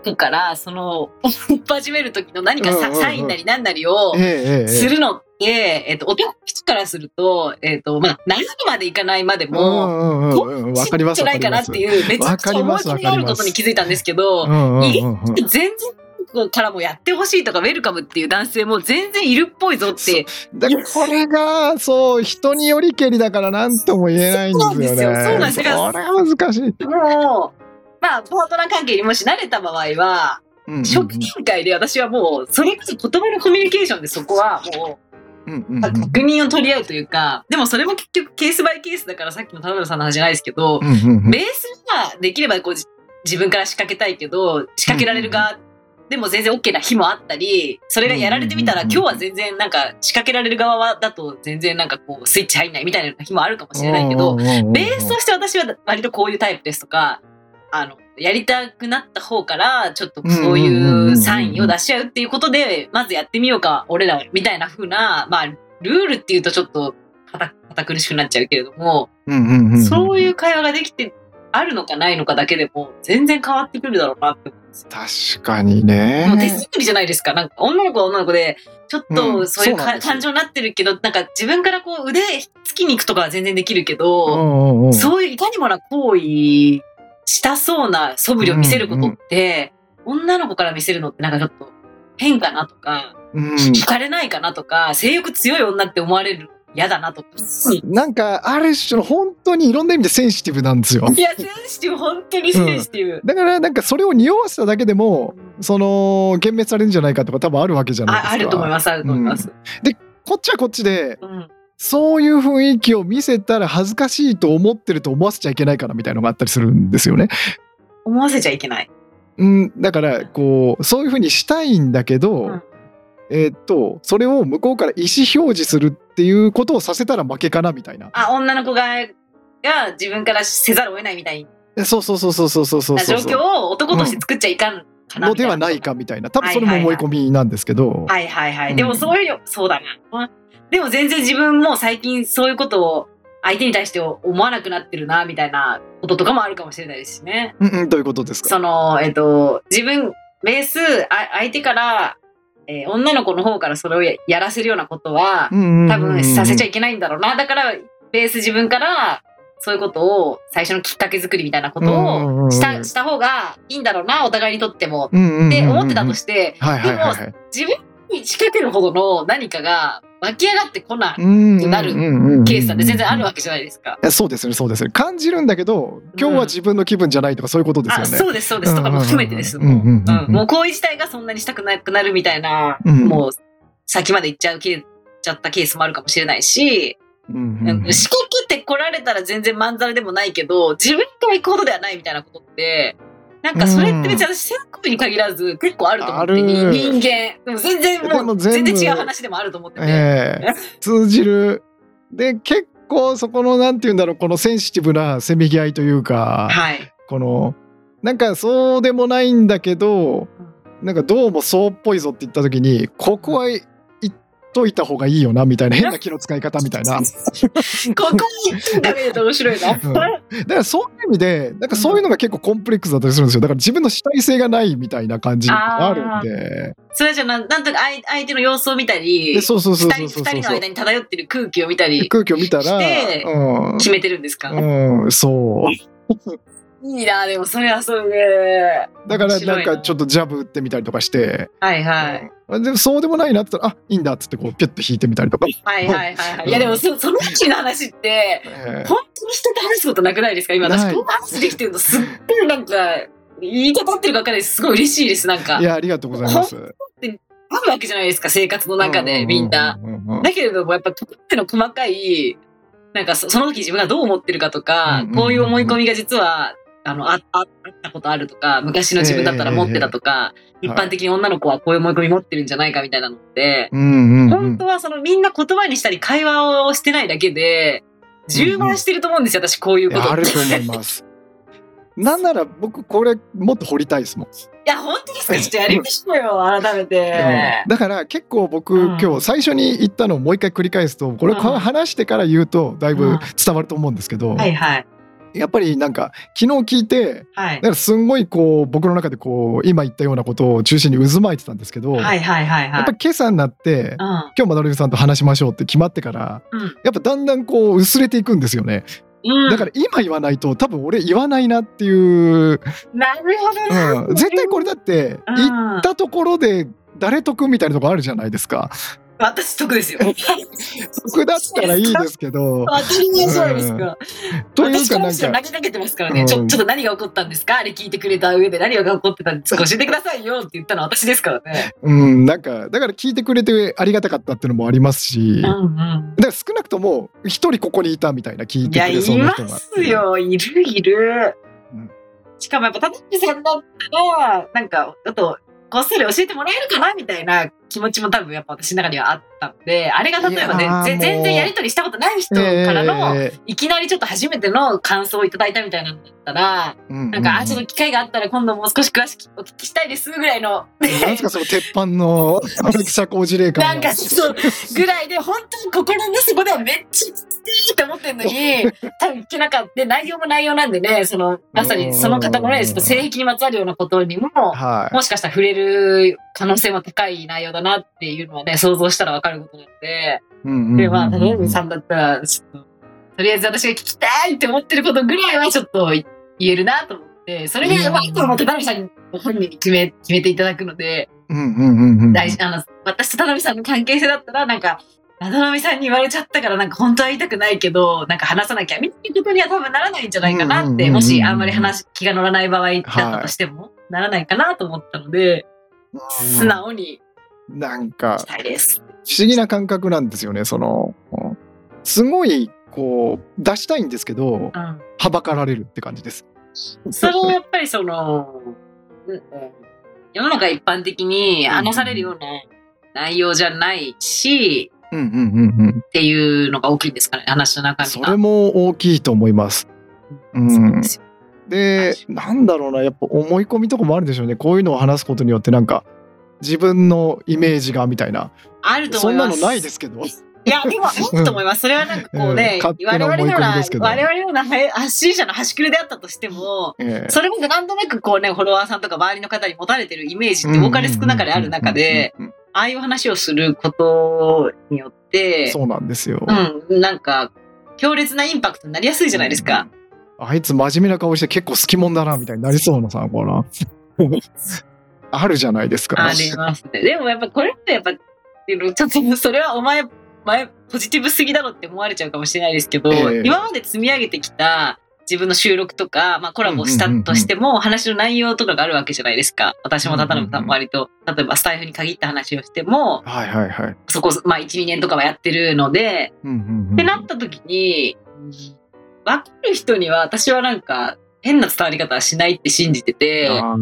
[SPEAKER 2] うんから、その、 追っ始める時の何か
[SPEAKER 1] うんうん
[SPEAKER 2] さ
[SPEAKER 1] うん
[SPEAKER 2] サインなりなんなりを
[SPEAKER 1] ええ、ええ
[SPEAKER 2] するのって、えっと、男の人からすると、えっと、まあ、悩むまでいかないまでも、
[SPEAKER 1] うんうんうんうんわかります
[SPEAKER 2] じゃ
[SPEAKER 1] わか
[SPEAKER 2] ない
[SPEAKER 1] り
[SPEAKER 2] かな
[SPEAKER 1] ま
[SPEAKER 2] っ
[SPEAKER 1] す。
[SPEAKER 2] ていう、めちゃくちゃ思
[SPEAKER 1] わかり
[SPEAKER 2] い込みがある
[SPEAKER 1] ますわかりま
[SPEAKER 2] こ
[SPEAKER 1] す
[SPEAKER 2] とに気づいたんですけど、
[SPEAKER 1] うんうんうんうん
[SPEAKER 2] 全然からもやってほしいとか、ウェルカムっていう男性も全然いるっぽいぞって、
[SPEAKER 1] だからこれがそう人によりけりだから何とも言えないんですよね。
[SPEAKER 2] そうなんですよそう
[SPEAKER 1] これは難しい。
[SPEAKER 2] もう、まあ、パートナー関係にもし慣れた場合は、
[SPEAKER 1] うんうん
[SPEAKER 2] 初期段階で私はもう、それこそ言葉のコミュニケーションでそこはも
[SPEAKER 1] うんう
[SPEAKER 2] う、
[SPEAKER 1] んうん
[SPEAKER 2] 確認を取り合うというか、でもそれも結局ケースバイケースだから、さっきの田辺さんの話じゃないですけど、
[SPEAKER 1] うんうんうん
[SPEAKER 2] ベースはできればこうじ自分から仕掛けたいけど仕掛けられる側でも全然 OK な日もあったりそれがやられてみたら
[SPEAKER 1] うん
[SPEAKER 2] 今
[SPEAKER 1] うん
[SPEAKER 2] 日
[SPEAKER 1] うんうん
[SPEAKER 2] は全然なんか仕掛けられる側はだと全然なんかこうスイッチ入んないみたいな日もあるかもしれないけど
[SPEAKER 1] うんうんうんうん
[SPEAKER 2] ベースとして私は割とこういうタイプですとかあのやりたくなった方からちょっとそういうサインを出し合うっていうことでまずやってみようか俺らはみたいな風なまあルールっていうとちょっと堅堅苦しくなっちゃうけれども
[SPEAKER 1] うんうんうんうん
[SPEAKER 2] そういう会話ができてあるのかないのかだけでも全然変わってくるだろうなって思うんですよ。
[SPEAKER 1] 確かに
[SPEAKER 2] もう手
[SPEAKER 1] ね。
[SPEAKER 2] 作りじゃないですか。なんか女の子は女の子で、ちょっ
[SPEAKER 1] う
[SPEAKER 2] と
[SPEAKER 1] ん
[SPEAKER 2] そうい
[SPEAKER 1] そ
[SPEAKER 2] う
[SPEAKER 1] うなん
[SPEAKER 2] か
[SPEAKER 1] ですよ
[SPEAKER 2] 感情になってるけど、なんか自分からこう腕つきに行くとかは全然できるけど、
[SPEAKER 1] んうん
[SPEAKER 2] そういういかにもな行為したそうな素振りを見せることって、女の子から見せるのってなんかちょっと変かなとか、
[SPEAKER 1] うん
[SPEAKER 2] 惹かれないかなとか、性欲強い女って思われるの嫌だなとか。
[SPEAKER 1] なんかある種の本当にいろんな意味でセンシティブなんですよ。
[SPEAKER 2] いや、センシティブ、本当にセンシティブ。
[SPEAKER 1] だからなんかそれを匂わせただけでもその幻滅されるんじゃないかとか多分あるわけじゃないです
[SPEAKER 2] あ
[SPEAKER 1] か。
[SPEAKER 2] あると思い
[SPEAKER 1] す。
[SPEAKER 2] ます、あると思います。
[SPEAKER 1] こっちはこっちで
[SPEAKER 2] うん
[SPEAKER 1] そういう雰囲気を見せたら恥ずかしいと思ってると思わせちゃいけないからみたいのがあったりするんですよね。
[SPEAKER 2] 思わせちゃいけない。
[SPEAKER 1] うん、だからこうそういうふうにしたいんだけど、
[SPEAKER 2] うん
[SPEAKER 1] えーっとそれを向こうから意思表示するっていうことをさせたら負けかなみたいな。
[SPEAKER 2] あ、女の子が、が自分からせざるを得ないみたい
[SPEAKER 1] えそうそうそうそうそうそうそう
[SPEAKER 2] な
[SPEAKER 1] そ
[SPEAKER 2] 状
[SPEAKER 1] う
[SPEAKER 2] 況を男として作っちゃいかんかな
[SPEAKER 1] の
[SPEAKER 2] み
[SPEAKER 1] で
[SPEAKER 2] たいな
[SPEAKER 1] はないか。みたいな多分それも思い込みなんですけど、
[SPEAKER 2] はいはいは
[SPEAKER 1] う
[SPEAKER 2] い。
[SPEAKER 1] ん
[SPEAKER 2] でもそういうより、そうだな。うんでも全然自分も最近そういうことを相手に対して思わなくなってるな、みたいなこととかもあるかもしれないですしね。
[SPEAKER 1] うんうんどういうことですか
[SPEAKER 2] その、えっと、自分、ベース、あ相手から、えー女の子の方からそれをややらせるようなことは、多
[SPEAKER 1] 多
[SPEAKER 2] 分させちゃ
[SPEAKER 1] い
[SPEAKER 2] いけないんだろうな。だから、ベース自分から、そういうことを、最初のきっかけ作りみたいなことをし
[SPEAKER 1] うんうんうん
[SPEAKER 2] た、した方がいいんだろうな、お互いにとっても。
[SPEAKER 1] けない
[SPEAKER 2] って思ってたと
[SPEAKER 1] し
[SPEAKER 2] して、
[SPEAKER 1] て、はいはいはいはい、
[SPEAKER 2] 自分に仕掛けるほどの何かが湧き上がってこない
[SPEAKER 1] うん
[SPEAKER 2] なるケースだって全然あるわけじゃないですか。
[SPEAKER 1] いやそうですねそうですね感じるんだけど今日は自分の気分じゃないとかそういうことですよ
[SPEAKER 2] あ、
[SPEAKER 1] ね。
[SPEAKER 2] そうです、そうです、とかも含めてです。
[SPEAKER 1] うんうん
[SPEAKER 2] も
[SPEAKER 1] うん
[SPEAKER 2] う
[SPEAKER 1] うん
[SPEAKER 2] うんもう行為自体がそんなにしたくなくなるみたいな、
[SPEAKER 1] うん
[SPEAKER 2] もう先まで行っちゃうケーちゃったケースもあるかもしれないし、
[SPEAKER 1] うんうんうん
[SPEAKER 2] 仕掛けて来られたら全然まんざらでもないけど、自分から行くほどではないみたいなことって、なんかそれって別に私、性格に限らず結構あると思って、
[SPEAKER 1] ある
[SPEAKER 2] 人間。でも全然
[SPEAKER 1] で
[SPEAKER 2] も
[SPEAKER 1] も
[SPEAKER 2] う、
[SPEAKER 1] 全
[SPEAKER 2] 全
[SPEAKER 1] 部
[SPEAKER 2] 然違う話でもあると思ってて。
[SPEAKER 1] え え通じるで結構そこのなんて言うんだろうこのセンシティブなせめぎ合いというか、
[SPEAKER 2] はい。
[SPEAKER 1] このなんかそうでもないんだけどなんかどうもそうっぽいぞって言った時にここは言っといた方がいいよなみたいな変な気の使い方みたいな
[SPEAKER 2] ここに行ってみると面白いな。
[SPEAKER 1] うんだからそういう意味でなんかそういうのが結構コンプレックスだったりするんですよだから自分の主体性がないみたいな感じがあるんで
[SPEAKER 2] それじゃなん、なんとか相相手の様子を見たり、
[SPEAKER 1] で
[SPEAKER 2] 二人
[SPEAKER 1] そうそうそうそう
[SPEAKER 2] 二
[SPEAKER 1] そ
[SPEAKER 2] 人
[SPEAKER 1] うそう
[SPEAKER 2] の間に漂ってる空気を見たり
[SPEAKER 1] 空気を見たら
[SPEAKER 2] して
[SPEAKER 1] うん
[SPEAKER 2] 決めてるんですか、
[SPEAKER 1] うん、そう。
[SPEAKER 2] いいな、でもそれはそれで。
[SPEAKER 1] だからなんかちょっ
[SPEAKER 2] っ
[SPEAKER 1] とジャブ打ってみたりとかして、
[SPEAKER 2] と。はいはい。
[SPEAKER 1] うんでもそうでもないなって言ったら「あいいんだ」っつってこうピュッと引いてみたりとか、
[SPEAKER 2] はいはいはいはい。いやでもそ、その時の話って、
[SPEAKER 1] え
[SPEAKER 2] 本当に人と話すことなくないですか今
[SPEAKER 1] な
[SPEAKER 2] 私、
[SPEAKER 1] い
[SPEAKER 2] この話できてるのすっごいなんか、言い方合ってるか分かんないです。すごい嬉しいです、なんか。
[SPEAKER 1] ーいやありがとうございます。
[SPEAKER 2] あるわけじゃないですか、生活の中で、みんな。
[SPEAKER 1] ううううんうん
[SPEAKER 2] だけれども、やっぱ、ここっての細かい、なんかそその時自分がどう思ってるかと
[SPEAKER 1] うんうんうんう
[SPEAKER 2] か、
[SPEAKER 1] ん
[SPEAKER 2] こういう思い込みが実は、あの、あ、ああったことあるとか、昔の自分だったら持ってたとか、
[SPEAKER 1] ええ
[SPEAKER 2] 一般的に女の子はこういう思い込み持ってるんじゃないかみたいなのって、
[SPEAKER 1] うんうん、うん
[SPEAKER 2] 本当はそのみんな言葉にしたり会話をしてないだけで、充満してると思うんですよ、私こうい
[SPEAKER 1] い
[SPEAKER 2] うこと
[SPEAKER 1] やあ
[SPEAKER 2] って。
[SPEAKER 1] ると思います。なんなら僕これもっと掘りたいですもん。
[SPEAKER 2] いや、本当ですかちょっとやりましょうよ、改めて。
[SPEAKER 1] だから結構僕、
[SPEAKER 2] うん
[SPEAKER 1] 今日最初に言ったのをもう一回繰り返すとこれを
[SPEAKER 2] うん
[SPEAKER 1] 話してから言うとだいぶ伝わると思うんですけど、
[SPEAKER 2] はいはい。
[SPEAKER 1] やっぱりなんか昨日聞いて
[SPEAKER 2] はい
[SPEAKER 1] だ。からすんごいこう僕の中でこう今言ったようなことを中心に渦巻いてたんですけど、
[SPEAKER 2] はいはいはい
[SPEAKER 1] やっ
[SPEAKER 2] は
[SPEAKER 1] ぱり今朝になって
[SPEAKER 2] い。
[SPEAKER 1] 今日マダルさんと話しましょうって決まってから
[SPEAKER 2] うん。
[SPEAKER 1] やっぱだんだんこう薄れていくんですよね。
[SPEAKER 2] うん。
[SPEAKER 1] だから今言わないと多分俺言わないなっていう、
[SPEAKER 2] なるほどな。
[SPEAKER 1] うん、絶対これだって
[SPEAKER 2] う
[SPEAKER 1] 言っ
[SPEAKER 2] ん
[SPEAKER 1] たところで誰得みたいなとこあるじゃないですか。
[SPEAKER 2] 私得ですよ。。
[SPEAKER 1] 得だったらいいですすけど。
[SPEAKER 2] 当たり前じゃないですか。
[SPEAKER 1] という
[SPEAKER 2] 私
[SPEAKER 1] か
[SPEAKER 2] こ
[SPEAKER 1] な
[SPEAKER 2] の
[SPEAKER 1] ん
[SPEAKER 2] 人投
[SPEAKER 1] か
[SPEAKER 2] げかけてますからね、
[SPEAKER 1] うん
[SPEAKER 2] ちょ。ちょっと何が起こったんですかあれ聞いてくれた上で何が起こってたんですか教えてくださいよって言ったのは私ですからね。
[SPEAKER 1] うんなんかだから聞いてくれてありがたかったっていうのもありますし。
[SPEAKER 2] う
[SPEAKER 1] だか
[SPEAKER 2] んうん。
[SPEAKER 1] ら少なくとも一人ここにいたみたいな聞い
[SPEAKER 2] い
[SPEAKER 1] て
[SPEAKER 2] や、
[SPEAKER 1] くれ
[SPEAKER 2] い
[SPEAKER 1] そうな
[SPEAKER 2] ま
[SPEAKER 1] 人が。
[SPEAKER 2] すよ。いるいる
[SPEAKER 1] うん。
[SPEAKER 2] しかもやっぱ、たたきさんだったら、なんか、ちょっと、こっそり教えてもらえるかなみたいな気持ちも多分やっぱ私の中にはあったんで、あれが例えば
[SPEAKER 1] いやー
[SPEAKER 2] ね、ぜ
[SPEAKER 1] もう
[SPEAKER 2] 全然やりとりしたことない人からの、いきなりちょっと初めての感想をいただいたみたいなのだったら、なんか、あ、ちょっ
[SPEAKER 1] っ
[SPEAKER 2] と機会があったら今度もう少し詳しくお聞きしたいですぐらいの、
[SPEAKER 1] なんですかその鉄板の社交辞令感は
[SPEAKER 2] なんかそう、ぐらいで、本当に心の底ではめっちゃきついって思ってんのに、 多分聞けなかった。で、内容も内容なんでね、その、まさにその方のね、ちょっと性癖にまつわるようなことにも、
[SPEAKER 1] はい。
[SPEAKER 2] もしかしたら触れる可能性も高い内容だなっていうのはね、想像したらわかることなので、で、まあ、谷上さんだったら、ちょっと、とりあえず私が聞きたいって思ってることぐらいはちょっと言えるなと思って、それ
[SPEAKER 1] いや
[SPEAKER 2] が、まあ、いつもまた田辺さんに本人に決め、決めていただくので、
[SPEAKER 1] うんうんうんうん。
[SPEAKER 2] 大事、あの、私と田辺さんの関係性だったら、なんか、田辺さんに言われちゃったから、なんか本当は言いたくないけど、なんか話さなきゃ、みたいなことには多分ならないんじゃないか
[SPEAKER 1] うんう
[SPEAKER 2] なっ
[SPEAKER 1] んうんう
[SPEAKER 2] て、
[SPEAKER 1] ん
[SPEAKER 2] もしあんまり話、気が乗らない場合だったとしても、ならないかなと思ったので、素直に
[SPEAKER 1] なんか
[SPEAKER 2] したいです。
[SPEAKER 1] 不思議な感覚なんですよね。そのうんすごいこう出したいんですけど
[SPEAKER 2] うん。
[SPEAKER 1] はばかられるって感じです。
[SPEAKER 2] それはやっぱりその、うんうん世の中一般的に話されるような内容じゃないし、
[SPEAKER 1] うんうんうんうん。
[SPEAKER 2] っていうのが大きいんですかね、話の中身
[SPEAKER 1] そ
[SPEAKER 2] が。
[SPEAKER 1] れも大きいと思います。うん
[SPEAKER 2] そうですよ
[SPEAKER 1] でなんだろうなやっぱ思い込みとかもあるでしょうねこういうのを話すことによってなんか自分のイメージがみたいな
[SPEAKER 2] あると
[SPEAKER 1] そ
[SPEAKER 2] 思い
[SPEAKER 1] ん
[SPEAKER 2] ま
[SPEAKER 1] な
[SPEAKER 2] す。
[SPEAKER 1] のないですけど
[SPEAKER 2] いや、でも、あると思います。それはなんかこう
[SPEAKER 1] うん
[SPEAKER 2] ね、
[SPEAKER 1] 勝手
[SPEAKER 2] 我
[SPEAKER 1] な
[SPEAKER 2] 々のよ
[SPEAKER 1] 思い
[SPEAKER 2] う
[SPEAKER 1] 込み
[SPEAKER 2] な
[SPEAKER 1] ですけ、ど
[SPEAKER 2] 我々のようなは発信者の端くれであったとしても、
[SPEAKER 1] ええ
[SPEAKER 2] それもなんとなくこうね、フォロワーさんとか周りの方に持たれてるイメージって多かれ少なかれある中で、
[SPEAKER 1] うんうんうん
[SPEAKER 2] ああいう話をすることによって、
[SPEAKER 1] そうなんですよ、
[SPEAKER 2] うん、なんか、強烈なインパクトになりやすいじゃないですか。
[SPEAKER 1] あいつ真面目な顔して結構好きもんだなみたいになりそうなさこらあるじゃないですか
[SPEAKER 2] ありますね。でもやっぱこれってやっぱ、っていうのちょっとそれはお前、前、ポジティブすぎだろって思われちゃうかもしれないですけど、
[SPEAKER 1] ええ
[SPEAKER 2] 今まで積み上げてきた自分の収録とか、まあコラボしたとしても、話の内容とかがあるわけじゃないですか。私もた
[SPEAKER 1] うんうんう
[SPEAKER 2] の
[SPEAKER 1] ん
[SPEAKER 2] 割と、例えばスタイフに限った話をしても、
[SPEAKER 1] はいはいはい、
[SPEAKER 2] そこ、まあ1、2年とかはやってるので、
[SPEAKER 1] うんうんうん
[SPEAKER 2] ってなった時に、分かる人には私はなんか変な伝わり方はしないって信じてて、
[SPEAKER 1] あー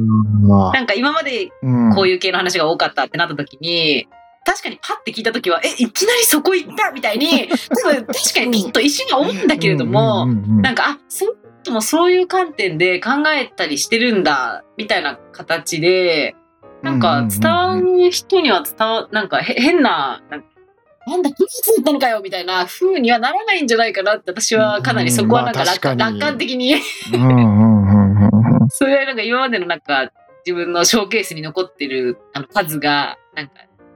[SPEAKER 2] なんか今まで
[SPEAKER 1] うん
[SPEAKER 2] こういう系の話が多かったってなった時に、確かにパッて聞いた時は、え、いきなりそこ行ったみたいに、多分確かにきっと一瞬には思うんだけれども、
[SPEAKER 1] うんうんうんうん
[SPEAKER 2] なんか、あ、そういうこともそういう観点で考えたりしてるんだ、みたいな形で、なんか伝わる人には伝わ、なんかへ変な、なんかなんだ、クイズだったのかよみたいな風にはならないんじゃないかなって、私はかなりそこはなんか楽,、
[SPEAKER 1] うんまあ確かに
[SPEAKER 2] 楽観的に、
[SPEAKER 1] うんうんうんうんうんうん
[SPEAKER 2] それはなんか今までのなんか自分のショーケースに残ってるあの数が、なんか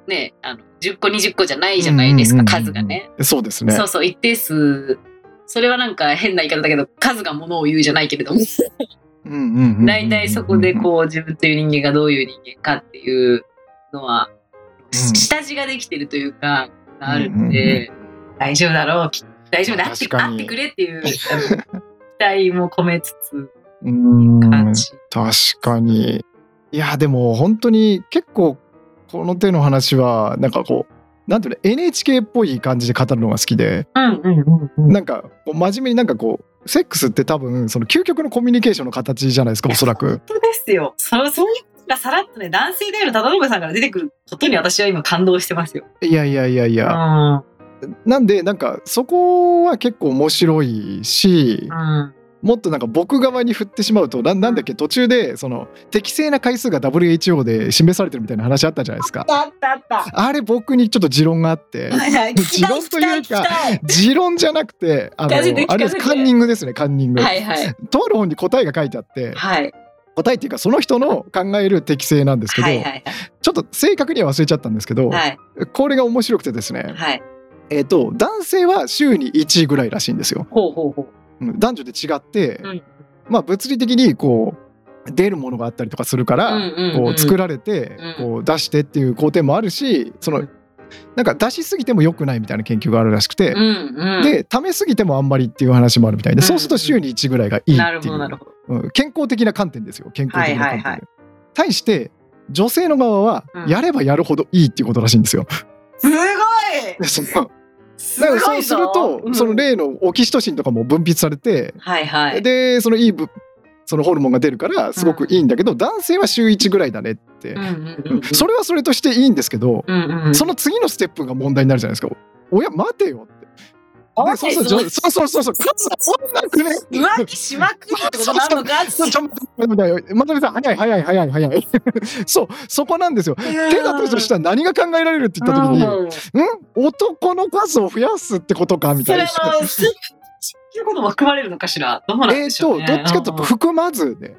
[SPEAKER 2] ね、あの10個20個じゃないじゃないですか、
[SPEAKER 1] うんうんうんうん
[SPEAKER 2] 数がね。
[SPEAKER 1] そうですね
[SPEAKER 2] そうそう、一定数。それはなんか変な言い方だけど、数がものを言うじゃないけれども、
[SPEAKER 1] 大
[SPEAKER 2] 大体そこでこう自分という人間がどういう人間かっていうのは、
[SPEAKER 1] うん
[SPEAKER 2] 下地ができてるというか、があるんで、大丈夫だろう、き大丈夫だって、
[SPEAKER 1] 確か
[SPEAKER 2] 会
[SPEAKER 1] に
[SPEAKER 2] ってくれっていう、あの期待も込めつつ、
[SPEAKER 1] ううん
[SPEAKER 2] 感じ。
[SPEAKER 1] 確かにいやでも本当に結構この手の話はなんかこうなんていうの NHK っぽい感じで語るのが好きで
[SPEAKER 2] うんうんうんうん。
[SPEAKER 1] なんかこう真面目になんかこうセックスって多分その究極のコミュニケーションの形じゃ ないですかおそらく。
[SPEAKER 2] 本当ですよ。そそういうのがさらっとね、男性である忠信さんから出てくることに私は今感動してますよ。
[SPEAKER 1] いやいやいやいや。
[SPEAKER 2] うん。
[SPEAKER 1] なんでなんかそこは結構面白いし
[SPEAKER 2] うん。
[SPEAKER 1] もっとなんか僕側に振ってしまうとななんだっけ途中でその適正な回数が WHO で示されてるみたいな話あったじゃないですか。
[SPEAKER 2] あったあ った。
[SPEAKER 1] あれ僕にちょっと持論があって
[SPEAKER 2] はいはい。
[SPEAKER 1] 持論というか
[SPEAKER 2] は
[SPEAKER 1] 持論じゃなくてあの
[SPEAKER 2] 聞かせて聞か
[SPEAKER 1] あ
[SPEAKER 2] せて
[SPEAKER 1] れですカンニングですねカンニング、
[SPEAKER 2] いはい。
[SPEAKER 1] とある本に答えが書いてあって
[SPEAKER 2] はい。
[SPEAKER 1] 答えっていうかその人の考える適性なんですけど、
[SPEAKER 2] はいはい
[SPEAKER 1] ちょっと正確には忘れちゃったんですけど、
[SPEAKER 2] はい。
[SPEAKER 1] これが面白くてですね、
[SPEAKER 2] はい。
[SPEAKER 1] えっと男性は週に1ぐらいらしいんですよ。
[SPEAKER 2] ほうほうほう。
[SPEAKER 1] うん男女で違って、
[SPEAKER 2] うん
[SPEAKER 1] まあ物理的にこう出るものがあったりとかするから、
[SPEAKER 2] うんうんうん
[SPEAKER 1] こう作られて、
[SPEAKER 2] うん
[SPEAKER 1] こう出してっていう工程もあるしその、
[SPEAKER 2] うん
[SPEAKER 1] なんか出しすぎても良くないみたいな研究があるらしくて
[SPEAKER 2] う、んうん。、
[SPEAKER 1] でためすぎてもあんまりっていう話もあるみたいで、
[SPEAKER 2] うん
[SPEAKER 1] そうすると週に1ぐらいがいい
[SPEAKER 2] なる
[SPEAKER 1] って
[SPEAKER 2] ほ
[SPEAKER 1] いう、
[SPEAKER 2] どなるほど。
[SPEAKER 1] うん健康的な観点ですよ健康的な観点で、
[SPEAKER 2] はいはいは
[SPEAKER 1] 対して女性の側は
[SPEAKER 2] うん
[SPEAKER 1] やればやるほどいいっていうことらしいんですよ。
[SPEAKER 2] すごい
[SPEAKER 1] でその
[SPEAKER 2] す
[SPEAKER 1] だ
[SPEAKER 2] ご
[SPEAKER 1] か
[SPEAKER 2] い
[SPEAKER 1] ら
[SPEAKER 2] ぞ
[SPEAKER 1] そうすると、
[SPEAKER 2] うん
[SPEAKER 1] その例のオキシトシンとかも分泌されて、
[SPEAKER 2] はいはい。
[SPEAKER 1] でそのいいぶそのホルモンが出るからすごくいいんだけど、男性は週1ぐらいだねって、
[SPEAKER 2] うんうん
[SPEAKER 1] うんそれはそれとしていいんですけど、
[SPEAKER 2] うんうんうん。
[SPEAKER 1] その次のステップが問題になるじゃないですか。おや待てよって。
[SPEAKER 2] あ
[SPEAKER 1] でそうそうそうそうそうそうそんなくね。
[SPEAKER 2] 浮気しまくるってことなのか
[SPEAKER 1] そうちょ待って待ってまとめさん早い早い早い早い そうそこなんですよ手
[SPEAKER 2] 手
[SPEAKER 1] だとし
[SPEAKER 2] ら
[SPEAKER 1] たら何が考えられるって言った時に、うん、
[SPEAKER 2] うん、
[SPEAKER 1] 男の数を増やすってことかみ
[SPEAKER 2] そ
[SPEAKER 1] たい
[SPEAKER 2] れ
[SPEAKER 1] な
[SPEAKER 2] はそういうことも含まれるのかしらどうなん
[SPEAKER 1] え
[SPEAKER 2] で
[SPEAKER 1] っ
[SPEAKER 2] しょ
[SPEAKER 1] と
[SPEAKER 2] う、ね、
[SPEAKER 1] どっちかというと
[SPEAKER 2] フッ
[SPEAKER 1] 含まずで、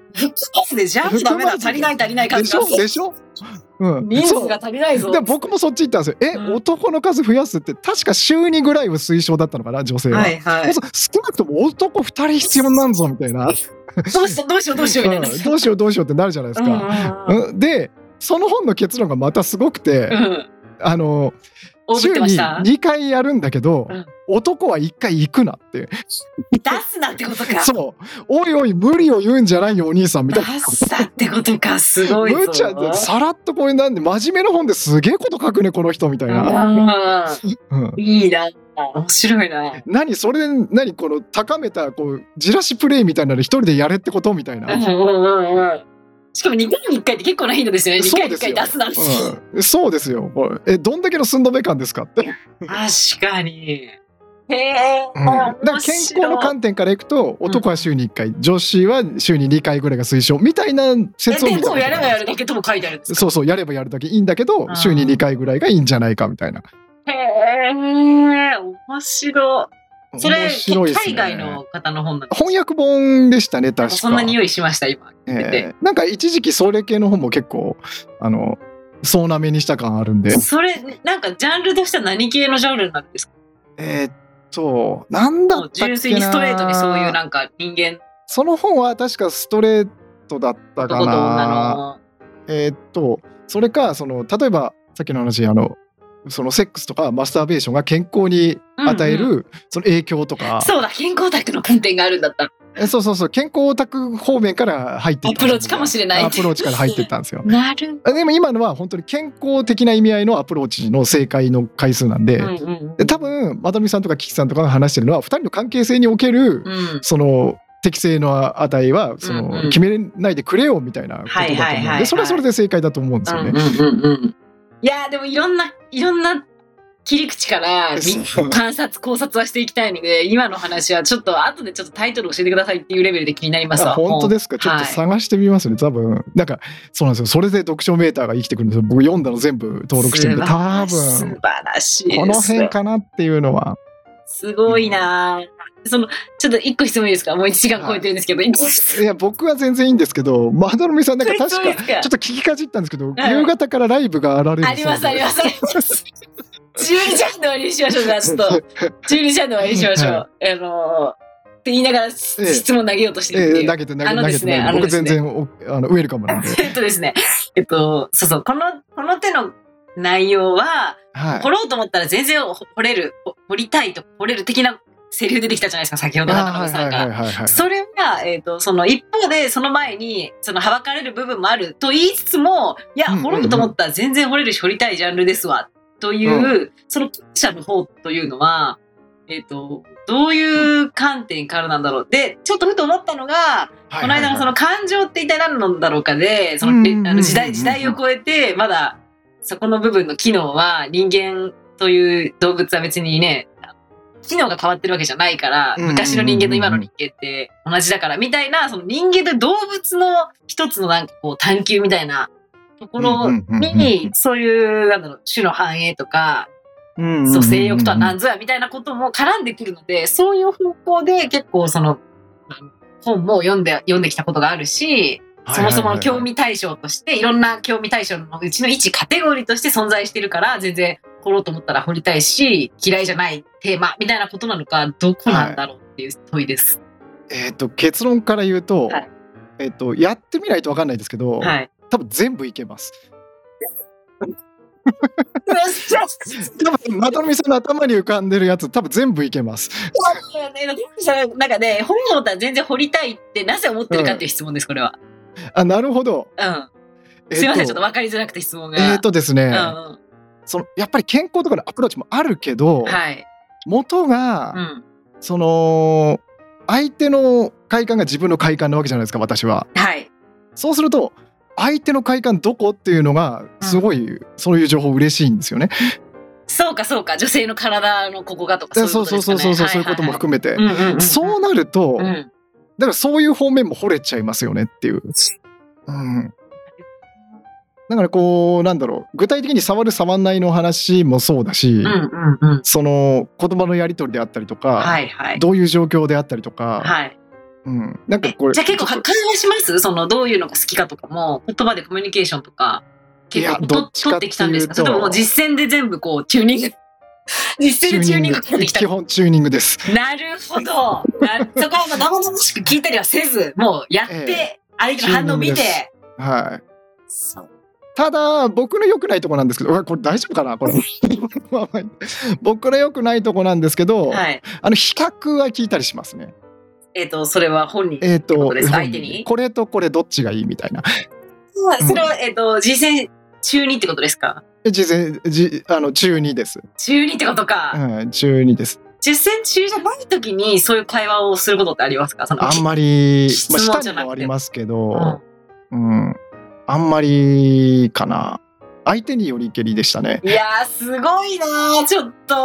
[SPEAKER 2] スでじゃあダメだ足りない足りない感
[SPEAKER 1] で
[SPEAKER 2] じ
[SPEAKER 1] し
[SPEAKER 2] が
[SPEAKER 1] ょでしょ、うん、
[SPEAKER 2] 人
[SPEAKER 1] そう
[SPEAKER 2] 数が足りないぞ
[SPEAKER 1] で僕もそっち行ったんですよ。え、
[SPEAKER 2] うん
[SPEAKER 1] 男の数増やすって確か週2ぐらいは推奨だったのかな女性は。
[SPEAKER 2] はいはい
[SPEAKER 1] そう少なくとも男2人必要なんぞみたい な、うん
[SPEAKER 2] どうしようどうしようどうしようみたいな、
[SPEAKER 1] どうしようどうしようってなるじゃないですか。
[SPEAKER 2] うん
[SPEAKER 1] うんでその本の結論がまたすごくて、
[SPEAKER 2] うんうん
[SPEAKER 1] あの
[SPEAKER 2] 大ぶっ
[SPEAKER 1] 週
[SPEAKER 2] て
[SPEAKER 1] に
[SPEAKER 2] ました
[SPEAKER 1] 2回やるんだけど、
[SPEAKER 2] うん
[SPEAKER 1] 男は1回行くなって
[SPEAKER 2] 出すなってことか
[SPEAKER 1] そうおいおい無理を言うんじゃないよお兄さんみた
[SPEAKER 2] 出
[SPEAKER 1] いな。
[SPEAKER 2] すなってことかすごいぞ
[SPEAKER 1] むちゃでさらっとこれなんで真面目な本ですげえこと書くねこの人みたいな。うん
[SPEAKER 2] うんいいな面白いな
[SPEAKER 1] 何それで何この高めたこうじらしプレイみたいなの一人でやれってことみたいな、
[SPEAKER 2] うんうんうんうんしかも2回に1回って結構な頻度ですよね2
[SPEAKER 1] そ
[SPEAKER 2] 回
[SPEAKER 1] う
[SPEAKER 2] に
[SPEAKER 1] で
[SPEAKER 2] 1
[SPEAKER 1] すよ
[SPEAKER 2] 回出すなんて、
[SPEAKER 1] うんそうですよこれえどんだけの寸止め感ですかって、
[SPEAKER 2] 確かに。へえ、
[SPEAKER 1] だから健康の観点からいくと男は週に1回、女子は週に2回ぐらいが推奨みたいな説を
[SPEAKER 2] 点
[SPEAKER 1] 見たこ
[SPEAKER 2] でも
[SPEAKER 1] とが
[SPEAKER 2] や
[SPEAKER 1] あ
[SPEAKER 2] ればやるだけとも書いてあるんですか
[SPEAKER 1] そうそうやればやるだけいいんだけど、
[SPEAKER 2] うん
[SPEAKER 1] 週に2回ぐらいがいいんじゃないかみたいな
[SPEAKER 2] へえ、面白い。それ、
[SPEAKER 1] 面白いですね
[SPEAKER 2] 海外の方の本なんです
[SPEAKER 1] 翻訳本でしたね
[SPEAKER 2] なん
[SPEAKER 1] 確
[SPEAKER 2] か
[SPEAKER 1] か
[SPEAKER 2] そんな匂いしました、今。聞いて
[SPEAKER 1] えーなんか一時期それ系の本も結構あのそうな目にした感あるんで
[SPEAKER 2] て。それ、なんかジャンルとしては何系のジャンルなんですか
[SPEAKER 1] えーっと、なんだ
[SPEAKER 2] も
[SPEAKER 1] ったっけな
[SPEAKER 2] う純粋にストレートにそういうなんか人間
[SPEAKER 1] その本は確かストレートだった
[SPEAKER 2] と
[SPEAKER 1] か
[SPEAKER 2] こと女
[SPEAKER 1] な。
[SPEAKER 2] の。
[SPEAKER 1] えーっと、それか、その、例えば、さっきの話、あの、そのセックスとかマスターベーションが健康に与える、
[SPEAKER 2] うん
[SPEAKER 1] その影響とか
[SPEAKER 2] そうだ、健康宅の観点があるんだった。
[SPEAKER 1] えそうそうそう健康オタク方面から入っていったんですよ
[SPEAKER 2] アプローチかもしれない
[SPEAKER 1] アプローチから入っていったんですよ
[SPEAKER 2] なる。
[SPEAKER 1] あでも今のは本当に健康的な意味合いのアプローチの正解の回数なんで,、
[SPEAKER 2] うんうん
[SPEAKER 1] で多分まとみさんとかキキさんとかが話してるのは2人の関係性における
[SPEAKER 2] うん。
[SPEAKER 1] その適正の値はそ
[SPEAKER 2] うんうん
[SPEAKER 1] の決めないでくれよみたいなことだと
[SPEAKER 2] はいは
[SPEAKER 1] 思う
[SPEAKER 2] いは
[SPEAKER 1] ん
[SPEAKER 2] いはい
[SPEAKER 1] でそれはそれで正解だと思うんですよね。
[SPEAKER 2] うんうんうんうんいやーでもいろんないろんな切り口からみ
[SPEAKER 1] そう
[SPEAKER 2] 観察考察はしていきたいので今の話はちょっと後でちょっとタイトル教えてくださいっていうレベルで気になります
[SPEAKER 1] あ
[SPEAKER 2] わ
[SPEAKER 1] 本当ですかちょっと探してみますね、多分なんかそうなんですよそれで読書メーターが生きてくるんですよ僕読んだの全部登録してるんで
[SPEAKER 2] 素晴
[SPEAKER 1] 多
[SPEAKER 2] 素
[SPEAKER 1] 分
[SPEAKER 2] 晴らしいです
[SPEAKER 1] この辺かなっていうのは
[SPEAKER 2] すごいなーそのちょっと一個質問いいですかもう1時間超えてるんですけど、一個質
[SPEAKER 1] いや僕は全然いいんですけどまどろみさんなんか
[SPEAKER 2] 問
[SPEAKER 1] 確か
[SPEAKER 2] です
[SPEAKER 1] ちょ
[SPEAKER 2] か
[SPEAKER 1] っと聞きかじったんですけど、夕方からライブがあられる
[SPEAKER 2] ありますありま すすあります12時半で終わりにしましょうじゃあちょっと12時半で終わりにしましょう、あのーって言いながら
[SPEAKER 1] ええ
[SPEAKER 2] 質問投げようとしてるって
[SPEAKER 1] え
[SPEAKER 2] い
[SPEAKER 1] え
[SPEAKER 2] う、
[SPEAKER 1] 投げて投げて
[SPEAKER 2] あ
[SPEAKER 1] 投
[SPEAKER 2] ので
[SPEAKER 1] げ
[SPEAKER 2] す
[SPEAKER 1] て、
[SPEAKER 2] ねあの
[SPEAKER 1] 僕
[SPEAKER 2] です
[SPEAKER 1] 全
[SPEAKER 2] ね
[SPEAKER 1] 然おあのウェルカムなんで
[SPEAKER 2] えっとですね、えっと、そうそう、この、この手の内容は、
[SPEAKER 1] はい
[SPEAKER 2] 掘ろうと思ったら全然掘掘れる、掘掘りたいとか掘れる的なセリフ出てきたじゃないですか、先ほど
[SPEAKER 1] あ
[SPEAKER 2] 中
[SPEAKER 1] は
[SPEAKER 2] 野
[SPEAKER 1] い
[SPEAKER 2] さ
[SPEAKER 1] は
[SPEAKER 2] ん
[SPEAKER 1] いはい
[SPEAKER 2] が。
[SPEAKER 1] はいはい
[SPEAKER 2] それは、えっ、と、その一方で、その前に、その、はばかれる部分もあると言いつつも、いや、
[SPEAKER 1] うんうんうん
[SPEAKER 2] 掘ろうと思ったら全然掘れるし、掘りたいジャンルですわ、という、その当事者の方というのは、えっ、と、どういう観点からなんだろう。で、ちょっとふと思ったのが、この間のその感情って一体何なんだろうかで、その
[SPEAKER 1] うん
[SPEAKER 2] え
[SPEAKER 1] うんうん
[SPEAKER 2] あ
[SPEAKER 1] う
[SPEAKER 2] の
[SPEAKER 1] ん
[SPEAKER 2] 時代、時代を超えて、まだそこの部分の機能は人間という動物は別にね、機能が変わってるわけじゃないから、
[SPEAKER 1] うんうんうんうん
[SPEAKER 2] 昔の人間と今の人間って同じだから、みたいな、その人間と動物の一つのなんかこう探求みたいなところに、そういう、なんだろう、種の繁栄とか、そう性欲とは何ぞやみたいなことも絡んでくるのでそういう方向で結構そのあの本も読んで読んできたことがあるしそもそもの興味対象としていろんな興味対象のうちの一カテゴリーとして存在してるから全然掘ろうと思ったら掘りたいし嫌いじゃないテーマみたいなことなのかどこなんだろうっていう問いです。
[SPEAKER 1] えっと結論から言うと
[SPEAKER 2] はい
[SPEAKER 1] えっとやってみないとわかんないですけど
[SPEAKER 2] はい。
[SPEAKER 1] 多分全部いけます
[SPEAKER 2] よっしゃ
[SPEAKER 1] 多分まとみさんの頭に浮かんでるやつ多分全部いけます
[SPEAKER 2] そうだよねなんかね本を思ったら全然掘りたいってなぜ思ってるかっていう質問ですこれは。
[SPEAKER 1] あなるほど
[SPEAKER 2] うん。
[SPEAKER 1] えっと
[SPEAKER 2] すいませんちょっと分かりづらくて質問が。
[SPEAKER 1] えっとですね
[SPEAKER 2] うんうん
[SPEAKER 1] そのやっぱり健康とかのアプローチもあるけど
[SPEAKER 2] はい。
[SPEAKER 1] 元が
[SPEAKER 2] うん。
[SPEAKER 1] その相手の快感が自分の快感なわけじゃないですか私は。
[SPEAKER 2] はい。
[SPEAKER 1] そうすると相手の快感どこっていうのが
[SPEAKER 2] うん
[SPEAKER 1] すごいそういう情報嬉しいんですよね。
[SPEAKER 2] そうか、そうか。女性の体のここがとか。
[SPEAKER 1] そうそうそうそうそうそういうことも含めて。
[SPEAKER 2] めて。うんうんうん
[SPEAKER 1] そうなると、
[SPEAKER 2] う
[SPEAKER 1] だか
[SPEAKER 2] ん。
[SPEAKER 1] らそういう方面も惚れちゃいますよねっていう。うん、だからこうなんだろう具体的に触る触んないの話もそうだし、
[SPEAKER 2] うんうんうん。
[SPEAKER 1] その言葉のやり取りであったりとか、
[SPEAKER 2] はいはい。
[SPEAKER 1] どういう状況であったりとか、
[SPEAKER 2] はい。
[SPEAKER 1] うん、なんか
[SPEAKER 2] え
[SPEAKER 1] これ
[SPEAKER 2] じゃあ結構
[SPEAKER 1] ちょ
[SPEAKER 2] 会
[SPEAKER 1] っ
[SPEAKER 2] 話しますその、どういうのが好きかとかも、言葉でコミュニケーションとか、結
[SPEAKER 1] いや
[SPEAKER 2] 構
[SPEAKER 1] どっ
[SPEAKER 2] と
[SPEAKER 1] ちか
[SPEAKER 2] 取
[SPEAKER 1] っいうと
[SPEAKER 2] っててきたんですかそれとももう実践で全部こう、チューニング。実践
[SPEAKER 1] と
[SPEAKER 2] でチューニングかけてき
[SPEAKER 1] 基
[SPEAKER 2] た。
[SPEAKER 1] 本チューニングです。
[SPEAKER 2] なるほど。な そこはもう生々しく聞いたりはせず、もうやっ
[SPEAKER 1] え
[SPEAKER 2] て、相手の反応を見
[SPEAKER 1] チューニングで
[SPEAKER 2] て。
[SPEAKER 1] はい
[SPEAKER 2] そう
[SPEAKER 1] ただ僕の良くないとこなんですけどうわこれ大丈夫かなこれ まあまあ僕の良くないとこなんですけど、
[SPEAKER 2] はい。
[SPEAKER 1] あの比較は聞いたりしますね
[SPEAKER 2] えっと、それは本人
[SPEAKER 1] えっ、
[SPEAKER 2] こととです相手に
[SPEAKER 1] これとこれどっちがいいみたいなうん
[SPEAKER 2] それは、えっと、実践中にってことですか
[SPEAKER 1] え事前じあの中2です、
[SPEAKER 2] 中にってことか。
[SPEAKER 1] うん、中2です
[SPEAKER 2] 実践中じゃない時にそういう会話をすることってありますかその
[SPEAKER 1] あんまり、
[SPEAKER 2] 質
[SPEAKER 1] まあ、
[SPEAKER 2] 問
[SPEAKER 1] 下
[SPEAKER 2] じゃ
[SPEAKER 1] に
[SPEAKER 2] なくて
[SPEAKER 1] もありますけ
[SPEAKER 2] うん
[SPEAKER 1] ど、うんあんまりかな相手によりけりでしたね
[SPEAKER 2] いやー、すごいなー。ちょっと、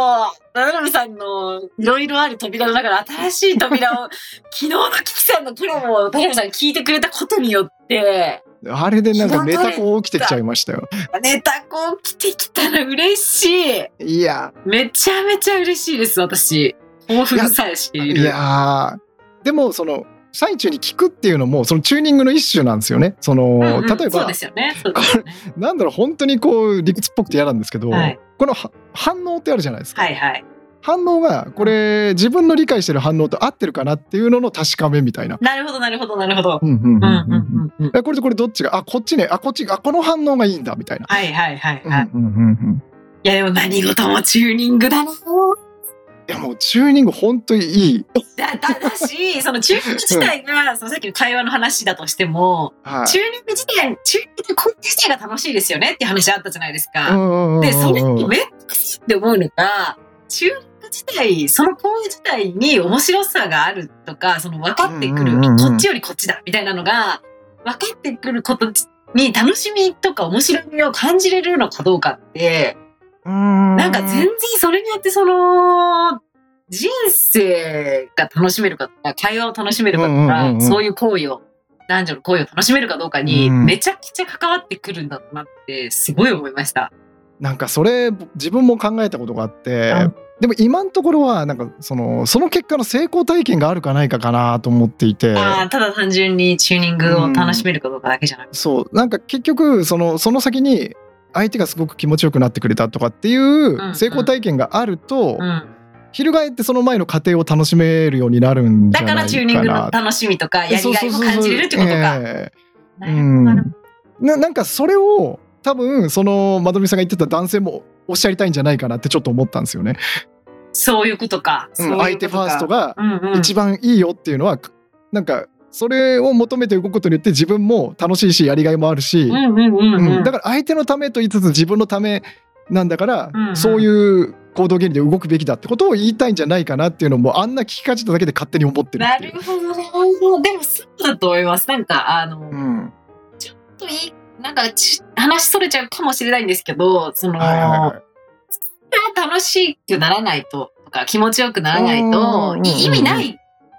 [SPEAKER 2] 七海さんのいろいろある扉の中で新しい扉を、昨日のキキさんのコラボを七海さんが聞いてくれたことによって、
[SPEAKER 1] あれでなんかメタコ起きてきちゃいましたよ
[SPEAKER 2] ネタこう来てきたら嬉しい。
[SPEAKER 1] いや
[SPEAKER 2] めちゃめちゃ嬉しいです、私。興奮さえしている。
[SPEAKER 1] いやーでもその最中に聞くっていうのもそのチューニングの一種なんですよね。その、
[SPEAKER 2] うんうん
[SPEAKER 1] 例え
[SPEAKER 2] そう
[SPEAKER 1] ば
[SPEAKER 2] ですよね。そうですよね
[SPEAKER 1] なんだろう本当にこう理屈っぽくて嫌なんですけど、
[SPEAKER 2] はい
[SPEAKER 1] このは反応ってあるじゃないですか。
[SPEAKER 2] はいはい。
[SPEAKER 1] 反応がこれ自分の理解してる反応と合ってるかなっていうのの確かめみたいな。
[SPEAKER 2] なるほど、なるほど、なるほど。
[SPEAKER 1] うんうんうん
[SPEAKER 2] うんうん
[SPEAKER 1] うん
[SPEAKER 2] うんうん。
[SPEAKER 1] えこれとこれどっちがあこっちねあこっちがあこの反応がいいんだみたいな。
[SPEAKER 2] はいはいはいはい。
[SPEAKER 1] うんうんうんうん
[SPEAKER 2] いやでも何事もチューニングだな。
[SPEAKER 1] いやもうチューニング本当にいい。
[SPEAKER 2] だただし、そのチューニング自体が、そのさっきの会話の話だとしても、
[SPEAKER 1] は
[SPEAKER 2] チューニング自体、チューニングってこれ自体が楽しいですよねっていう話あったじゃないです
[SPEAKER 1] うん
[SPEAKER 2] か。
[SPEAKER 1] うんうんうん
[SPEAKER 2] で、それにめんどくさいって思うのが、チューニング自体、その行為自体に面白さがあるとか、その分かってくる、
[SPEAKER 1] うんうんうんうん
[SPEAKER 2] こっちよりこっちだみたいなのが、分かってくることに楽しみとか面白みを感じれるのかどうかって、
[SPEAKER 1] な
[SPEAKER 2] なんか全然それによってその人生が楽しめるかとか会話を楽しめるかとか、
[SPEAKER 1] うんうんうんうん
[SPEAKER 2] そういう行為を男女の行為を楽しめるかどうかに
[SPEAKER 1] うん
[SPEAKER 2] めちゃくちゃ関わってくるんだなってすごい思いました。
[SPEAKER 1] なんかそれ自分も考えたことがあって、
[SPEAKER 2] うん
[SPEAKER 1] でも今のところはなんかそのその結果の成功体験があるかないかかなと思っていて
[SPEAKER 2] あーただ単純にチューニングを楽しめるかどうかだけじゃなくて、
[SPEAKER 1] そうなんか結局そのその先に相手がすごく気持ちよくなってくれたとかってい
[SPEAKER 2] んう
[SPEAKER 1] うん成功体験があると、
[SPEAKER 2] うん
[SPEAKER 1] 翻ってその前の過程を楽しめるようになるんじゃない
[SPEAKER 2] だか
[SPEAKER 1] かな
[SPEAKER 2] らチューニングの楽しみとかやりがいも感じれるってこと
[SPEAKER 1] そうそうそう
[SPEAKER 2] か。
[SPEAKER 1] そうえ
[SPEAKER 2] な
[SPEAKER 1] え
[SPEAKER 2] るほどなるほど
[SPEAKER 1] うん、ななんかそれを多分そのまどみさんが言ってた男性もおっしゃりたいんじゃないかなってちょっと思ったんですよね。
[SPEAKER 2] そういうことか。
[SPEAKER 1] うん相手ファーストが
[SPEAKER 2] が、うんうん、
[SPEAKER 1] 一番いいよっていうのはかなんかそれを求めて動くことによって自分も楽しいしやりがいもあるし、
[SPEAKER 2] うんうんうんうん
[SPEAKER 1] うんだから相手のためと言いつつ自分のためなんだから、
[SPEAKER 2] うんうん
[SPEAKER 1] そういう行動原理で動くべきだってことを言いたいんじゃないかなっていうのもあんな聞きかじっただけで勝手に思ってるっ
[SPEAKER 2] な
[SPEAKER 1] ていう
[SPEAKER 2] るほどね。でもそうだと思います。なんか、あの、
[SPEAKER 1] うん
[SPEAKER 2] といい、なんかち、話それちゃうかもしれないんですけど、その、
[SPEAKER 1] はいはいはい
[SPEAKER 2] 楽しくならないと、とか気持ちよくならないと
[SPEAKER 1] うん、
[SPEAKER 2] い意味ない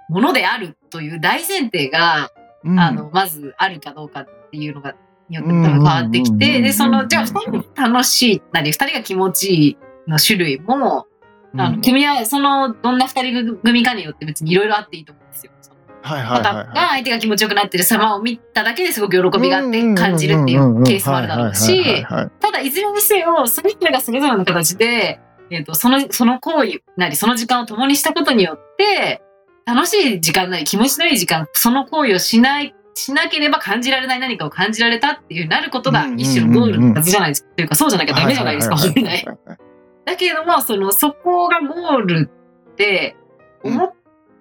[SPEAKER 2] ものであるという大前提が、
[SPEAKER 1] うん
[SPEAKER 2] あの、まずあるかどうかっていうのが、によって多分変わってき
[SPEAKER 1] うんうんうんう
[SPEAKER 2] て、
[SPEAKER 1] ん
[SPEAKER 2] で、その、じゃあ、二人が楽しいなり、二人が気持ちいいの種類も、あ
[SPEAKER 1] う
[SPEAKER 2] の、
[SPEAKER 1] ん
[SPEAKER 2] 組み合わせ、その、どんな二人組かによって別にいろいろあっていいと思うんですよ。
[SPEAKER 1] はいは
[SPEAKER 2] パ
[SPEAKER 1] い
[SPEAKER 2] タ
[SPEAKER 1] はい
[SPEAKER 2] ーンが
[SPEAKER 1] はい
[SPEAKER 2] 相手が気持ちよくなってる様を見ただけですごく喜びがあって
[SPEAKER 1] うん
[SPEAKER 2] 感じるってい
[SPEAKER 1] んんん
[SPEAKER 2] うんケースもあるだろう
[SPEAKER 1] はいはい
[SPEAKER 2] し、
[SPEAKER 1] はいはい
[SPEAKER 2] ただいずれにせよ、それぞれがそれぞれの形で、えっとそのその行為なり、その時間を共にしたことによって、楽しい時間なり、気持ちのいい時間、その行為をしない、しなければ感じられない何かを感じられたっていう風になること
[SPEAKER 1] うん
[SPEAKER 2] が
[SPEAKER 1] うんうんうん
[SPEAKER 2] 一種のゴールのはずじゃないですか。というか、そうじゃなきゃダメじゃないですか、
[SPEAKER 1] は
[SPEAKER 2] 本
[SPEAKER 1] は
[SPEAKER 2] 来
[SPEAKER 1] は。いはい
[SPEAKER 2] だけれども、その、そこがゴールって、思っ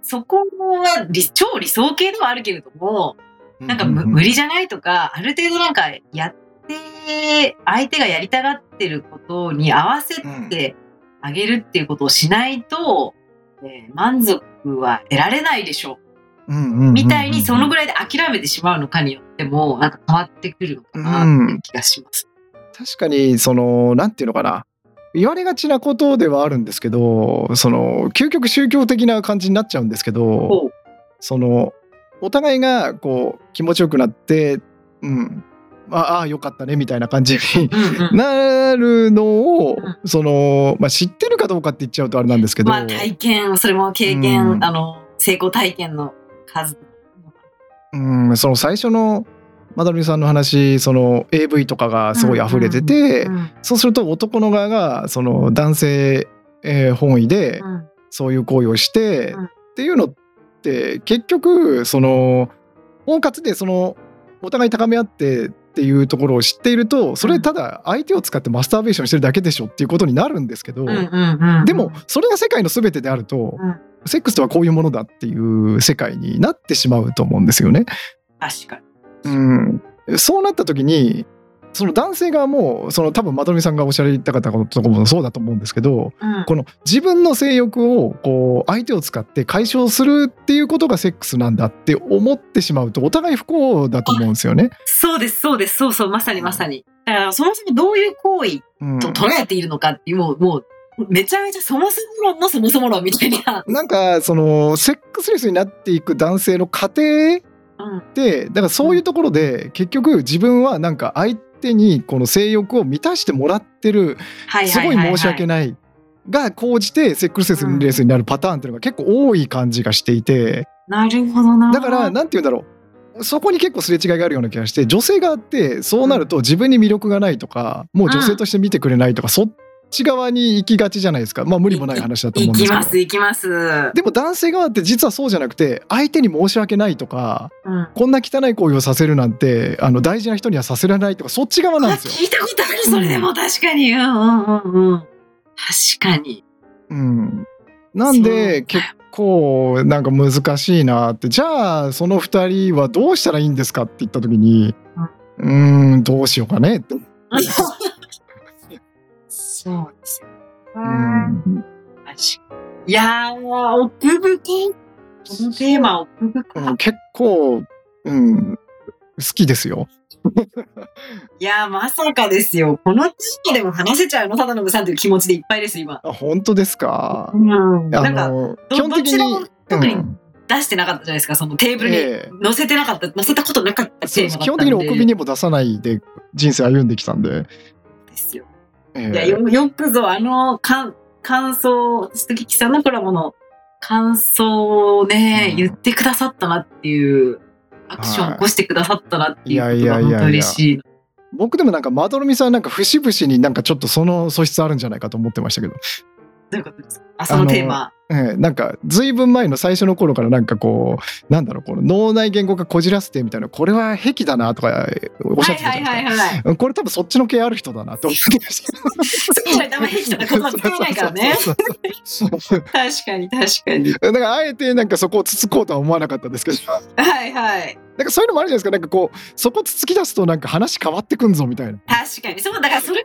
[SPEAKER 2] そこは理超理想形ではあるけれども、なんかむ、
[SPEAKER 1] うう
[SPEAKER 2] 無理じゃないとか、ある程度なんかやって、相手がやりたがってることに合わせてあげるっていうことをしないと、えー満足は得られないでしょ
[SPEAKER 1] うんうんうんうん
[SPEAKER 2] う。みたいにそのぐらいで諦めてしまうのかによっても、なんか変わってくるのかなっていう気がします。
[SPEAKER 1] 確かにそのなんていうのかな言われがちなことではあるんですけどその究極宗教的な感じになっちゃうんですけど
[SPEAKER 2] ほう
[SPEAKER 1] そのお互いがこう気持ちよくなってうんああよかったねみたいな感じに
[SPEAKER 2] うんうん
[SPEAKER 1] なるのを
[SPEAKER 2] う
[SPEAKER 1] その、まあ、知ってるかどうかって言っちゃうとあれなんですけど、
[SPEAKER 2] まあ体験、それも経験、
[SPEAKER 1] うん
[SPEAKER 2] あの、成功体験の数。
[SPEAKER 1] うんその最初のまだるみさんの話その AV とかがすごい溢れてて、
[SPEAKER 2] うん
[SPEAKER 1] そうすると男の側がその男性、えー本位で、
[SPEAKER 2] うん
[SPEAKER 1] そういう行為をして、
[SPEAKER 2] うん
[SPEAKER 1] っていうのって結局その包括でそのお互い高め合ってっていうところを知っているとそれただ相手を使ってマスターベーションしてるだけでしょっていうことになるんですけど、
[SPEAKER 2] うんうんうん
[SPEAKER 1] でもそれが世界の全てであると、
[SPEAKER 2] うん
[SPEAKER 1] セックスとはこういうものだっていう世界になってしまうと思うんですよね。
[SPEAKER 2] 確かに。
[SPEAKER 1] うん、そうなった時にその男性側もその多分まとめさんがおっしゃりたかったこともそうだと思うんですけど、
[SPEAKER 2] うん
[SPEAKER 1] この自分の性欲をこう相手を使って解消するっていうことがセックスなんだって思ってしまうとお互い不幸だと思うんですよね。
[SPEAKER 2] そうです、そうです、そうそう、まさにまさに。だから、そもそもどういう行為
[SPEAKER 1] うん
[SPEAKER 2] と捉えているのかっていう、もう、もう、めちゃめちゃそもそも論のそもそも論みたいな。
[SPEAKER 1] なんかそのセックスレスになっていく男性の過程っ
[SPEAKER 2] うん、
[SPEAKER 1] てだからそういうところで結局自分はなんか相手にこの性欲を満たしてもらってる
[SPEAKER 2] はいはいはい、は
[SPEAKER 1] すごい申
[SPEAKER 2] い。
[SPEAKER 1] し訳
[SPEAKER 2] ない。
[SPEAKER 1] ないが高じてセックスレスレスになるパターンっていうのが結構多い感じがしていて。
[SPEAKER 2] なるほどな。
[SPEAKER 1] だから、なんて言うんだろうそこに結構すれ違いがあるような気がして女性側ってそうなると自分に魅力がないとかもう女性として見てくれないとか、そっち側に行きがちじゃないですかまあ無理もない話だと思
[SPEAKER 2] 行
[SPEAKER 1] うんで
[SPEAKER 2] き
[SPEAKER 1] すけ
[SPEAKER 2] ま
[SPEAKER 1] ど
[SPEAKER 2] す、行きます。うん
[SPEAKER 1] でも男性側って実はそうじゃなくて相手に申し訳ないとか
[SPEAKER 2] あ、
[SPEAKER 1] こんな汚い行為をさせるなんてあの大事な人にはさせられないとかそっち側なんですよ。
[SPEAKER 2] 聞いたことある、それでも確かに。うんうんうんうん。確かに。
[SPEAKER 1] うん、なん
[SPEAKER 2] そ
[SPEAKER 1] で
[SPEAKER 2] う
[SPEAKER 1] 結構なんか難しいなってじゃあその2人はどうしたらいいんですかって言った時にうーんどうしようかねって。
[SPEAKER 2] そうですよ。
[SPEAKER 1] う。ん
[SPEAKER 2] 確かにいやー、奥深い。このテーマ奥深い。
[SPEAKER 1] うん結構、うん、好きですよ。
[SPEAKER 2] いやー、まさかですよ。この地域でも話せちゃうの、ただのぶさんという気持ちでいっぱいです、今。
[SPEAKER 1] あ本当ですか
[SPEAKER 2] う。ん。
[SPEAKER 1] あ
[SPEAKER 2] なんか、
[SPEAKER 1] の
[SPEAKER 2] ど
[SPEAKER 1] 基本的
[SPEAKER 2] どちらも
[SPEAKER 1] に
[SPEAKER 2] 特に
[SPEAKER 1] うん
[SPEAKER 2] 出してなかったじゃないですか、そのテーブルに。
[SPEAKER 1] ええ
[SPEAKER 2] 載せてなかった、載せたことなかった
[SPEAKER 1] そう
[SPEAKER 2] テ
[SPEAKER 1] で
[SPEAKER 2] ー
[SPEAKER 1] す
[SPEAKER 2] マ
[SPEAKER 1] 基
[SPEAKER 2] だっ
[SPEAKER 1] 本的
[SPEAKER 2] たん
[SPEAKER 1] に
[SPEAKER 2] で
[SPEAKER 1] お首にも出さないで人生歩んできたんで。
[SPEAKER 2] ですよ。
[SPEAKER 1] え
[SPEAKER 2] いや、
[SPEAKER 1] え
[SPEAKER 2] よよくぞ、あの、かん感想を、私とキキさんのコラボの感想をね、
[SPEAKER 1] うん
[SPEAKER 2] 言ってくださったなっていう、アクションを起こしてくださったなっていう
[SPEAKER 1] はい
[SPEAKER 2] こと
[SPEAKER 1] いやいやいや
[SPEAKER 2] が
[SPEAKER 1] い
[SPEAKER 2] 本
[SPEAKER 1] や
[SPEAKER 2] 当嬉しい。
[SPEAKER 1] 僕でもなんかまどろみさんなんか節々になんかちょっとその素質あるんじゃないかと思ってましたけど。
[SPEAKER 2] どういうことですかあ、そのテーマ。
[SPEAKER 1] ええ、なんか随分前の最初の頃からなんかこうなんだろうこの脳内言語化こじらせてみたいなこれは癖だなとかおっしゃっ
[SPEAKER 2] はい
[SPEAKER 1] てたじ
[SPEAKER 2] は
[SPEAKER 1] ゃない
[SPEAKER 2] い
[SPEAKER 1] ですか
[SPEAKER 2] はいはい。
[SPEAKER 1] うんこれ多分そっちの系ある人だなと思ってました。
[SPEAKER 2] そっちはダメでしたな言葉使わないからね。
[SPEAKER 1] そうそうそうそう。
[SPEAKER 2] 確かに確かに。
[SPEAKER 1] だからあえてなんかそこをつつこうとは思わなかったですけど、
[SPEAKER 2] はいはい。
[SPEAKER 1] なんかそういうのもあるじゃないですか。なんかこうそこつつき出すとなんか話変わってくんぞみたいな。
[SPEAKER 2] 確かに。そう、だからそれ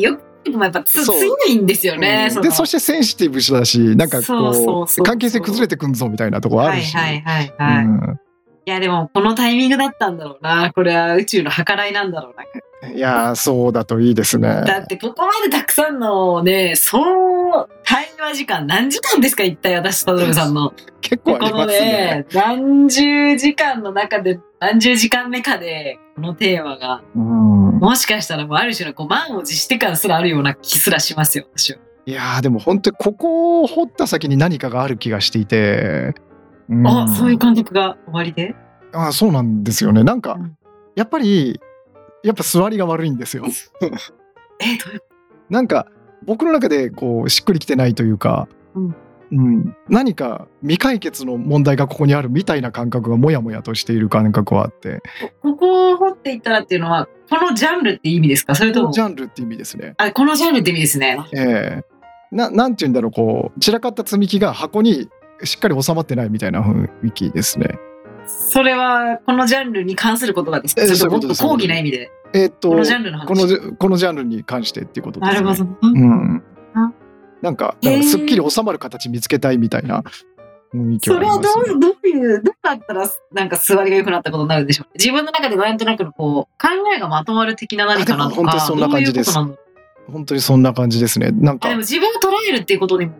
[SPEAKER 2] よくでもやっぱつ強いんですよね。
[SPEAKER 1] でそしてセンシティブだしなんかこう
[SPEAKER 2] そうそうそうそう
[SPEAKER 1] 関係性崩れてくんぞみたいなとこあ
[SPEAKER 2] は
[SPEAKER 1] る
[SPEAKER 2] い
[SPEAKER 1] し、
[SPEAKER 2] はいはいはい。いやでもこのタイミングだったんだろうな。これは宇宙の計らいなんだろうな。
[SPEAKER 1] うんいやーそうだといいですね。
[SPEAKER 2] だってここまでたくさんのね、そう、対話時間、何時間ですか一体私と田辺さんの。
[SPEAKER 1] 結構あ
[SPEAKER 2] こ
[SPEAKER 1] り
[SPEAKER 2] の
[SPEAKER 1] ますね。
[SPEAKER 2] ね、何十時間の中で、何十時間目かで、このテーマが、
[SPEAKER 1] うん、
[SPEAKER 2] もしかしたらもうある種のこう満を持して感すらあるような気すらしますよ、私は。
[SPEAKER 1] いやーでも本当にここを掘った先に何かがある気がしていて、うん
[SPEAKER 2] あ、そういう感覚が終わりで
[SPEAKER 1] あそうなんですよねなんか、
[SPEAKER 2] うん
[SPEAKER 1] やっぱりやっぱ座りが悪いんです よ。
[SPEAKER 2] え、どういう
[SPEAKER 1] なんか僕の中でこうしっくりきてないというか、
[SPEAKER 2] うん
[SPEAKER 1] うん何か未解決の問題がここにあるみたいな感覚がモヤモヤとしている感覚はあって
[SPEAKER 2] ここを掘っていったらっていうのは、このジャンルって意味ですかそれ
[SPEAKER 1] ジ
[SPEAKER 2] とも、
[SPEAKER 1] ャンルって意味ですね。
[SPEAKER 2] あ、このジャンルって意味ですね。
[SPEAKER 1] ええななんて言うんだろうこう散らかった積み木が箱にしっかり収まってないみたいな雰囲気ですね。
[SPEAKER 2] それは、このジャンルに関する言葉ですか
[SPEAKER 1] え
[SPEAKER 2] それ
[SPEAKER 1] そういうこ
[SPEAKER 2] ともっ
[SPEAKER 1] と
[SPEAKER 2] と
[SPEAKER 1] です
[SPEAKER 2] 講義な意味で。
[SPEAKER 1] えーっと
[SPEAKER 2] このジャンルの話。
[SPEAKER 1] このジャこのジャンルに関してっていうことですね。
[SPEAKER 2] なるほど。
[SPEAKER 1] うん
[SPEAKER 2] あ、
[SPEAKER 1] なんか
[SPEAKER 2] へー
[SPEAKER 1] だからすっきり収まる形見つけたいみたいな雰囲気
[SPEAKER 2] そ
[SPEAKER 1] はあ
[SPEAKER 2] れ
[SPEAKER 1] り
[SPEAKER 2] は
[SPEAKER 1] ま
[SPEAKER 2] ど
[SPEAKER 1] す、ね、
[SPEAKER 2] うどういう、どうなったら、なんか座りが良くなったことになるんでしょう自分の中でなんとなくのこう、考えがまとまる的な何かな
[SPEAKER 1] あで
[SPEAKER 2] と
[SPEAKER 1] も本当
[SPEAKER 2] か、
[SPEAKER 1] にそんな感じです
[SPEAKER 2] どういうことなんだろう
[SPEAKER 1] 本当にそんな感じですね。なん
[SPEAKER 2] あ
[SPEAKER 1] か
[SPEAKER 2] でも自分を捉えるっていうことにも、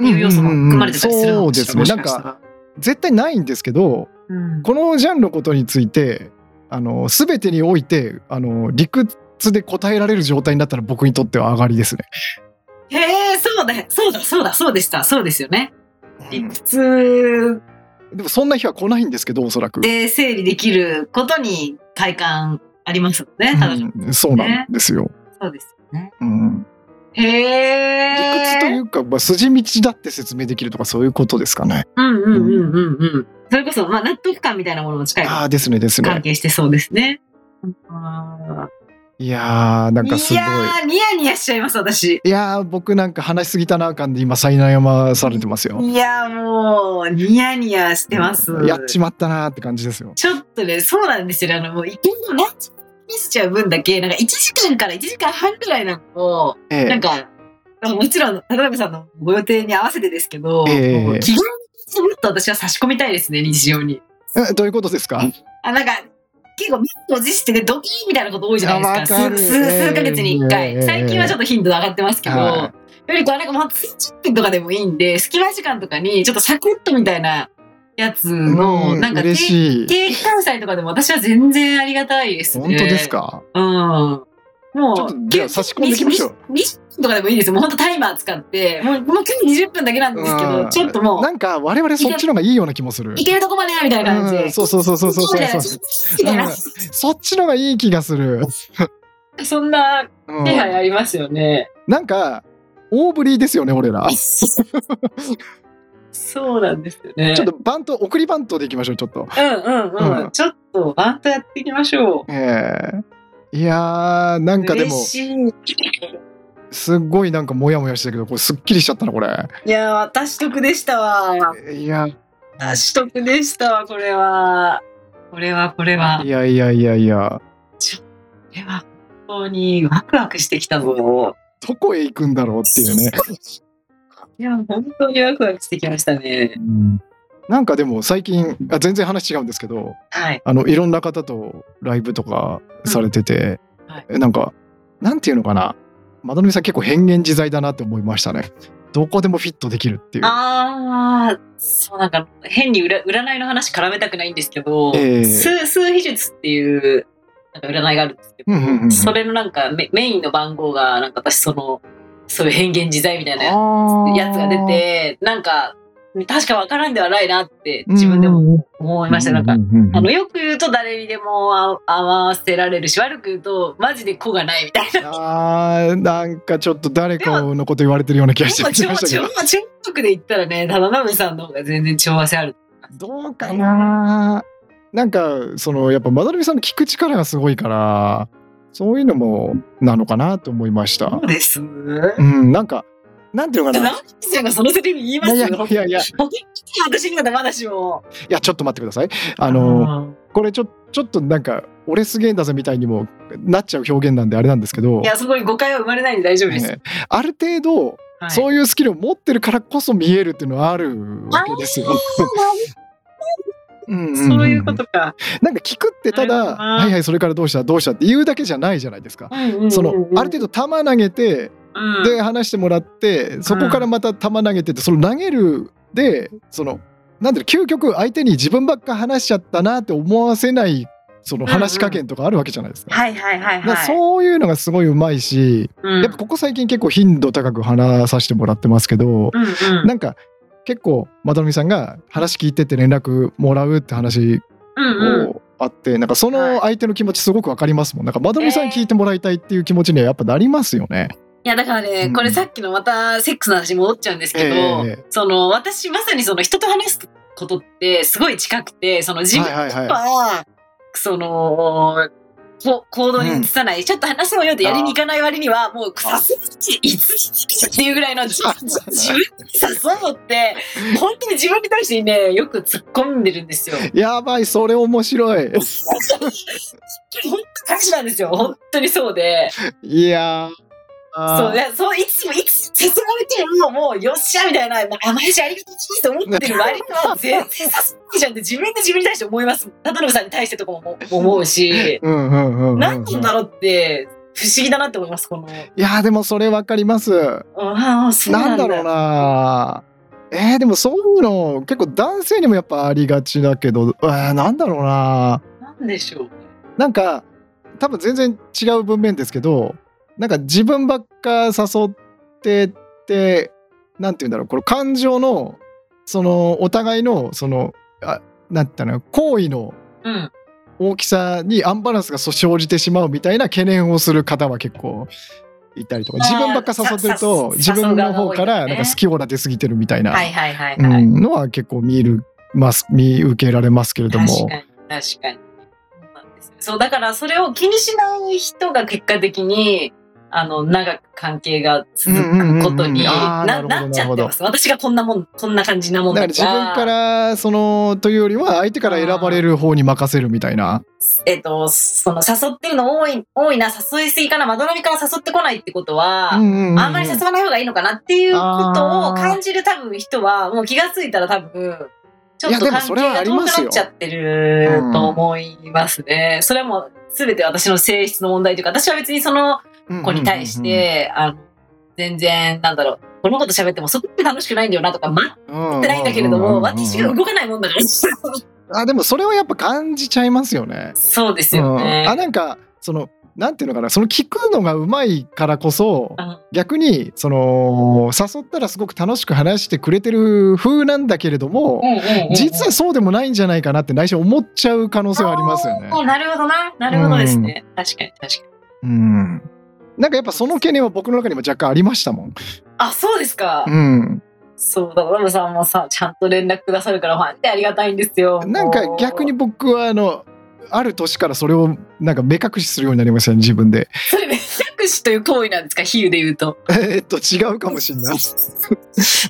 [SPEAKER 2] いう要素が
[SPEAKER 1] うんうんうん
[SPEAKER 2] 含まれてたりするの
[SPEAKER 1] そう
[SPEAKER 2] か
[SPEAKER 1] で
[SPEAKER 2] し
[SPEAKER 1] す
[SPEAKER 2] らも
[SPEAKER 1] ね。
[SPEAKER 2] し
[SPEAKER 1] なん
[SPEAKER 2] かした。
[SPEAKER 1] から絶対ないんですけど、
[SPEAKER 2] うん
[SPEAKER 1] このジャンルのことについて、あの全てにおいてあの理屈で答えられる状態になったら僕にとっては上がりですね。
[SPEAKER 2] へえ、そうだ、そうだ、そうだ、そうでした、そうですよね。理屈
[SPEAKER 1] でもそんな日は来ないんですけど、おそらく。
[SPEAKER 2] で整理できることに快感ありますよね、ただ、
[SPEAKER 1] うんそうなんですよ。
[SPEAKER 2] そうですよね。
[SPEAKER 1] うん
[SPEAKER 2] へ
[SPEAKER 1] 理屈とい
[SPEAKER 2] え。
[SPEAKER 1] うか、まあ、筋道だって説明できるとかそういうことですかね。
[SPEAKER 2] うんうんうんうんうん。それこそ、まあ、納得感みたいなものも近い
[SPEAKER 1] ああですねです
[SPEAKER 2] 関
[SPEAKER 1] ね。
[SPEAKER 2] 係してそうですね。あ
[SPEAKER 1] いやーなん
[SPEAKER 2] ー
[SPEAKER 1] かすごい。
[SPEAKER 2] やーニヤニヤしちゃいます私。
[SPEAKER 1] いやー僕なんか話しすぎたなあかんで今さいなやまされてますよ。
[SPEAKER 2] いやーもうニヤニヤしてます。
[SPEAKER 1] やっちまったなーって感じですよ。
[SPEAKER 2] ちょっとねそうなんですよねあのもう一分の何時間ミスちゃう分だけなんか1時間から1時間半ぐらいなんかを
[SPEAKER 1] え
[SPEAKER 2] な
[SPEAKER 1] え
[SPEAKER 2] んか、もちろん、田辺さんのご予定に合わせてですけど、
[SPEAKER 1] ええ
[SPEAKER 2] もう気軽にもっと私は差し込みたいですね、日常に。
[SPEAKER 1] えどういうことですか
[SPEAKER 2] あ、なんか、結構、ミスを持してでドキーンみたいなこと多いじゃないです
[SPEAKER 1] あわか
[SPEAKER 2] か。
[SPEAKER 1] る
[SPEAKER 2] 数
[SPEAKER 1] え
[SPEAKER 2] 数
[SPEAKER 1] え
[SPEAKER 2] 数ヶ月に1
[SPEAKER 1] え
[SPEAKER 2] 回、
[SPEAKER 1] え
[SPEAKER 2] 最近はちょっと頻度上がってますけど、
[SPEAKER 1] は
[SPEAKER 2] よりこう、なんかもう、30分とかでもいいんで、隙間時間とかに、ちょっとサクッとみたいなやつの、
[SPEAKER 1] うん
[SPEAKER 2] なんか定、
[SPEAKER 1] 嬉しい。
[SPEAKER 2] 定期関西とかでも私は全然ありがたいですね。
[SPEAKER 1] 本当ですか、
[SPEAKER 2] うん。もう、
[SPEAKER 1] ちょっとじゃあ差し込んでいきましょう。
[SPEAKER 2] 20 20分とかでもいいですよ。もう本当タイマー使って、もうもう今日20分だけなんですけ
[SPEAKER 1] う
[SPEAKER 2] ど、
[SPEAKER 1] ん
[SPEAKER 2] ちょっとも
[SPEAKER 1] なんか我々そっちの方がいいような気もする
[SPEAKER 2] う、い。けるとこまでやみたいな感じ
[SPEAKER 1] う
[SPEAKER 2] で。
[SPEAKER 1] んそうそうそうそうそうそう
[SPEAKER 2] そう
[SPEAKER 1] そ
[SPEAKER 2] みたいな
[SPEAKER 1] うんっちの方がいい気がする。
[SPEAKER 2] そんな
[SPEAKER 1] うん
[SPEAKER 2] 気配ありますよね。
[SPEAKER 1] なんか大振りですよね俺ら。ち
[SPEAKER 2] そうなんですよね。
[SPEAKER 1] ょっとバント送りバントでいきましょうちょっと。
[SPEAKER 2] うんうんう。
[SPEAKER 1] うんん
[SPEAKER 2] ちょっと、バントやっていきましょう。
[SPEAKER 1] ええいやーなんかでも
[SPEAKER 2] 嬉しい。
[SPEAKER 1] すっごいなんかモヤモヤしたけどこれすっきりしちゃったなこれ。
[SPEAKER 2] いやー、私得でしたわ。
[SPEAKER 1] いや
[SPEAKER 2] 私得でしたわ、これは。これは、これは。
[SPEAKER 1] いやいやいやいや
[SPEAKER 2] これは本当にワクワクしてきたぞ。
[SPEAKER 1] どこへ行くんだろうっていうね。
[SPEAKER 2] いや、本当にワクワクしてきましたね。
[SPEAKER 1] なんかでも最近あ全然話違うんですけど
[SPEAKER 2] はい。
[SPEAKER 1] あのいろんな方とライブとかされてて、
[SPEAKER 2] うんはい
[SPEAKER 1] えなんかなんていうのかなまどろみさん結構変幻自在だなって思いましたねどこでもフィットできるっていう
[SPEAKER 2] ああ、そうなんか変に占占いの話絡めたくないんですけど、
[SPEAKER 1] ええ
[SPEAKER 2] 数数秘術っていうなんか占いがあるんですけど、
[SPEAKER 1] うんうんうん
[SPEAKER 2] それのなんかメメインの番号がなんか私そのそういう変幻自在みたいなや
[SPEAKER 1] あー
[SPEAKER 2] やつが出てなんか確かわからんではないなって自分でも
[SPEAKER 1] うん
[SPEAKER 2] 思いました、なんか。
[SPEAKER 1] うんうんうん
[SPEAKER 2] あのよく言うと誰にでもあ合わせられるし悪く言うとマジで子がないみたいな
[SPEAKER 1] あーなんかちょっと誰かのこと言われてるような気
[SPEAKER 2] で
[SPEAKER 1] がして
[SPEAKER 2] も
[SPEAKER 1] き
[SPEAKER 2] 超
[SPEAKER 1] ましたけ
[SPEAKER 2] 超
[SPEAKER 1] ど
[SPEAKER 2] 超特で言ったらね、田辺さんの方が全然調和性ある。
[SPEAKER 1] どうかななんかそのやっぱまどろみさんの聞く力がすごいからそういうのもなのかなと思いました
[SPEAKER 2] そうです。
[SPEAKER 1] う
[SPEAKER 2] 田
[SPEAKER 1] ん、なんか、なんていうのかな。
[SPEAKER 2] 辺さんがそのセリフ言いますよ。
[SPEAKER 1] いやいやいやいや
[SPEAKER 2] 保険金私にまだまだしも。
[SPEAKER 1] いや、ちょっと待ってください。あの、
[SPEAKER 2] うん
[SPEAKER 1] これちょちょっとなんか俺すげえんだぜみたいにもなっちゃう表現なんであれなんですけど
[SPEAKER 2] いや、すごい誤解は生まれないんで大丈夫です。
[SPEAKER 1] ねある程度
[SPEAKER 2] はい
[SPEAKER 1] そういうスキルを持ってるからこそ見えるっていうのはあるわけですよ。うんんん
[SPEAKER 2] そういうことか。
[SPEAKER 1] なんか聞くってた
[SPEAKER 2] なる
[SPEAKER 1] だ「
[SPEAKER 2] ほどな
[SPEAKER 1] はいはいそれからどうしたどうした」って言うだけじゃないじゃないですか。そのある程度球投げて
[SPEAKER 2] 度
[SPEAKER 1] で話してもらってそこからまた球投げてってその投げるでそのなんていうの究極相手に自分ばっか話しちゃったなって思わせないその話し加減とかあるわけじゃないですか。
[SPEAKER 2] はいはいはい
[SPEAKER 1] だから
[SPEAKER 2] はい。
[SPEAKER 1] そういうのがすごいうまいし、
[SPEAKER 2] うん
[SPEAKER 1] やっぱここ最近結構頻度高く話させてもらってますけど、
[SPEAKER 2] うん
[SPEAKER 1] なんか結構まどろみさんが話聞いてって連絡もらうって話
[SPEAKER 2] うんうんうん
[SPEAKER 1] をあって、なんかその相手の気持ちすごくわかりますもんなんかまどろみさん
[SPEAKER 2] えー
[SPEAKER 1] 聞いてもらいたいっていう気持ちにはやっぱなりますよね。
[SPEAKER 2] いやだからね、
[SPEAKER 1] うん
[SPEAKER 2] これさっきのまたセックスの話に戻っちゃうんですけど、
[SPEAKER 1] ええ
[SPEAKER 2] その私まさにその人と話すことってすごい近くてその自分
[SPEAKER 1] はいはいはい
[SPEAKER 2] とはそのこ行動に移さない、ちょっと話そうよってやりに行かない割にはもう
[SPEAKER 1] あ
[SPEAKER 2] さすがにいつっていうぐ らいの自分自分に誘うって本当に自分に対してねよく突っ込んでる んですよ。
[SPEAKER 1] やばいそれ面白い
[SPEAKER 2] 本当感謝なんですよ本当にそうで。
[SPEAKER 1] いやー
[SPEAKER 2] そうね、そういつもいつ誘われてももうよっしゃみたいな名前じゃありがとうと思ってる割に は全然誘ってじゃんって自分で自分に対して思います忠信さんに対してとかも思うし
[SPEAKER 1] うんうんうんうんうん
[SPEAKER 2] 何なんだろうって不思議だなって思いますこの
[SPEAKER 1] いやーでもそれわかります。
[SPEAKER 2] ああそう
[SPEAKER 1] な
[SPEAKER 2] なんん
[SPEAKER 1] だ
[SPEAKER 2] だ
[SPEAKER 1] ろうな。えー、でもそういうの結構男性にもやっぱありがちだけど、えー、なんだろうな。
[SPEAKER 2] なんでしょう
[SPEAKER 1] なんか多分全然違う文面ですけど、なんか自分ばっか誘ってって、なんて言うんだろう、この感情の、そのお互いの、その、あなんて言ったの、行為の
[SPEAKER 2] うん
[SPEAKER 1] 大きさにアンバランスがそう生じてしまうみたいな懸念をする方は結構いたりとか
[SPEAKER 2] あー
[SPEAKER 1] 自分ばっか誘ってると
[SPEAKER 2] さ
[SPEAKER 1] 自
[SPEAKER 2] さ
[SPEAKER 1] 分の方か
[SPEAKER 2] 誘う側が多い
[SPEAKER 1] ら
[SPEAKER 2] ね
[SPEAKER 1] なんか好き放題出過ぎてるみたいな、
[SPEAKER 2] はいはいはい
[SPEAKER 1] うん
[SPEAKER 2] はい、
[SPEAKER 1] のは結構見る、ます見受けられますけれど
[SPEAKER 2] 確
[SPEAKER 1] も
[SPEAKER 2] かに確かにそうなんですよそうだからそれを気にしない人が結果的にあの長く関係が続くこ
[SPEAKER 1] う
[SPEAKER 2] と
[SPEAKER 1] んうんうんう
[SPEAKER 2] に
[SPEAKER 1] んあー
[SPEAKER 2] な
[SPEAKER 1] なるほど
[SPEAKER 2] なっちゃってます私がこんなもんこんな感じなも
[SPEAKER 1] だ
[SPEAKER 2] ん
[SPEAKER 1] から
[SPEAKER 2] だから
[SPEAKER 1] 自分からそのというよりは相手から選ばれる方に任せるみたいな
[SPEAKER 2] えっとその誘ってるの多い多いな誘いすぎかなまどろみから誘ってこないってことは、あんまり誘わない方がいいのかなっていうことを感じる多分人はもう気がついたら多分ちょっと
[SPEAKER 1] いやでも
[SPEAKER 2] 関
[SPEAKER 1] そ
[SPEAKER 2] 係
[SPEAKER 1] れはあ
[SPEAKER 2] が
[SPEAKER 1] り
[SPEAKER 2] 遠
[SPEAKER 1] ま
[SPEAKER 2] く
[SPEAKER 1] す
[SPEAKER 2] な
[SPEAKER 1] よ
[SPEAKER 2] っちゃってると思いますね。それはもう全て私の性質の問題というか私は別にその子に対して、あの全然なんだろうこのこと喋ってもそこって楽しくないんだよなとか待っ
[SPEAKER 1] や
[SPEAKER 2] てないんだけれども私が動かないもんだから
[SPEAKER 1] あでもそれはやっぱ感じちゃいますよね。
[SPEAKER 2] そうですよ
[SPEAKER 1] うんあ
[SPEAKER 2] ね。
[SPEAKER 1] なんかそのなんていうのかなその聞くのがうまいからこそ
[SPEAKER 2] うん
[SPEAKER 1] 逆にその誘ったらすごく楽しく話してくれてる風なんだけれども、実はそうでもないんじゃないかなって内心思っちゃう可能性はありますよね
[SPEAKER 2] あ。ーなるほどな。なるほどですね。確かに確かに。
[SPEAKER 1] うん、なんかやっぱその懸念は僕の中にも若干ありましたもん。
[SPEAKER 2] あ、そうですか。
[SPEAKER 1] うん、
[SPEAKER 2] そうだ、ラムさんもさ、ちゃんと連絡くださるから、ファンってありがたいんですよ。
[SPEAKER 1] なんか逆に。僕はあのある年からそれをなんか目隠しするようになりましたね自分で。
[SPEAKER 2] それ、目隠しという行為なんですか、比喩で言うと。
[SPEAKER 1] えっと違うかもしれない。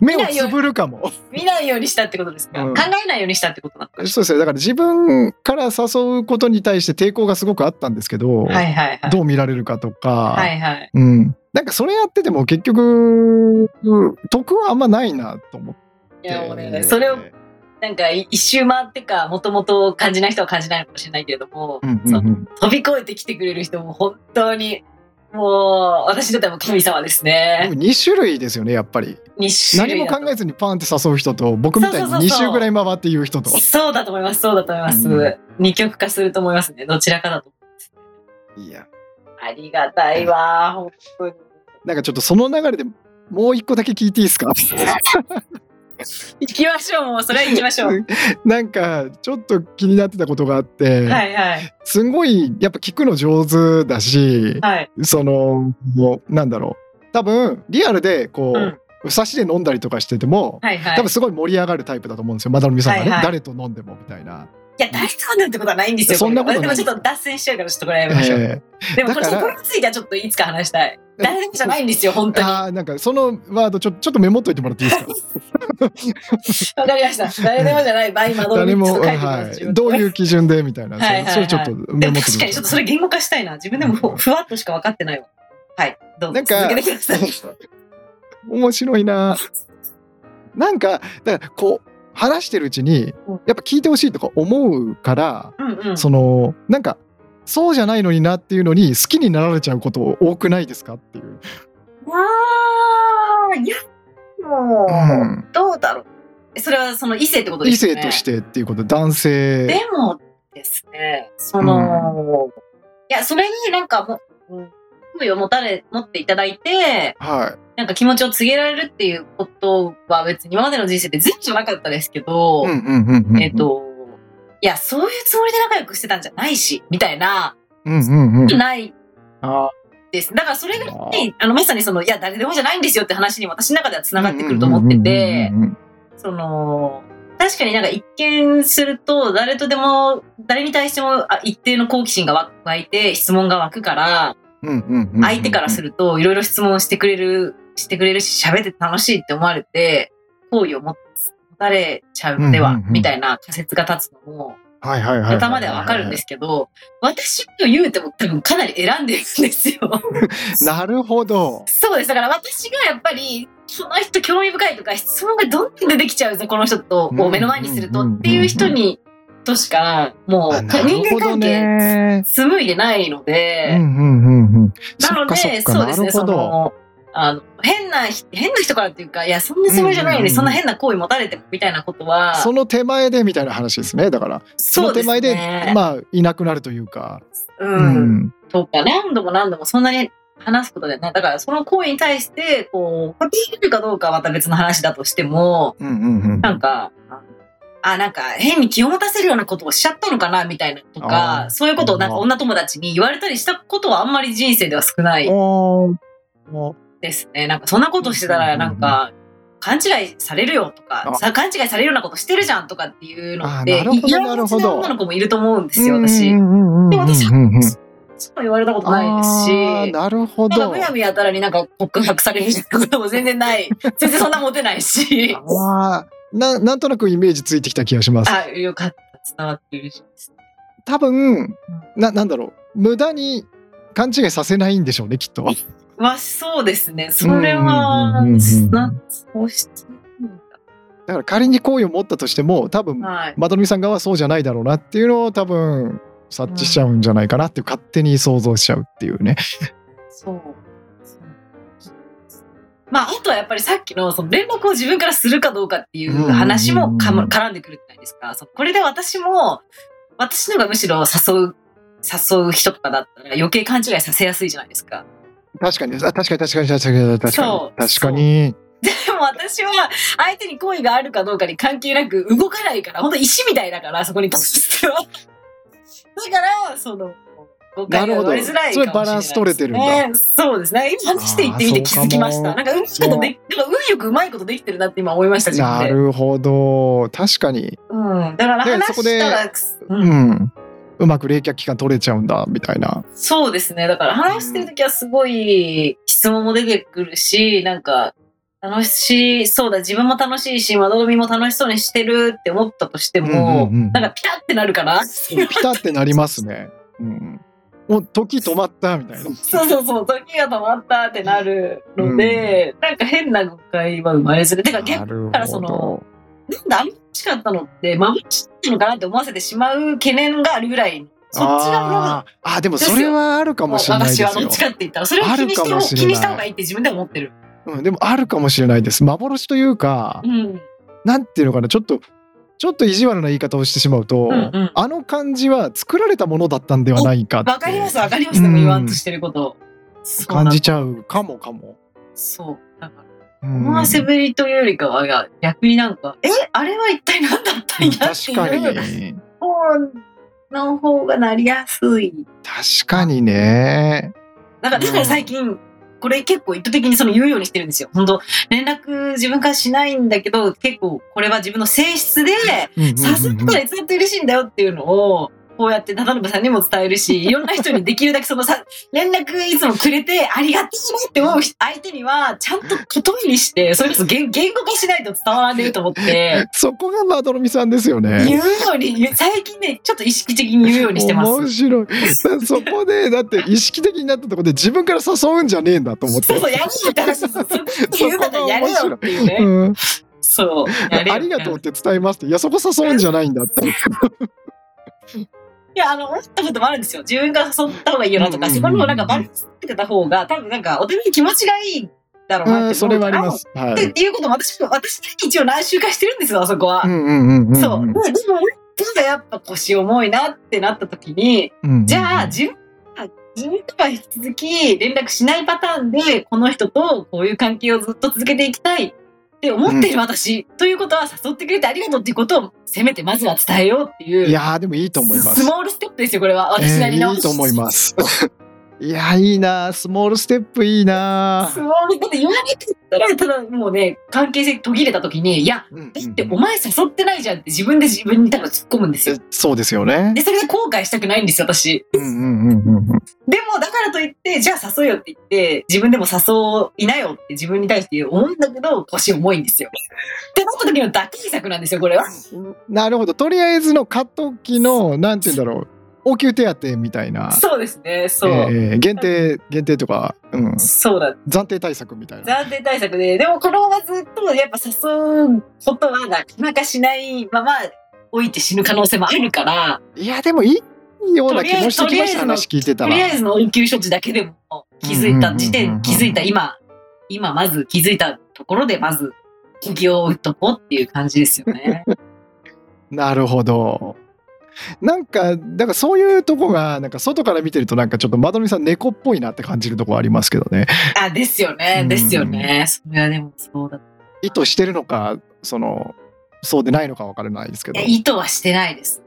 [SPEAKER 1] 目をつぶるかも。
[SPEAKER 2] 見ないようにしたってことですか、
[SPEAKER 1] うん
[SPEAKER 2] 考えないようにしたってことなのか。
[SPEAKER 1] そうですねだから自分から誘うことに対して抵抗がすごくあったんですけど、
[SPEAKER 2] はいはいはい。
[SPEAKER 1] どう見られるかとか、
[SPEAKER 2] はいはい。
[SPEAKER 1] うん、なんかそれやってても結局得はあんまないなと思って。
[SPEAKER 2] いや、もうね、それを、なんか、い一周回ってか、もともと感じない人は感じないのかもしれないけれども、
[SPEAKER 1] うんうん
[SPEAKER 2] そ
[SPEAKER 1] うん
[SPEAKER 2] 飛び越えてきてくれる人も本当に、もう、私にとってはもう神様です
[SPEAKER 1] で
[SPEAKER 2] ね
[SPEAKER 1] も。2種類ですよねやっぱり
[SPEAKER 2] 2種
[SPEAKER 1] 何
[SPEAKER 2] 類
[SPEAKER 1] も
[SPEAKER 2] だと
[SPEAKER 1] 考えずにパンって誘う人と僕みたいに
[SPEAKER 2] そうそうそう
[SPEAKER 1] 2
[SPEAKER 2] そう
[SPEAKER 1] 週ぐらい回って言う人と
[SPEAKER 2] そうだと思います、そうだと思います。
[SPEAKER 1] うん
[SPEAKER 2] 二極化すると思いますね、どちらかだと。
[SPEAKER 1] いや
[SPEAKER 2] ありがたいわ、本当に。
[SPEAKER 1] なんかちょっとその流れでもう一個だけ聞いていいです か
[SPEAKER 2] 行きましょう、もう、それは行きましょう。
[SPEAKER 1] なんかちょっと気になってたことがあって、
[SPEAKER 2] はいはい。
[SPEAKER 1] すごいやっぱ聞くの上手だし、
[SPEAKER 2] はい。
[SPEAKER 1] そのもうなんだろう多分リアルでこ
[SPEAKER 2] うん
[SPEAKER 1] う、差しで飲んだりとかしてても、
[SPEAKER 2] はいはい
[SPEAKER 1] 多分。すごい盛り上がるタイプだと思うんですよまだのみさんがね、
[SPEAKER 2] はいはい
[SPEAKER 1] 誰と飲んでもみたいな。
[SPEAKER 2] いや、大丈夫なんてことはないんですよ。
[SPEAKER 1] そんなことない
[SPEAKER 2] れでもちょっと脱線しちゃうから、ちょっとこれやめましょう。
[SPEAKER 1] え
[SPEAKER 2] でもこれ、
[SPEAKER 1] だ
[SPEAKER 2] そ
[SPEAKER 1] から
[SPEAKER 2] こについてはちょっといつか話したい。誰でもじゃないんですよ、本
[SPEAKER 1] え
[SPEAKER 2] 当に。わ
[SPEAKER 1] ああなんかそのワードちょちょっとメモっといてもらっていいです か
[SPEAKER 2] かりました。誰でもじゃない場合、窓口
[SPEAKER 1] 誰
[SPEAKER 2] ちょっ
[SPEAKER 1] も、
[SPEAKER 2] と書いてき
[SPEAKER 1] は
[SPEAKER 2] ます自分
[SPEAKER 1] い、
[SPEAKER 2] で
[SPEAKER 1] どういう基準でみたいなそ
[SPEAKER 2] はいはいはい
[SPEAKER 1] れそれちょっとメ
[SPEAKER 2] でも
[SPEAKER 1] モっとい
[SPEAKER 2] 確
[SPEAKER 1] て
[SPEAKER 2] か
[SPEAKER 1] くだ
[SPEAKER 2] にちょっと
[SPEAKER 1] さ
[SPEAKER 2] そ
[SPEAKER 1] い
[SPEAKER 2] れ言語化したいな。自分でもふふわっとしか分かってないわ。はい。どうぞ
[SPEAKER 1] なんか
[SPEAKER 2] 続けてください。
[SPEAKER 1] 面白いななんかだからこう話してるうちに
[SPEAKER 2] うん
[SPEAKER 1] やっぱ聞いてほしいとか思うから、
[SPEAKER 2] うんうん。
[SPEAKER 1] そのなんかそうじゃないのになっていうのに好きになられちゃうこと多くないですかっていう、
[SPEAKER 2] あーいや、もう、どうだろう。えそれはその異性ってことで
[SPEAKER 1] 異
[SPEAKER 2] すよ
[SPEAKER 1] 性
[SPEAKER 2] ね。
[SPEAKER 1] としてっていうこと男性
[SPEAKER 2] でもですね、その、いや、それになんかも、うん興味を持たれ、持っていただいて、
[SPEAKER 1] は
[SPEAKER 2] なんか気持ちを告げられるっていうことは別に今までの人生で全部じゃなかったですけど、
[SPEAKER 1] い。うんうんうんうんうん
[SPEAKER 2] えっ、、と、いや、そういうつもりで仲良くしてたんじゃないし、みたいな、
[SPEAKER 1] うんうんうん、
[SPEAKER 2] ない
[SPEAKER 1] あ
[SPEAKER 2] です。だからそれぐら
[SPEAKER 1] あ
[SPEAKER 2] い、あの、まさにその、いや、誰でもじゃないんですよって話に私の中では繋がってくると思
[SPEAKER 1] 思
[SPEAKER 2] ってて、、その、確かになんか一見すると、誰とでも、誰に対してもあ一定の好奇心が湧湧いて、質問が湧くから、相手から
[SPEAKER 1] る。
[SPEAKER 2] すると、いろいろ質問してくれる、してくれるし、喋って楽しいって思われて、好意を持つ持たれちゃうのでは、
[SPEAKER 1] うんうんうん
[SPEAKER 2] みたいな仮説が立つのも、
[SPEAKER 1] はいはいはいはい。
[SPEAKER 2] 頭ではわかるんですけど、私の言うても多分かなり選んでるんですよ。
[SPEAKER 1] なるほど。
[SPEAKER 2] そうです。だから私がやっぱり、この人興味深いとか、質問がどんどん出てきちゃうぞ、この人と、
[SPEAKER 1] うん
[SPEAKER 2] を目の前にすると
[SPEAKER 1] うんうんうん
[SPEAKER 2] っていう人に、としか、もう、
[SPEAKER 1] あなる
[SPEAKER 2] 人間
[SPEAKER 1] ほど
[SPEAKER 2] 関係、
[SPEAKER 1] ね。
[SPEAKER 2] 紡いでないの
[SPEAKER 1] うんう
[SPEAKER 2] で、
[SPEAKER 1] んうんうん。
[SPEAKER 2] なので、
[SPEAKER 1] そっか
[SPEAKER 2] そ
[SPEAKER 1] そっか
[SPEAKER 2] うですね、
[SPEAKER 1] なる
[SPEAKER 2] そ
[SPEAKER 1] ほど。
[SPEAKER 2] の、あの、変な人、変な人からっていうか、いや、そんなつもりじゃないのに、
[SPEAKER 1] うんうんうん
[SPEAKER 2] そんな変な行為持たれても、みたいなことは、
[SPEAKER 1] その手前でみたいな話ですね。だから、そ
[SPEAKER 2] そ
[SPEAKER 1] の
[SPEAKER 2] うで
[SPEAKER 1] 手
[SPEAKER 2] す
[SPEAKER 1] 前で、
[SPEAKER 2] ね。
[SPEAKER 1] まあ、いなくなるというか。
[SPEAKER 2] うん。とか、何度も何度もそんなに話すことでない。だから、その行為に対して、こう、答えれるかどうかはまた別の話だとしても、
[SPEAKER 1] うんうんうん。
[SPEAKER 2] なんか、あ、なんか変に気を持たせるようなことをしちゃったのかな、みたいなと
[SPEAKER 1] あ、
[SPEAKER 2] か
[SPEAKER 1] ー
[SPEAKER 2] そういうことをなんか
[SPEAKER 1] うん
[SPEAKER 2] 女友達に言われたりしたことはあんまり人生では少ない
[SPEAKER 1] おーおー
[SPEAKER 2] ですね。なんかそんなことしてたら、なんか、勘違いされるよとか
[SPEAKER 1] あ
[SPEAKER 2] さ、勘違いされるようなことしてるじゃんとかっていうのっ
[SPEAKER 1] あー
[SPEAKER 2] て
[SPEAKER 1] なるほ、ど
[SPEAKER 2] 嫌
[SPEAKER 1] な
[SPEAKER 2] が
[SPEAKER 1] る
[SPEAKER 2] ち
[SPEAKER 1] ほ
[SPEAKER 2] な
[SPEAKER 1] ど
[SPEAKER 2] 女の子もいると思うんですよ、
[SPEAKER 1] う
[SPEAKER 2] 私。
[SPEAKER 1] んうんうんうんうん
[SPEAKER 2] で私
[SPEAKER 1] うんうん
[SPEAKER 2] そう言われたことないです
[SPEAKER 1] あー
[SPEAKER 2] し。
[SPEAKER 1] なるほ
[SPEAKER 2] なんか
[SPEAKER 1] ど
[SPEAKER 2] む。やみやたらになんか告白されるみたいなことも全然ない。全然そんなモテないし。
[SPEAKER 1] あーななんとなくイメージついてきた気がします。
[SPEAKER 2] あ、よかった。伝わって嬉しいです。
[SPEAKER 1] 多分ななんだろう無駄に勘違いさせないんでしょうねきっと。
[SPEAKER 2] まあそうですね。それは、
[SPEAKER 1] うんうんうんうん
[SPEAKER 2] な、そうしてるん
[SPEAKER 1] だから仮に好意を持ったとしても多分
[SPEAKER 2] だ。はい。
[SPEAKER 1] まどろみさん側はそうじゃないだろうなっていうのを多分察知しちゃうんじゃないかなっていう勝手に想像しちゃうっていうね。
[SPEAKER 2] そう。そうまあ、あとはやっぱりさっきの、その連絡を自分からするかどうかっていう話もかま
[SPEAKER 1] うんうんうん
[SPEAKER 2] 絡んでくるじゃないですか。そうこれで私も、私のがむしろ誘う、誘う人とかだったら余計勘違いさせやすいじゃないですか。
[SPEAKER 1] 確かにあ確かに確かに確かに確か
[SPEAKER 2] そう
[SPEAKER 1] に確かに
[SPEAKER 2] でも私は相手に好意があるかどうかに関係なく動かないから、本当石みたいだから、そこに関しては。だから、その、誤解が生まれづらいかもしれないです、ね。
[SPEAKER 1] なるほどそれバランス取れてるんだ
[SPEAKER 2] そうですね。今話していってみて気づきまし
[SPEAKER 1] あ
[SPEAKER 2] た。
[SPEAKER 1] ー
[SPEAKER 2] なんか、うんことで、なんか運よくうまいことできてるなって今思いました、自
[SPEAKER 1] な
[SPEAKER 2] 分で。
[SPEAKER 1] るほど確かに、
[SPEAKER 2] うん。だから
[SPEAKER 1] で
[SPEAKER 2] 話
[SPEAKER 1] そこ
[SPEAKER 2] し
[SPEAKER 1] で
[SPEAKER 2] たら、う、
[SPEAKER 1] うんん、うまく冷却期間取れちゃうんだみたいな。
[SPEAKER 2] そうですね。だから話してるときはすごい質問も出てくるし、なんか、楽しそうだ、自分も楽しいし、窓組も楽しそうにしてるって思ったとしても、
[SPEAKER 1] うんうんうん
[SPEAKER 2] なんかピタってなるから、
[SPEAKER 1] ピタってなりますね。うん、お時止まったみたいな。
[SPEAKER 2] そうそうそう、時が止まったってなるので、なんか変な誤解は生まれずれ。てか
[SPEAKER 1] な
[SPEAKER 2] 逆
[SPEAKER 1] る
[SPEAKER 2] からそ
[SPEAKER 1] ほ
[SPEAKER 2] の
[SPEAKER 1] ど。
[SPEAKER 2] なんであんましかったのって、まぶしかったのかなって思わせてしまう懸念があるぐらい、そっちの方が
[SPEAKER 1] あーあーでもそれはあるかもしれないです
[SPEAKER 2] 私はど
[SPEAKER 1] よ
[SPEAKER 2] っち。かって言ったら、それを気にし
[SPEAKER 1] ある
[SPEAKER 2] て
[SPEAKER 1] か
[SPEAKER 2] も
[SPEAKER 1] もしれない
[SPEAKER 2] 気にした方がいいって自分では思ってる。
[SPEAKER 1] うん、でもあるかもしれないです。幻というか
[SPEAKER 2] う、ん。
[SPEAKER 1] なんていうのかな、ちょっと、ちょっと意地悪な言い方をしてしまうと、
[SPEAKER 2] うんうん
[SPEAKER 1] あの感じは作られたものだったんではないかっ
[SPEAKER 2] わかります
[SPEAKER 1] て
[SPEAKER 2] わかりますでも言わんとしてること。そうな
[SPEAKER 1] 感
[SPEAKER 2] の
[SPEAKER 1] じちゃうかもかも。
[SPEAKER 2] そう。なんか
[SPEAKER 1] うん
[SPEAKER 2] 思わせぶりというよりかは、いや逆になんか、え、あれは一体何だったん
[SPEAKER 1] うん
[SPEAKER 2] やって
[SPEAKER 1] 確か
[SPEAKER 2] いう
[SPEAKER 1] に。
[SPEAKER 2] 方の方がなりやすい。
[SPEAKER 1] 確かにね。
[SPEAKER 2] なんか、だから最近、これ結構意図的にその言うようにしてるんですよ。本当連絡自分からしないんだけど、結構これは自分の性質で、さすがらいつだって嬉しいんだよっていうのを、こうやって忠信さんにも伝える し、いろんな人にできるだけそのさ、連絡いつもくれて、ありがとうねって思う人相手には、ちゃんと言葉にして、それこそ言言語化しないと伝わら ねえと思って、
[SPEAKER 1] そこがまどろみさんですよ
[SPEAKER 2] 言う
[SPEAKER 1] ね
[SPEAKER 2] ように、最近ね、ちょっと意識的に言うようにしてます。
[SPEAKER 1] 面白いだそこでだって意識的になったところで自分から誘うんじゃねえんだと思って
[SPEAKER 2] そうそう、やるよって話です。そういうこと言うならやるよっていうね。
[SPEAKER 1] うん、
[SPEAKER 2] そう。やれよ
[SPEAKER 1] ありがとうっ。て伝えますっていやそこ誘うんじゃないんだって
[SPEAKER 2] いや、あの、思ったこともあるんですよ。自分が誘った方がいいよな
[SPEAKER 1] う
[SPEAKER 2] と
[SPEAKER 1] んうんうんう
[SPEAKER 2] か、
[SPEAKER 1] ん
[SPEAKER 2] そこにもなんかバランスつけてた方が、多分なんか、お互い気持ちがいいだろう
[SPEAKER 1] う
[SPEAKER 2] なっ
[SPEAKER 1] ん
[SPEAKER 2] て
[SPEAKER 1] そ
[SPEAKER 2] 思
[SPEAKER 1] れ
[SPEAKER 2] う
[SPEAKER 1] はあ
[SPEAKER 2] か
[SPEAKER 1] り
[SPEAKER 2] ら。
[SPEAKER 1] ま
[SPEAKER 2] っ
[SPEAKER 1] すは
[SPEAKER 2] て
[SPEAKER 1] い
[SPEAKER 2] いうことも私、私一応何周かしてるんですよ、あそこは。
[SPEAKER 1] うんうんうんうん
[SPEAKER 2] そう。ででも、なんかやっぱ腰重いなってなった時に、
[SPEAKER 1] うん
[SPEAKER 2] じゃあ、自分は、自分とは引き続き連絡しないパターンで、この人とこういう関係をずっと続けていきたいって思ってる私。ということは、誘ってくれてありがとうっていうことを、せめてまずは伝えようっていう。
[SPEAKER 1] いやーでもいいと思います
[SPEAKER 2] スモールステップですよ、これは。私なり
[SPEAKER 1] え
[SPEAKER 2] の。
[SPEAKER 1] ーいいと思います。 いやいいなスモールステップいいな
[SPEAKER 2] スモールだって言われてたら、ただもうね、関係性途切れた時に、いや、
[SPEAKER 1] うん
[SPEAKER 2] だってお前誘ってないじゃんって自分で自分に多分突っ込むんですよ。
[SPEAKER 1] そうですよね
[SPEAKER 2] で、。それで後悔したくないんですよ、私。
[SPEAKER 1] うんうんうんうんうん
[SPEAKER 2] でも、だからといって、じゃあ誘うよって言って、自分でも誘いなよって自分に対して思うんだけど、腰重いんですよ。ってなった時の打球策なんですよ、これは。
[SPEAKER 1] なるほどとりあえずの過渡期のなんて言うんだろう応急手当みたいな、
[SPEAKER 2] そうですね、
[SPEAKER 1] え
[SPEAKER 2] そう。
[SPEAKER 1] ー限定限定とか、うん、
[SPEAKER 2] そうだ。
[SPEAKER 1] 暫定対策みたいな。
[SPEAKER 2] 暫定対策で、でもこのままずっとやっぱ誘うことはなかなかしないまま置いて死ぬ可能性もあるから、
[SPEAKER 1] いやでもいいような気もしてきました
[SPEAKER 2] とりあえ
[SPEAKER 1] 話聞いてた
[SPEAKER 2] と
[SPEAKER 1] ら
[SPEAKER 2] り。あえずの応急処置だけでも気づいた時
[SPEAKER 1] うんうんうんうん
[SPEAKER 2] 点、気づいた今、今まず気づいたところでまず、気を置いとこうっていう感じです よね。
[SPEAKER 1] なるほど。なんかだからそういうとこがなんか外から見てるとなんかちょっとまどろみさん猫っぽいなって感じるとこありますけどね。
[SPEAKER 2] あ、ですよね
[SPEAKER 1] う、ん
[SPEAKER 2] ですよね。それはでもそうだ。
[SPEAKER 1] 意図してるのかそのそうでないのかわからないですけど
[SPEAKER 2] え意図はしてないです。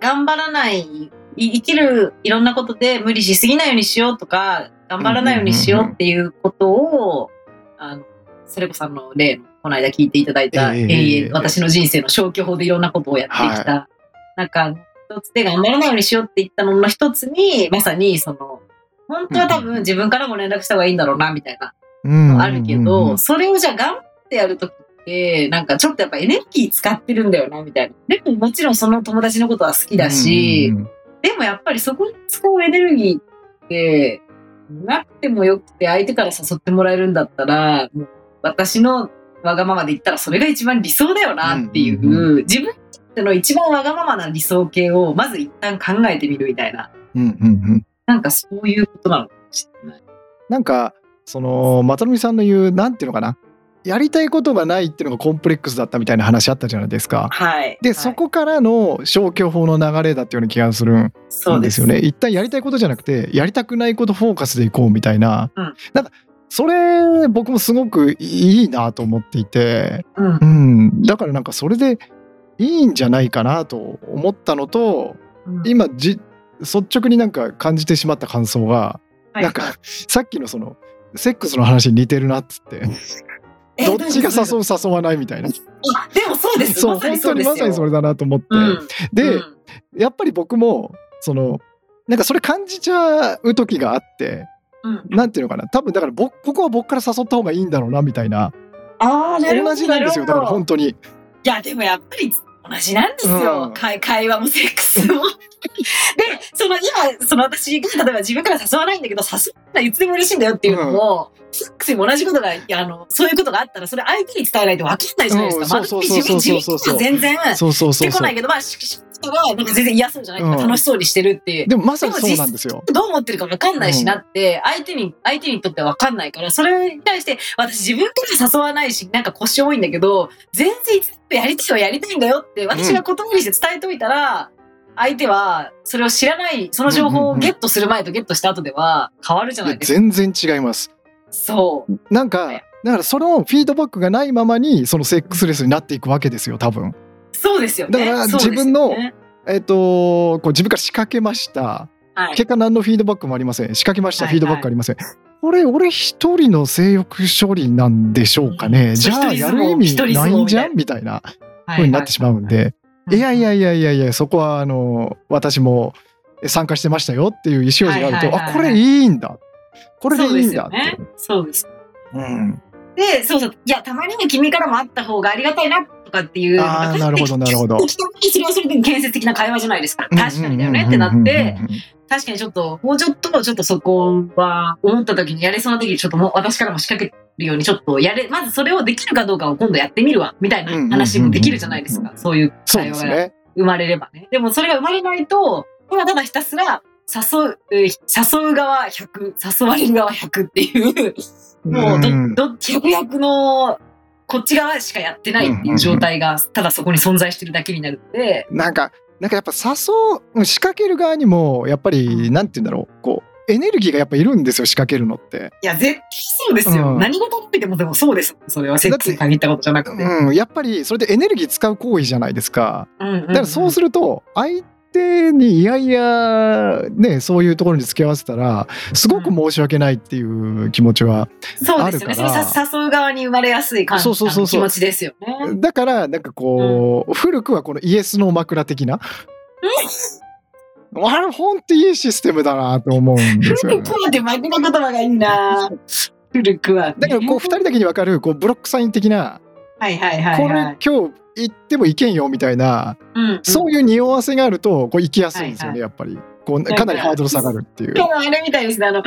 [SPEAKER 2] 頑張らない、い生きるいろんなことで無理しすぎないようにしようとか、頑張らないようにしようっていうことを、あの、それこそあの、例の、この間聞いていただいた、
[SPEAKER 1] ええ
[SPEAKER 2] 永遠、私の人生の消去法でいろんなことをやってきた、なんか、一つで頑張らないようにしようって言ったのの一つに、まさにその、本当は多
[SPEAKER 1] うんうん
[SPEAKER 2] 分自分からも連絡した方がいいんだろうな、みたいな。
[SPEAKER 1] うん
[SPEAKER 2] あるけど、それをじゃあ頑張ってやるときって、なんかちょっとやっぱエネルギー使ってるんだよな、みたいな。でももちろんその友達のことは好きだし、
[SPEAKER 1] うんうん
[SPEAKER 2] でもやっぱりそこに使うエネルギーって、なくてもよくて相手から誘ってもらえるんだったら、もう私のわがままで言ったらそれが一番理想だよなっていう、
[SPEAKER 1] うんう
[SPEAKER 2] 自分にとっての一番わがままな理想形をまず一旦考えてみるみたいな。
[SPEAKER 1] うんうんうん
[SPEAKER 2] なんかそういうことなのかもしれない。
[SPEAKER 1] なんかそのまとみさんの言うなんていうのかなやりたいことがないっていうのがコンプレックスだったみたいな話あったじゃないですか。
[SPEAKER 2] はい。
[SPEAKER 1] で、
[SPEAKER 2] はい
[SPEAKER 1] そこからの消去法の流れだっていうような気がするん
[SPEAKER 2] そう
[SPEAKER 1] ですよね。。一旦やりたいことじゃなくてやりたくないことフォーカスでいこうみたいな、
[SPEAKER 2] うん
[SPEAKER 1] なんかそれ僕もすごくいいなと思っていて、
[SPEAKER 2] うん
[SPEAKER 1] う。ん、だからなんかそれでいいんじゃないかなと思ったのと
[SPEAKER 2] うん
[SPEAKER 1] 今じ率直になんか感じてしまった感想が、
[SPEAKER 2] はい
[SPEAKER 1] なんかさっきのそのセックスの話に似てるなっつって
[SPEAKER 2] え
[SPEAKER 1] どっちが
[SPEAKER 2] ど
[SPEAKER 1] 誘
[SPEAKER 2] う
[SPEAKER 1] う誘わないみたいな
[SPEAKER 2] あでもそうです。
[SPEAKER 1] そう
[SPEAKER 2] まさに
[SPEAKER 1] 本
[SPEAKER 2] そ
[SPEAKER 1] 当
[SPEAKER 2] う
[SPEAKER 1] に
[SPEAKER 2] ですよ
[SPEAKER 1] まさにそれだなと思って、
[SPEAKER 2] うん、
[SPEAKER 1] で、
[SPEAKER 2] うん
[SPEAKER 1] やっぱり僕もそのなんかそれ感じちゃう時があって
[SPEAKER 2] うん
[SPEAKER 1] なんていうのかな多分だから僕ここは僕から誘った方がいいんだろうなみたいな
[SPEAKER 2] ああ、なるほど。
[SPEAKER 1] 同じなんですよだから本
[SPEAKER 2] 当
[SPEAKER 1] 当に
[SPEAKER 2] いや、でもやっぱり同じなんですよ。
[SPEAKER 1] うん
[SPEAKER 2] 会会話もセックスも。で、その今、その私が、例えば自分から誘わないんだけど、誘ったらいつでも嬉しいんだよっていうのも、セックスにも同じことが、いやあの、そういうことがあったら、それ相手に伝えないと分かんないじゃないですか。
[SPEAKER 1] うんそうそうそ
[SPEAKER 2] まあ
[SPEAKER 1] うそう
[SPEAKER 2] 自分、自
[SPEAKER 1] そう
[SPEAKER 2] 分
[SPEAKER 1] そう
[SPEAKER 2] は全然、し
[SPEAKER 1] そうそうそ
[SPEAKER 2] て
[SPEAKER 1] う
[SPEAKER 2] こ
[SPEAKER 1] そ
[SPEAKER 2] ないけど、まあ、しししたら、なんか全然嫌そうじゃないとか、
[SPEAKER 1] うん
[SPEAKER 2] 楽しそうにしてるっていう
[SPEAKER 1] う。でもまさにそうなんですよ
[SPEAKER 2] どう思ってるか分かんないしなって、相手に、相手にとっては分かんないから、それに対して、私自分から誘わないし、なんか腰多いんだけど、全然いつでもやりたいはやりたいんだよって、私が断りして伝えといたら、相手は、それを知らない、その情報
[SPEAKER 1] うんうん
[SPEAKER 2] を
[SPEAKER 1] うん
[SPEAKER 2] ゲットする前とゲットした後では、変わるじゃ
[SPEAKER 1] い
[SPEAKER 2] な
[SPEAKER 1] や
[SPEAKER 2] いですか。
[SPEAKER 1] 全然違います
[SPEAKER 2] そう。
[SPEAKER 1] なんかだからそのフィードバックがないままにそのセックスレスになっていくわけですよ多分
[SPEAKER 2] そうですよね。
[SPEAKER 1] だから
[SPEAKER 2] そうですよね
[SPEAKER 1] 自分のえっ、とこう自分から仕掛けました
[SPEAKER 2] はい。
[SPEAKER 1] 結果何のフィードバックもありません仕掛けました
[SPEAKER 2] は
[SPEAKER 1] フ
[SPEAKER 2] い
[SPEAKER 1] ィードバックありません、これ俺一人の性欲処理なんでしょうかね、
[SPEAKER 2] うん
[SPEAKER 1] じゃあやる意
[SPEAKER 2] 一
[SPEAKER 1] 味
[SPEAKER 2] 人相撲
[SPEAKER 1] ないんじゃん
[SPEAKER 2] 一
[SPEAKER 1] みたいな
[SPEAKER 2] はい
[SPEAKER 1] ふうになってしまうんで、いやいやいやいやいやそこはあの私も参加してましたよっていう意思表示があると、
[SPEAKER 2] はいはいはいはい
[SPEAKER 1] あこれいいんだこれでいいんだって
[SPEAKER 2] そうですよね。
[SPEAKER 1] うん、
[SPEAKER 2] そうです。で、そうそう。いや、たまには君からもあった方がありがたいなとかっていう。
[SPEAKER 1] あーなるほどなるほど
[SPEAKER 2] きっとそれはそれで建設的な会話じゃないですか。確かにだよねってなっ
[SPEAKER 1] うんうん
[SPEAKER 2] て
[SPEAKER 1] うん、うんうん
[SPEAKER 2] 確かにちょっと、もうちょっと、ちょっとそこは、思った時にやれそうな時に、ちょっともう私からも仕掛けるように、ちょっとやれ、まずそれをできるかどうかを今度やってみるわ、みたいな話もできるじゃないですか。そういう
[SPEAKER 1] そうですね
[SPEAKER 2] 生まれればね。でもそれが生まれないと、ただただひたすら誘う、誘う側100、誘われる側100っていう、もうど、
[SPEAKER 1] うん
[SPEAKER 2] ど、100役の、こっち側しかやってないっていう状態が、ただそこに存在してるだけになるので、
[SPEAKER 1] なんか、なんかやっぱ誘う、仕掛ける側にも、やっぱり、なんて言うんだろう、こう、エネルギーがやっぱいるんですよ、仕掛けるのって。
[SPEAKER 2] いや、絶対そうですよ。
[SPEAKER 1] うん
[SPEAKER 2] 何事においてもでもそうです。それはセックスに限ったことじゃなくて。
[SPEAKER 1] うん、やっぱり、それでエネルギー使う行為じゃないですか。だからそうすると、相手にいやいや、ね、そういうところに付き合わせたら、すごく申し訳ないっていう気持ちは。
[SPEAKER 2] るそうですよね。
[SPEAKER 1] ある
[SPEAKER 2] そ
[SPEAKER 1] か
[SPEAKER 2] の
[SPEAKER 1] ら
[SPEAKER 2] さ誘う側に生まれやすい感じ
[SPEAKER 1] そうそうそうそう
[SPEAKER 2] あの気持ちですよね。
[SPEAKER 1] だから、なんかこう、古くはこのイエスの枕的な。 あれ、ほんといいシステムだなと思うんですよ ね。
[SPEAKER 2] 古くはってマグの言葉がいいな古くはね。
[SPEAKER 1] だからこう2人だけに分かるこうブロックサイン的な
[SPEAKER 2] はいはいはい、
[SPEAKER 1] これ
[SPEAKER 2] は
[SPEAKER 1] 今
[SPEAKER 2] い。
[SPEAKER 1] 日行ってもいけんよみたいな
[SPEAKER 2] うんうん
[SPEAKER 1] そういう匂わせがあるとこう行きやすいんですよ
[SPEAKER 2] はい
[SPEAKER 1] ねやっぱりこうかなりハードル下がるっていう
[SPEAKER 2] 今日のあれみたいですね。あの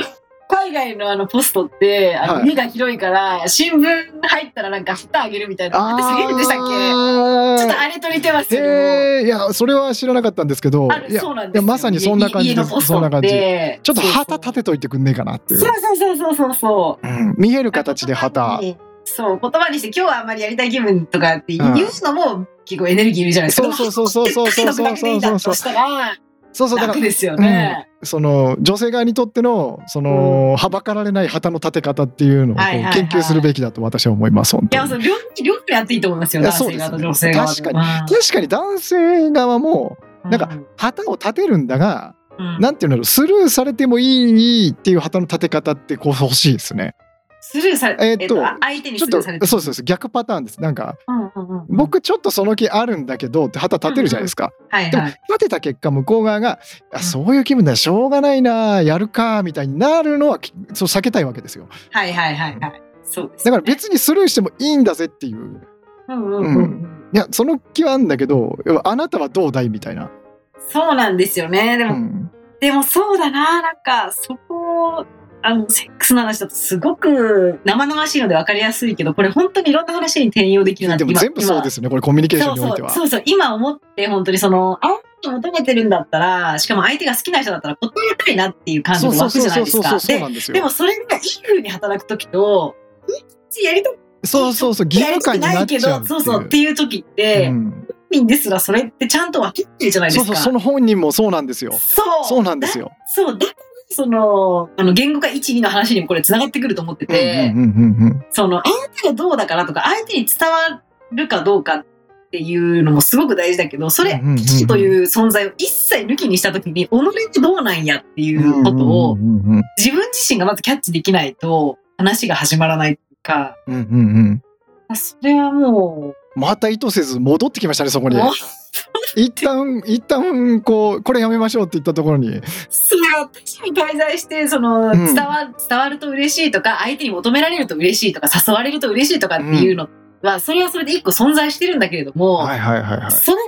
[SPEAKER 2] 海外のあのポストって、あ
[SPEAKER 1] は
[SPEAKER 2] の
[SPEAKER 1] い
[SPEAKER 2] 家が広いから、新聞入ったらなんか蓋あげるみたいな。あれ、すげえでしたっけちょっと
[SPEAKER 1] あ
[SPEAKER 2] あれと似てます
[SPEAKER 1] ー
[SPEAKER 2] よね。
[SPEAKER 1] へえいやそれは知らなかったんですけど
[SPEAKER 2] あ
[SPEAKER 1] い
[SPEAKER 2] る
[SPEAKER 1] や
[SPEAKER 2] そうなん
[SPEAKER 1] い
[SPEAKER 2] で
[SPEAKER 1] や
[SPEAKER 2] すよ
[SPEAKER 1] まさにそんな感じ
[SPEAKER 2] 家
[SPEAKER 1] で
[SPEAKER 2] の
[SPEAKER 1] す
[SPEAKER 2] ポス
[SPEAKER 1] そん
[SPEAKER 2] ト
[SPEAKER 1] な
[SPEAKER 2] っ
[SPEAKER 1] 感じち
[SPEAKER 2] て
[SPEAKER 1] ょっと旗立てといてくんねえかなって
[SPEAKER 2] そ
[SPEAKER 1] いうう
[SPEAKER 2] そうそうそうそうそう。
[SPEAKER 1] うん見える形で旗
[SPEAKER 2] そう、言葉にして、今日はあんまりやりたい気分とかって言うのも、結構エネルギーいるじゃないです
[SPEAKER 1] そう
[SPEAKER 2] か。
[SPEAKER 1] そうそうそうそうそうそう
[SPEAKER 2] でっかいのだけでいいん
[SPEAKER 1] そう
[SPEAKER 2] だ
[SPEAKER 1] そ
[SPEAKER 2] と
[SPEAKER 1] う
[SPEAKER 2] したら、
[SPEAKER 1] そうそうだから
[SPEAKER 2] 楽ですよね。
[SPEAKER 1] その女性側にとってのその、はばかられない旗の立て方っていうのをこう
[SPEAKER 2] はいはいはい
[SPEAKER 1] 研究するべきだと私は思います本
[SPEAKER 2] い
[SPEAKER 1] 当
[SPEAKER 2] や、
[SPEAKER 1] に
[SPEAKER 2] そう、両方、両方やっていいと思いますよ。
[SPEAKER 1] いや
[SPEAKER 2] 男性側と女
[SPEAKER 1] そう
[SPEAKER 2] 性
[SPEAKER 1] ですね
[SPEAKER 2] 側と。
[SPEAKER 1] 確確かに男性側も
[SPEAKER 2] うん
[SPEAKER 1] なんか、旗を立てるんだが、
[SPEAKER 2] うん
[SPEAKER 1] なんていうんだろうスルーされてもいいっていう旗の立て方ってこう欲しいですね。
[SPEAKER 2] スルーされ、
[SPEAKER 1] え
[SPEAKER 2] え
[SPEAKER 1] ーっと
[SPEAKER 2] っと、あ相手に
[SPEAKER 1] ちょ
[SPEAKER 2] ス
[SPEAKER 1] っ
[SPEAKER 2] ル
[SPEAKER 1] と
[SPEAKER 2] ーさ
[SPEAKER 1] そう
[SPEAKER 2] れ
[SPEAKER 1] で
[SPEAKER 2] て。
[SPEAKER 1] すそうです逆パターンです。なんか
[SPEAKER 2] うんうんうん、
[SPEAKER 1] 僕ちょっとその気あるんだけどって旗立てるじゃないですか。
[SPEAKER 2] はい
[SPEAKER 1] でも
[SPEAKER 2] は
[SPEAKER 1] 立
[SPEAKER 2] い。
[SPEAKER 1] てた結果向こう側があ
[SPEAKER 2] うん
[SPEAKER 1] そういう気分だしょうがないなやるかみたいになるのはきそう避けたいわけですよ。
[SPEAKER 2] はいはいはいはい。そうです。
[SPEAKER 1] だから別にスルーしてもいいんだぜっていう
[SPEAKER 2] うんうんうんう。
[SPEAKER 1] うんいやその気はあるんだけど要はあなたはどうだいみたいな。
[SPEAKER 2] そうなんですよね。で
[SPEAKER 1] う
[SPEAKER 2] も、
[SPEAKER 1] ん
[SPEAKER 2] でもそうだな、なんか、そこ、あの、セックスの話だとすごく生々しいので分かりやすいけど、これ本当にいろんな話に転用できるなって。
[SPEAKER 1] でも全部そうですすねこれコミュニケーショ
[SPEAKER 2] そ
[SPEAKER 1] ン
[SPEAKER 2] う
[SPEAKER 1] において
[SPEAKER 2] そう
[SPEAKER 1] は。
[SPEAKER 2] そうそう今思って本当にそのあ求めてるんだったらしかも相手が好きな人だったら答えたいなっていう感じ
[SPEAKER 1] そう
[SPEAKER 2] も
[SPEAKER 1] そ
[SPEAKER 2] 湧
[SPEAKER 1] う
[SPEAKER 2] くじゃないです
[SPEAKER 1] そうそう
[SPEAKER 2] か
[SPEAKER 1] そう
[SPEAKER 2] で
[SPEAKER 1] なんですよ。
[SPEAKER 2] でもそれがいい風に働く時とうんやりたく
[SPEAKER 1] そうそうそう、義
[SPEAKER 2] やり
[SPEAKER 1] 務
[SPEAKER 2] た
[SPEAKER 1] 感に
[SPEAKER 2] くな
[SPEAKER 1] なっ
[SPEAKER 2] いけ
[SPEAKER 1] ちゃうって
[SPEAKER 2] ど
[SPEAKER 1] い
[SPEAKER 2] そうそうっていう時って、
[SPEAKER 1] うん
[SPEAKER 2] 民ですらそれってちゃんと分けてるじゃないで
[SPEAKER 1] そう
[SPEAKER 2] す
[SPEAKER 1] そう、
[SPEAKER 2] か
[SPEAKER 1] その本人もそうなんですよ。
[SPEAKER 2] そう
[SPEAKER 1] そうなんですよ。
[SPEAKER 2] そう、だからその、あの、言語化1、2の話にもこれ繋がってくると思ってて、
[SPEAKER 1] うんうんうんうん
[SPEAKER 2] その、相手がどうだからとか、相手に伝わるかどうかっていうのもすごく大事だけど、それ、
[SPEAKER 1] うんうんうんうん
[SPEAKER 2] 危機という存在を一切抜きにしたときに、己ってどうなんやっていうことを、
[SPEAKER 1] うんうんうん
[SPEAKER 2] 自分自身がまずキャッチできないと、話が始まらないというか、
[SPEAKER 1] うんうんうん
[SPEAKER 2] それはも
[SPEAKER 1] また意図せず戻ってきましたね、そこ
[SPEAKER 2] う、
[SPEAKER 1] に。
[SPEAKER 2] もう
[SPEAKER 1] 一旦、一旦、こう、これやめましょうって言ったところに。
[SPEAKER 2] それは私に滞在して、その、
[SPEAKER 1] うん
[SPEAKER 2] 伝わ、伝わると嬉しいとか、相手に求められると嬉しいとか、誘われると嬉しいとかっていうのは、それはそれで一個存在してるんだけれども、
[SPEAKER 1] はいはいはいはい。
[SPEAKER 2] それが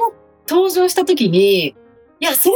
[SPEAKER 2] 登場した時に、いや、それ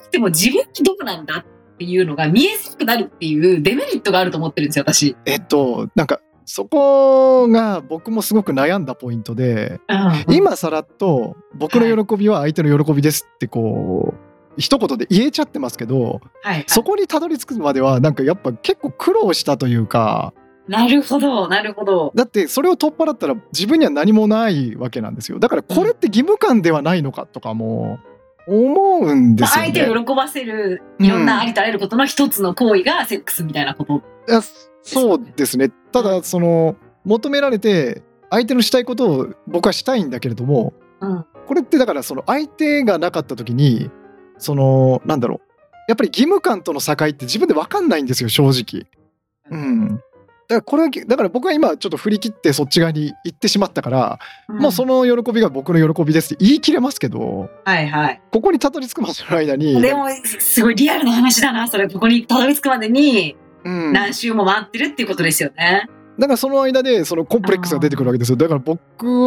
[SPEAKER 2] なくても自分ってどこなんだっていうのが見えやすくなるっていうデメリットがあると思ってるんですよ、私。
[SPEAKER 1] えっと、なんか、そこが僕もすごく悩んだポイントで、今さらっと僕の喜びは相手の喜びですってこう、一言で言えちゃってますけど、
[SPEAKER 2] はい。
[SPEAKER 1] そこにたどり着くまではなんかやっぱ結構苦労したというか
[SPEAKER 2] なるほど、なるほど。
[SPEAKER 1] だってそれを取っ払ったら自分には何もないわけなんですよだからこれって義務感ではないのかとかも思うんですよ
[SPEAKER 2] 相手
[SPEAKER 1] ね。
[SPEAKER 2] を喜ばせるいろんなありとあらゆることの一つの行為がセックスみたいなこと。
[SPEAKER 1] いやそうですねただその求められて相手のしたいことを僕はしたいんだけれども
[SPEAKER 2] うん。
[SPEAKER 1] これってだからその相手がなかった時にそのなんだろうやっぱり義務感との境って自分で分かんないんですよ正直。うん。だからこれはだから僕は今ちょっと振り切ってそっち側に行ってしまったから、もうそ
[SPEAKER 2] ん
[SPEAKER 1] の喜びが僕の喜びですって言い切れますけど
[SPEAKER 2] はいはい。
[SPEAKER 1] ここにたどり着くまでの間に
[SPEAKER 2] でも、すすごいリアルな話だな、それ。ここにたどり着くまでに、
[SPEAKER 1] うん、だ
[SPEAKER 2] 何周も回ってるっていうことですよね。
[SPEAKER 1] からその間でそのコンプレックスが出てくるわけですよだから僕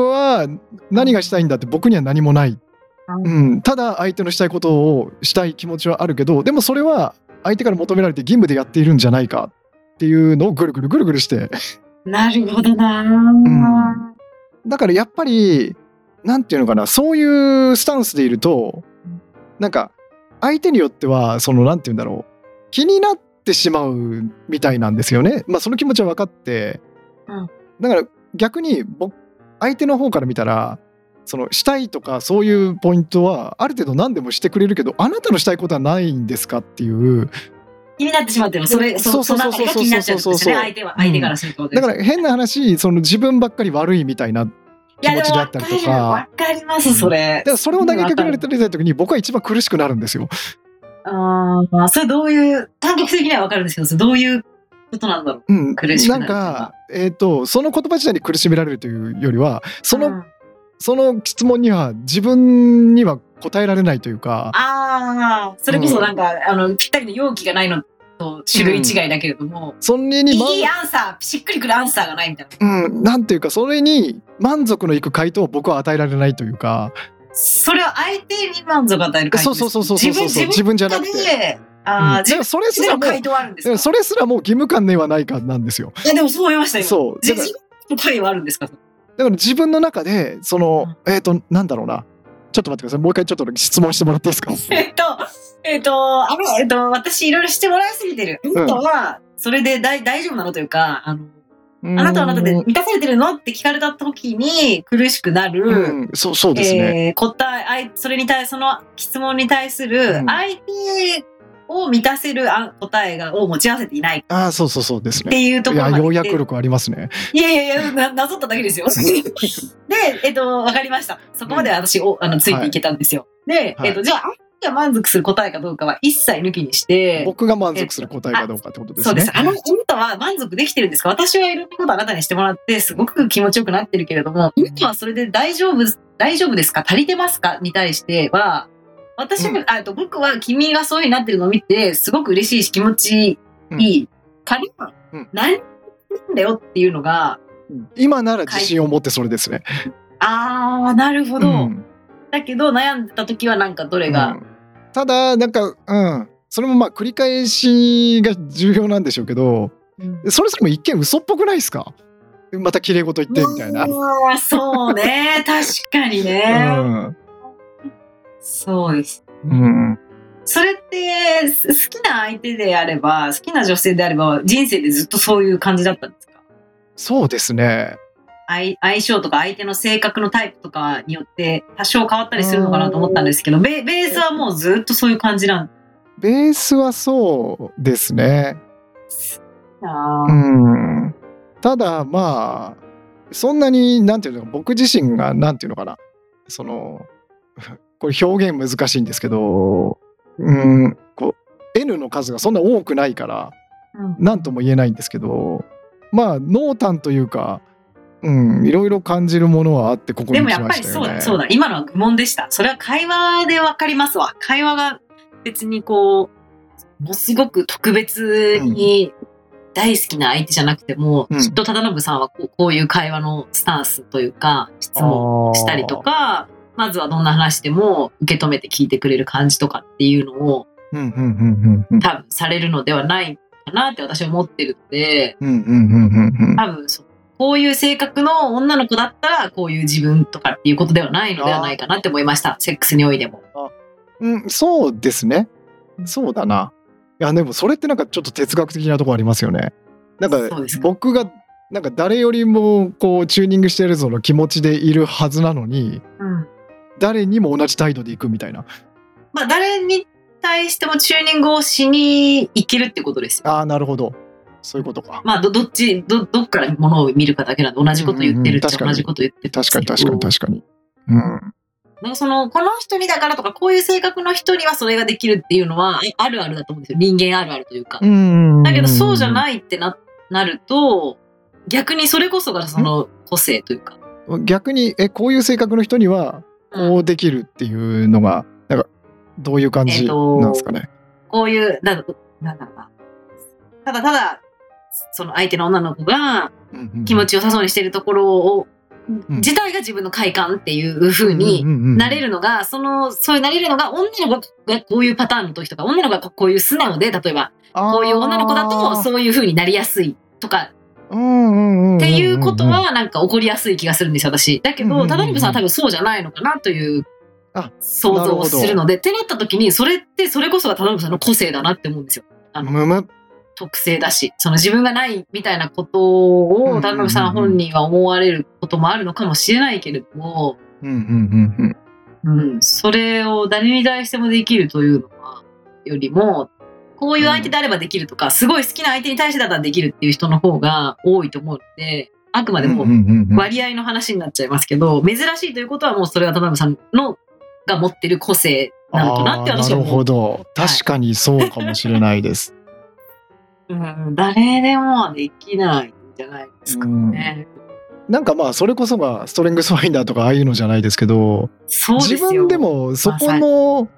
[SPEAKER 1] は何がしたいんだって僕には何もない、
[SPEAKER 2] う
[SPEAKER 1] うん、ただ相手のしたいことをしたい気持ちはあるけどでもそれは相手から求められて義務でやっているんじゃないかっていうのをぐるぐるぐるぐるして
[SPEAKER 2] なるほどな、
[SPEAKER 1] だからやっぱりなんていうのかなそういうスタンスでいるとなんか相手によってはそのなんていうんだろう気になってしまうみたいなんですよね。まあその気持ちは分かって、
[SPEAKER 2] うん
[SPEAKER 1] だから逆に僕相手の方から見たらそのしたいとかそういうポイントはある程度何でもしてくれるけどあなたのしたいことはないんですかっていう
[SPEAKER 2] 気になってしまっても、それ、
[SPEAKER 1] そ
[SPEAKER 2] そ、
[SPEAKER 1] う
[SPEAKER 2] そ
[SPEAKER 1] そう
[SPEAKER 2] の
[SPEAKER 1] そ
[SPEAKER 2] あ
[SPEAKER 1] う
[SPEAKER 2] たりが気になっちゃうんです
[SPEAKER 1] そ
[SPEAKER 2] よ
[SPEAKER 1] うそうそう
[SPEAKER 2] ね。
[SPEAKER 1] そう
[SPEAKER 2] 相手は、相手からするってことで
[SPEAKER 1] だ
[SPEAKER 2] すよ
[SPEAKER 1] から変な話その自分ばっかり悪いみたいな。気持ちであったりとか
[SPEAKER 2] いやでもわかるわかります、それ
[SPEAKER 1] だ。からそれを投げかけられてる時に僕は一番苦しくなるんですよ。
[SPEAKER 2] ああ、それどういう、短極的にはわかるんですけど、それどういうことなんだろう。
[SPEAKER 1] うん、
[SPEAKER 2] 苦しくなる
[SPEAKER 1] んか、えー、とその言葉自体に苦しめられるというよりはその,、
[SPEAKER 2] うん
[SPEAKER 1] その質問には自分には答えられないというか
[SPEAKER 2] ああ、それこそなんか、あの、ぴったりの容器がないのと種類違いだけれども、
[SPEAKER 1] それに満
[SPEAKER 2] いいアンサー、しっくりくるアンサーがないみたいな。
[SPEAKER 1] うん、なんていうかそれに満足のいく回答を僕は与えられないというか
[SPEAKER 2] それを相手に満足を与える回答
[SPEAKER 1] そう
[SPEAKER 2] です
[SPEAKER 1] そうそうそうそう
[SPEAKER 2] 自
[SPEAKER 1] そう
[SPEAKER 2] 分、自
[SPEAKER 1] 自分じゃな
[SPEAKER 2] 分
[SPEAKER 1] く
[SPEAKER 2] で、
[SPEAKER 1] て、うん
[SPEAKER 2] ああ、
[SPEAKER 1] だか
[SPEAKER 2] 自
[SPEAKER 1] ら
[SPEAKER 2] 分
[SPEAKER 1] それす
[SPEAKER 2] で
[SPEAKER 1] ら
[SPEAKER 2] の
[SPEAKER 1] も
[SPEAKER 2] 回答はあるんですか
[SPEAKER 1] それすらもう義務感ではないかなんですよ。
[SPEAKER 2] いや、でもそう思いました、今。
[SPEAKER 1] そう
[SPEAKER 2] 自
[SPEAKER 1] だから
[SPEAKER 2] 分の回はあるんですか
[SPEAKER 1] だから自分の中でそのえっ、となんだろうなちょっと待ってくださいもう一回ちょっと質問してもらっていいですか
[SPEAKER 2] えっと、えっと、あの、えっと、私いろいろしてもらいすぎてる。あ
[SPEAKER 1] ん
[SPEAKER 2] なたは、それで大大丈夫なのというか、あの、あなたはあなたで
[SPEAKER 1] う
[SPEAKER 2] 満たされてるのって聞かれた時に苦しくなる。
[SPEAKER 1] ん、うん、そうそうですね。
[SPEAKER 2] えー答えあい、それに対その質問に対する
[SPEAKER 1] うん
[SPEAKER 2] 相手を満たせるあ答えがを持ち合わせていないっ
[SPEAKER 1] ああそうそうそうですね。
[SPEAKER 2] ていうと
[SPEAKER 1] い
[SPEAKER 2] ころ
[SPEAKER 1] や、
[SPEAKER 2] まで
[SPEAKER 1] よう
[SPEAKER 2] 来
[SPEAKER 1] や
[SPEAKER 2] て
[SPEAKER 1] く力ありますね。
[SPEAKER 2] いやいやいやななぞっただけで すよ。で、えっと、わかりました。そこまで私を、あのついていけたんですよ。で、
[SPEAKER 1] はい
[SPEAKER 2] えっと、じゃあ、相手が満足する答えかどうかは一切抜きにして、
[SPEAKER 1] 僕が満足する答えかどうかってことです
[SPEAKER 2] そう
[SPEAKER 1] ね。
[SPEAKER 2] です。あの、あなたは満足できてるんですか私はいろんなことあなたにしてもらって、すごく気持ちよくなってるけれども、あなたはそれで大丈夫、大丈夫ですか足りてますかに対しては、私も、
[SPEAKER 1] う
[SPEAKER 2] あと僕は君がそういう風になってるのを見て、すごく嬉しいし気持ちいいから、
[SPEAKER 1] うん
[SPEAKER 2] 何なんだよっていうのが、
[SPEAKER 1] 今なら自信を持ってそれですね。
[SPEAKER 2] あー、なるほど。
[SPEAKER 1] うん
[SPEAKER 2] だけど悩んでた時はなんかどれ
[SPEAKER 1] う
[SPEAKER 2] が、
[SPEAKER 1] んただなんかうんそれもまあ繰り返しが重要なんでしょうけどそれすらも一見嘘っぽくないですかまた綺麗事言ってみたいな。
[SPEAKER 2] うわーそうね。確かにね。そうです。
[SPEAKER 1] うんうん
[SPEAKER 2] それってす好きな相手であれば好きな女性であれば人生でずっとそういう感じだったんですか
[SPEAKER 1] そうですね。
[SPEAKER 2] 相相性とか相手の性格のタイプとかによって多少変わったりするのかなと思ったんですけどベベースはもうずっとそういう感じなん
[SPEAKER 1] ベースはそうですね。
[SPEAKER 2] だ、
[SPEAKER 1] うんただまあそんなになんていうのか僕自身がなんていうのかなその これ表現難しいんですけどうんこう N の数がそんな多くないから
[SPEAKER 2] うん
[SPEAKER 1] 何とも言えないんですけどまあ濃淡というか、うん、いろいろ感じるものはあってここに
[SPEAKER 2] で
[SPEAKER 1] 来
[SPEAKER 2] も
[SPEAKER 1] ま
[SPEAKER 2] やっぱり
[SPEAKER 1] した
[SPEAKER 2] そう
[SPEAKER 1] よ
[SPEAKER 2] だ
[SPEAKER 1] ね。
[SPEAKER 2] そうだ今のは愚問でしたそれは会話でわかりますわ会話が別にこうものすごく特別に大好きな相手じゃなくても、
[SPEAKER 1] うん
[SPEAKER 2] きっと忠信さんはこうこういう会話のスタンスというか質問したりとか、まずはどんな話でも受け止めて聞いてくれる感じとかっていうのを
[SPEAKER 1] あー。うんうんうんうんうん
[SPEAKER 2] 多分されるのではないかなって私は思ってるので、
[SPEAKER 1] うんうんうんうんうん
[SPEAKER 2] 多分そうこういう性格の女の子だったらこういう自分とかっていうことではないのではないかなって思いました。セックスにおいても。
[SPEAKER 1] うん、そうですね。そうだな。いや、でもそれってなんかちょっと哲学的なとこありますよね。なんか
[SPEAKER 2] そうですか
[SPEAKER 1] 僕がなんか誰よりもこうチューニングしてるぞの気持ちでいるはずなのに、誰にも同じ態度でいくみたいな。
[SPEAKER 2] まあ誰に対してもチューニングをしに行けるってことですよ。
[SPEAKER 1] ああ、なるほど。そういうことか。
[SPEAKER 2] まあどどっちどどっからものを見るかだけなんで同じこと言ってるっ
[SPEAKER 1] うんうんうん確
[SPEAKER 2] ち
[SPEAKER 1] か
[SPEAKER 2] ゃ
[SPEAKER 1] に
[SPEAKER 2] 同じこと言ってるんです
[SPEAKER 1] 確か
[SPEAKER 2] け
[SPEAKER 1] に確
[SPEAKER 2] ど
[SPEAKER 1] かに確かに。うん。
[SPEAKER 2] なんかその、この人にだからとか、こういう性格の人にはそれができるっていうのは、ああるあるだと思うんですよ。人間あるあるというか。
[SPEAKER 1] うん
[SPEAKER 2] だけど、そうじゃ
[SPEAKER 1] い。
[SPEAKER 2] ないってなっなると、逆にそれこそがその個性というか。
[SPEAKER 1] 逆にえこういう性格の人にはこうできるっていうのがなんかどういう感じなんですかね。
[SPEAKER 2] こういう、なんだなんだろうな。ただただ、その相手の女の子が
[SPEAKER 1] うんうん
[SPEAKER 2] 気持ちよさそうにしてるところを、
[SPEAKER 1] うん
[SPEAKER 2] 自体が自分の快感っていう風になれるのが、その、そういうなれるのが、女の子がこういうパターンの時とか、女の子がこういう素直で、例えば、こういう女の子だと、そういう風になりやすいとか、
[SPEAKER 1] っ
[SPEAKER 2] っていうことは、なんか起こりやすい気がするんですよ、私。だけ
[SPEAKER 1] うんうんう
[SPEAKER 2] ど、
[SPEAKER 1] ん
[SPEAKER 2] ただみぶさんは多分そうじゃないのかなという
[SPEAKER 1] あ
[SPEAKER 2] 想
[SPEAKER 1] なる
[SPEAKER 2] 像
[SPEAKER 1] ほ
[SPEAKER 2] を
[SPEAKER 1] ど
[SPEAKER 2] するので、ってなった時に、それって、それこそがただみぶさんの個性だなって思うんですよ。あの
[SPEAKER 1] むむ
[SPEAKER 2] 特性だし、その自分がないみたいなことを、田辺さん本人は思われることもあるのかもしれないけれども、
[SPEAKER 1] うんうんうんうん
[SPEAKER 2] うん、それを誰に対してもできるというのはよりもこういう相手であればできるとか、すごい好きな相手に対してだったらできるっていう人の方が多いと思うのであくまで
[SPEAKER 1] うんう
[SPEAKER 2] も
[SPEAKER 1] んうんうん
[SPEAKER 2] 割合の話になっちゃいますけど、珍しいということはもうそれは田辺さんのが持ってる個性なのかなって
[SPEAKER 1] あー
[SPEAKER 2] 私
[SPEAKER 1] な
[SPEAKER 2] は
[SPEAKER 1] る
[SPEAKER 2] 思
[SPEAKER 1] ほ
[SPEAKER 2] う。
[SPEAKER 1] ど確かにそうかもしれないです。
[SPEAKER 2] うん、誰でもはできないんじゃないですかね。
[SPEAKER 1] なんかまあそれこそがストレングスファインダーとかああいうのじゃないですけど
[SPEAKER 2] そうです
[SPEAKER 1] 自
[SPEAKER 2] よ
[SPEAKER 1] 分でもそこの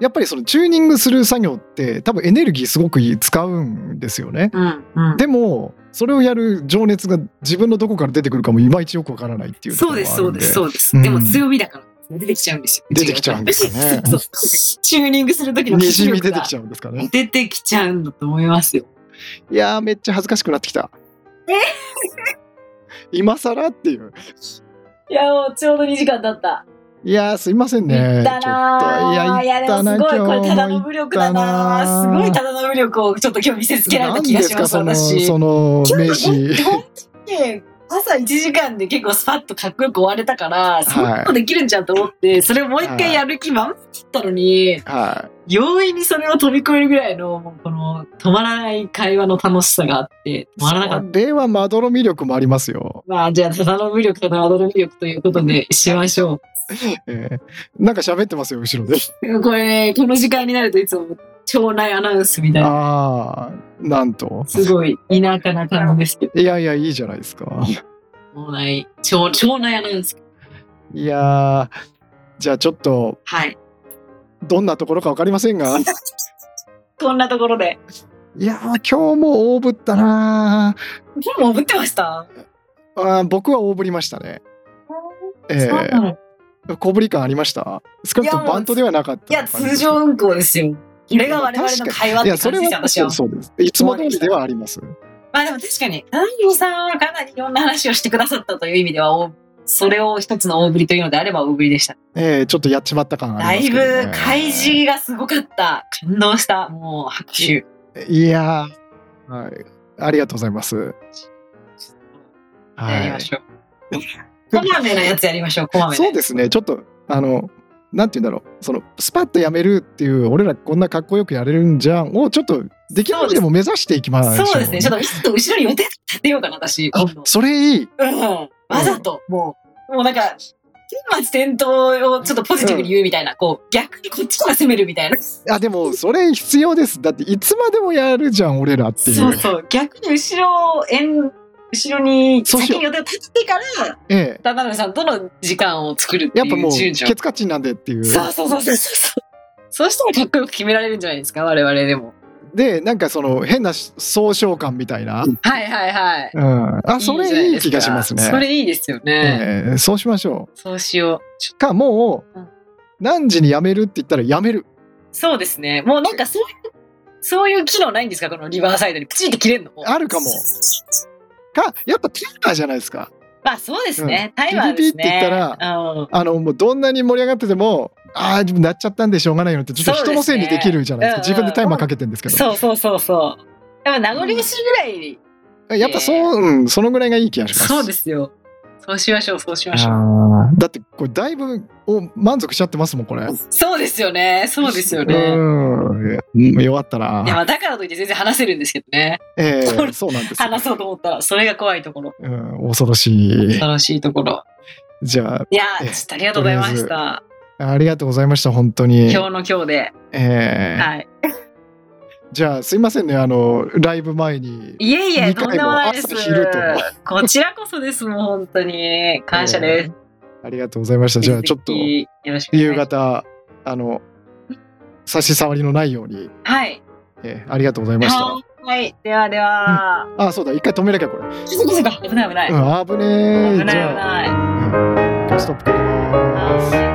[SPEAKER 1] やっぱりそのチューニングする作業って多分エネルギーすごく使うんですよね。
[SPEAKER 2] うんうん、
[SPEAKER 1] でもそれをやる情熱が自分のどこから出てくるかもいまいちよくわからないっていうとこ
[SPEAKER 2] そ
[SPEAKER 1] ろ
[SPEAKER 2] うで
[SPEAKER 1] が
[SPEAKER 2] す
[SPEAKER 1] あ
[SPEAKER 2] そ
[SPEAKER 1] るん
[SPEAKER 2] う
[SPEAKER 1] で
[SPEAKER 2] ですそうです、
[SPEAKER 1] うん
[SPEAKER 2] でも強みだから出てきちゃうんですよ
[SPEAKER 1] 出てきちゃうんですかね
[SPEAKER 2] そうチューニングする時の
[SPEAKER 1] にじみ
[SPEAKER 2] 出
[SPEAKER 1] 出
[SPEAKER 2] て
[SPEAKER 1] て
[SPEAKER 2] き
[SPEAKER 1] き
[SPEAKER 2] ち
[SPEAKER 1] ち
[SPEAKER 2] ゃ
[SPEAKER 1] ゃうんですか
[SPEAKER 2] う
[SPEAKER 1] ね
[SPEAKER 2] 出てきちゃうんだと思いますよ
[SPEAKER 1] いやーめっちゃ恥ずかしくなってきた 今更っていう
[SPEAKER 2] いやもうちょうど2時間経った
[SPEAKER 1] いやーすいませんね
[SPEAKER 2] いったな
[SPEAKER 1] ちょっと
[SPEAKER 2] ー
[SPEAKER 1] いやいったな
[SPEAKER 2] でもすごい
[SPEAKER 1] 今
[SPEAKER 2] これ
[SPEAKER 1] 日
[SPEAKER 2] ただ
[SPEAKER 1] も
[SPEAKER 2] の武力だ
[SPEAKER 1] いった
[SPEAKER 2] な
[SPEAKER 1] な
[SPEAKER 2] ーすごいただの武力をちょっと今日見せつけられた気がします
[SPEAKER 1] 何ですか
[SPEAKER 2] 私
[SPEAKER 1] そのその名
[SPEAKER 2] 今日
[SPEAKER 1] 刺
[SPEAKER 2] 本当にね朝1時間で結構スパッとかっこよく終われたから、そんなことできるんじゃんと思って、それをもう一回やる気満々だったのに、
[SPEAKER 1] は
[SPEAKER 2] 容易にそれを飛び越えるぐらいの、もうこの、止まらない会話の楽しさがあって、止まらなかった。
[SPEAKER 1] い令和まどろ魅力もありますよ、
[SPEAKER 2] まあ、じゃあ、ただの魅力とただの魅力ということでしましょ
[SPEAKER 1] えーなんか喋ってますよ後ろで
[SPEAKER 2] う。これね、この時間になるといつも、町内アナウンスみたいな、
[SPEAKER 1] ああなんと
[SPEAKER 2] すごい田舎な感じですけど、
[SPEAKER 1] いやいやいいじゃないですか
[SPEAKER 2] 町内、町町内アナウンス。
[SPEAKER 1] いやーじゃあちょっと
[SPEAKER 2] はい。
[SPEAKER 1] どんなところか分かりませんが
[SPEAKER 2] こんなところで。
[SPEAKER 1] いやー今日も大ぶったな
[SPEAKER 2] 本もぶってました、
[SPEAKER 1] ーあー僕は大ぶりましたねえ
[SPEAKER 2] そうなの
[SPEAKER 1] ー、小ぶり感ありました少なくと
[SPEAKER 2] いや
[SPEAKER 1] も
[SPEAKER 2] もう
[SPEAKER 1] バントではなかった
[SPEAKER 2] いや、
[SPEAKER 1] 感じ
[SPEAKER 2] 通常運行ですよ。これが我々の会話っ
[SPEAKER 1] い
[SPEAKER 2] て
[SPEAKER 1] やそ
[SPEAKER 2] 感
[SPEAKER 1] れ
[SPEAKER 2] じです
[SPEAKER 1] はそ
[SPEAKER 2] よ、私は
[SPEAKER 1] う。そうですいつも通りではあります
[SPEAKER 2] まあでも確かに、ダンロさんはかなりいろんな話をしてくださったという意味では、おそれを一つの大振りというのであれば大振りでした。
[SPEAKER 1] えー、ちょっとやっちまった感あ
[SPEAKER 2] だい
[SPEAKER 1] りますけど、ね、
[SPEAKER 2] ぶ開示がすごかった。感動した。もう拍手。
[SPEAKER 1] いやー、はい、ありがとうございます。
[SPEAKER 2] や
[SPEAKER 1] は
[SPEAKER 2] りま
[SPEAKER 1] い、
[SPEAKER 2] しょう。こまめなやつやりましょう、こまめな。
[SPEAKER 1] そうですね、ちょっと、あの、なんて言うんだろう、そのスパッとやめるっていう、俺らこんなかっこよくやれるんじゃんを、ちょっとできる限りでも目指していきましょう、
[SPEAKER 2] そうですね。ちょっとちょっと後ろに予定立てようかな、私。今度
[SPEAKER 1] あそれいい。
[SPEAKER 2] うん。わざと、もう、もうなんか、天末転倒をちょっとポジティブに言うみたいな、こう、逆にこっちから攻めるみたいな。
[SPEAKER 1] あ、でも、それ必要です。だって、いつまでもやるじゃん、俺らっていう。
[SPEAKER 2] そうそう。逆に後ろを、円、後ろに、
[SPEAKER 1] そうし
[SPEAKER 2] 先
[SPEAKER 1] よう
[SPEAKER 2] に予定を立ててから、
[SPEAKER 1] ええ
[SPEAKER 2] 田辺さんとの時間を作るって
[SPEAKER 1] やっ
[SPEAKER 2] い
[SPEAKER 1] ぱも
[SPEAKER 2] う
[SPEAKER 1] う、
[SPEAKER 2] 順
[SPEAKER 1] ケ
[SPEAKER 2] 序。
[SPEAKER 1] ツカチンなんでっていう。
[SPEAKER 2] そうそうそうそうそうそう。そうしたらかっこよく決められるんじゃないですか、我々でも。
[SPEAKER 1] で、なんかその、変な総称感みたいな。うん。
[SPEAKER 2] はいはいはい。
[SPEAKER 1] あ、それいい気がしますね。
[SPEAKER 2] それいいですよね。
[SPEAKER 1] ええそうしましょう。
[SPEAKER 2] そうしよう。ちょ
[SPEAKER 1] かもう、
[SPEAKER 2] うん
[SPEAKER 1] 何時に辞めるって言ったら辞める
[SPEAKER 2] そうですね。もうなんかそういう、そういう機能ないんですか、このリバーサイドに。プチって切れるのもう
[SPEAKER 1] あるかもかやっぱテーマじゃないですか
[SPEAKER 2] まあそうですね。タイマーですね。
[SPEAKER 1] ピピピって言った
[SPEAKER 2] うん
[SPEAKER 1] あのもうどんなに盛り上がっててもああ自分なっちゃったんでしょうがないよねってちょっと人のせいにできるじゃないですか
[SPEAKER 2] そうですね
[SPEAKER 1] 自分でタイマーかけてるんですけど、
[SPEAKER 2] そうそうそうそう。でも名残惜しいぐらい
[SPEAKER 1] やっぱそう、うん、そのぐらいがいい 気がします
[SPEAKER 2] そうですよ。そうしましょう、そうしましょう。
[SPEAKER 1] あーだってこれだいぶお満足しちゃってますもんこれ
[SPEAKER 2] そうですよね、そうですよね。
[SPEAKER 1] うん弱ったない
[SPEAKER 2] や、まあだからといって全然話せるんですけどね。
[SPEAKER 1] ええ
[SPEAKER 2] それ
[SPEAKER 1] そうなんですよ
[SPEAKER 2] 話そうと思ったら、それが怖いところ、
[SPEAKER 1] うん、恐ろしい
[SPEAKER 2] 楽しいところ。
[SPEAKER 1] じゃ
[SPEAKER 2] いやー、
[SPEAKER 1] ええ
[SPEAKER 2] ちょっとありがとうございました。
[SPEAKER 1] あありがとうございました本当に
[SPEAKER 2] 今日の今日で。
[SPEAKER 1] ええ
[SPEAKER 2] はい。
[SPEAKER 1] じゃあすいませんねあのライブ前に
[SPEAKER 2] いえいえ、
[SPEAKER 1] 二
[SPEAKER 2] とん
[SPEAKER 1] 回
[SPEAKER 2] でも
[SPEAKER 1] も
[SPEAKER 2] ないです
[SPEAKER 1] 朝。昼と
[SPEAKER 2] こちらこそです、もう本当に。感謝です。
[SPEAKER 1] ありがとうございましたじゃあちょっと
[SPEAKER 2] 引き続きよろしくお願い
[SPEAKER 1] 夕
[SPEAKER 2] します。
[SPEAKER 1] 方あの差し障りのないように、
[SPEAKER 2] はい。
[SPEAKER 1] えーありがとうございました、
[SPEAKER 2] はいはい。ではでは。
[SPEAKER 1] あそうだ一回止めなきゃこれ、
[SPEAKER 2] 気づか危ない危ない。
[SPEAKER 1] うん、危ねえ
[SPEAKER 2] 危ない危
[SPEAKER 1] じゃあ
[SPEAKER 2] ない。
[SPEAKER 1] ストップかけます
[SPEAKER 2] はい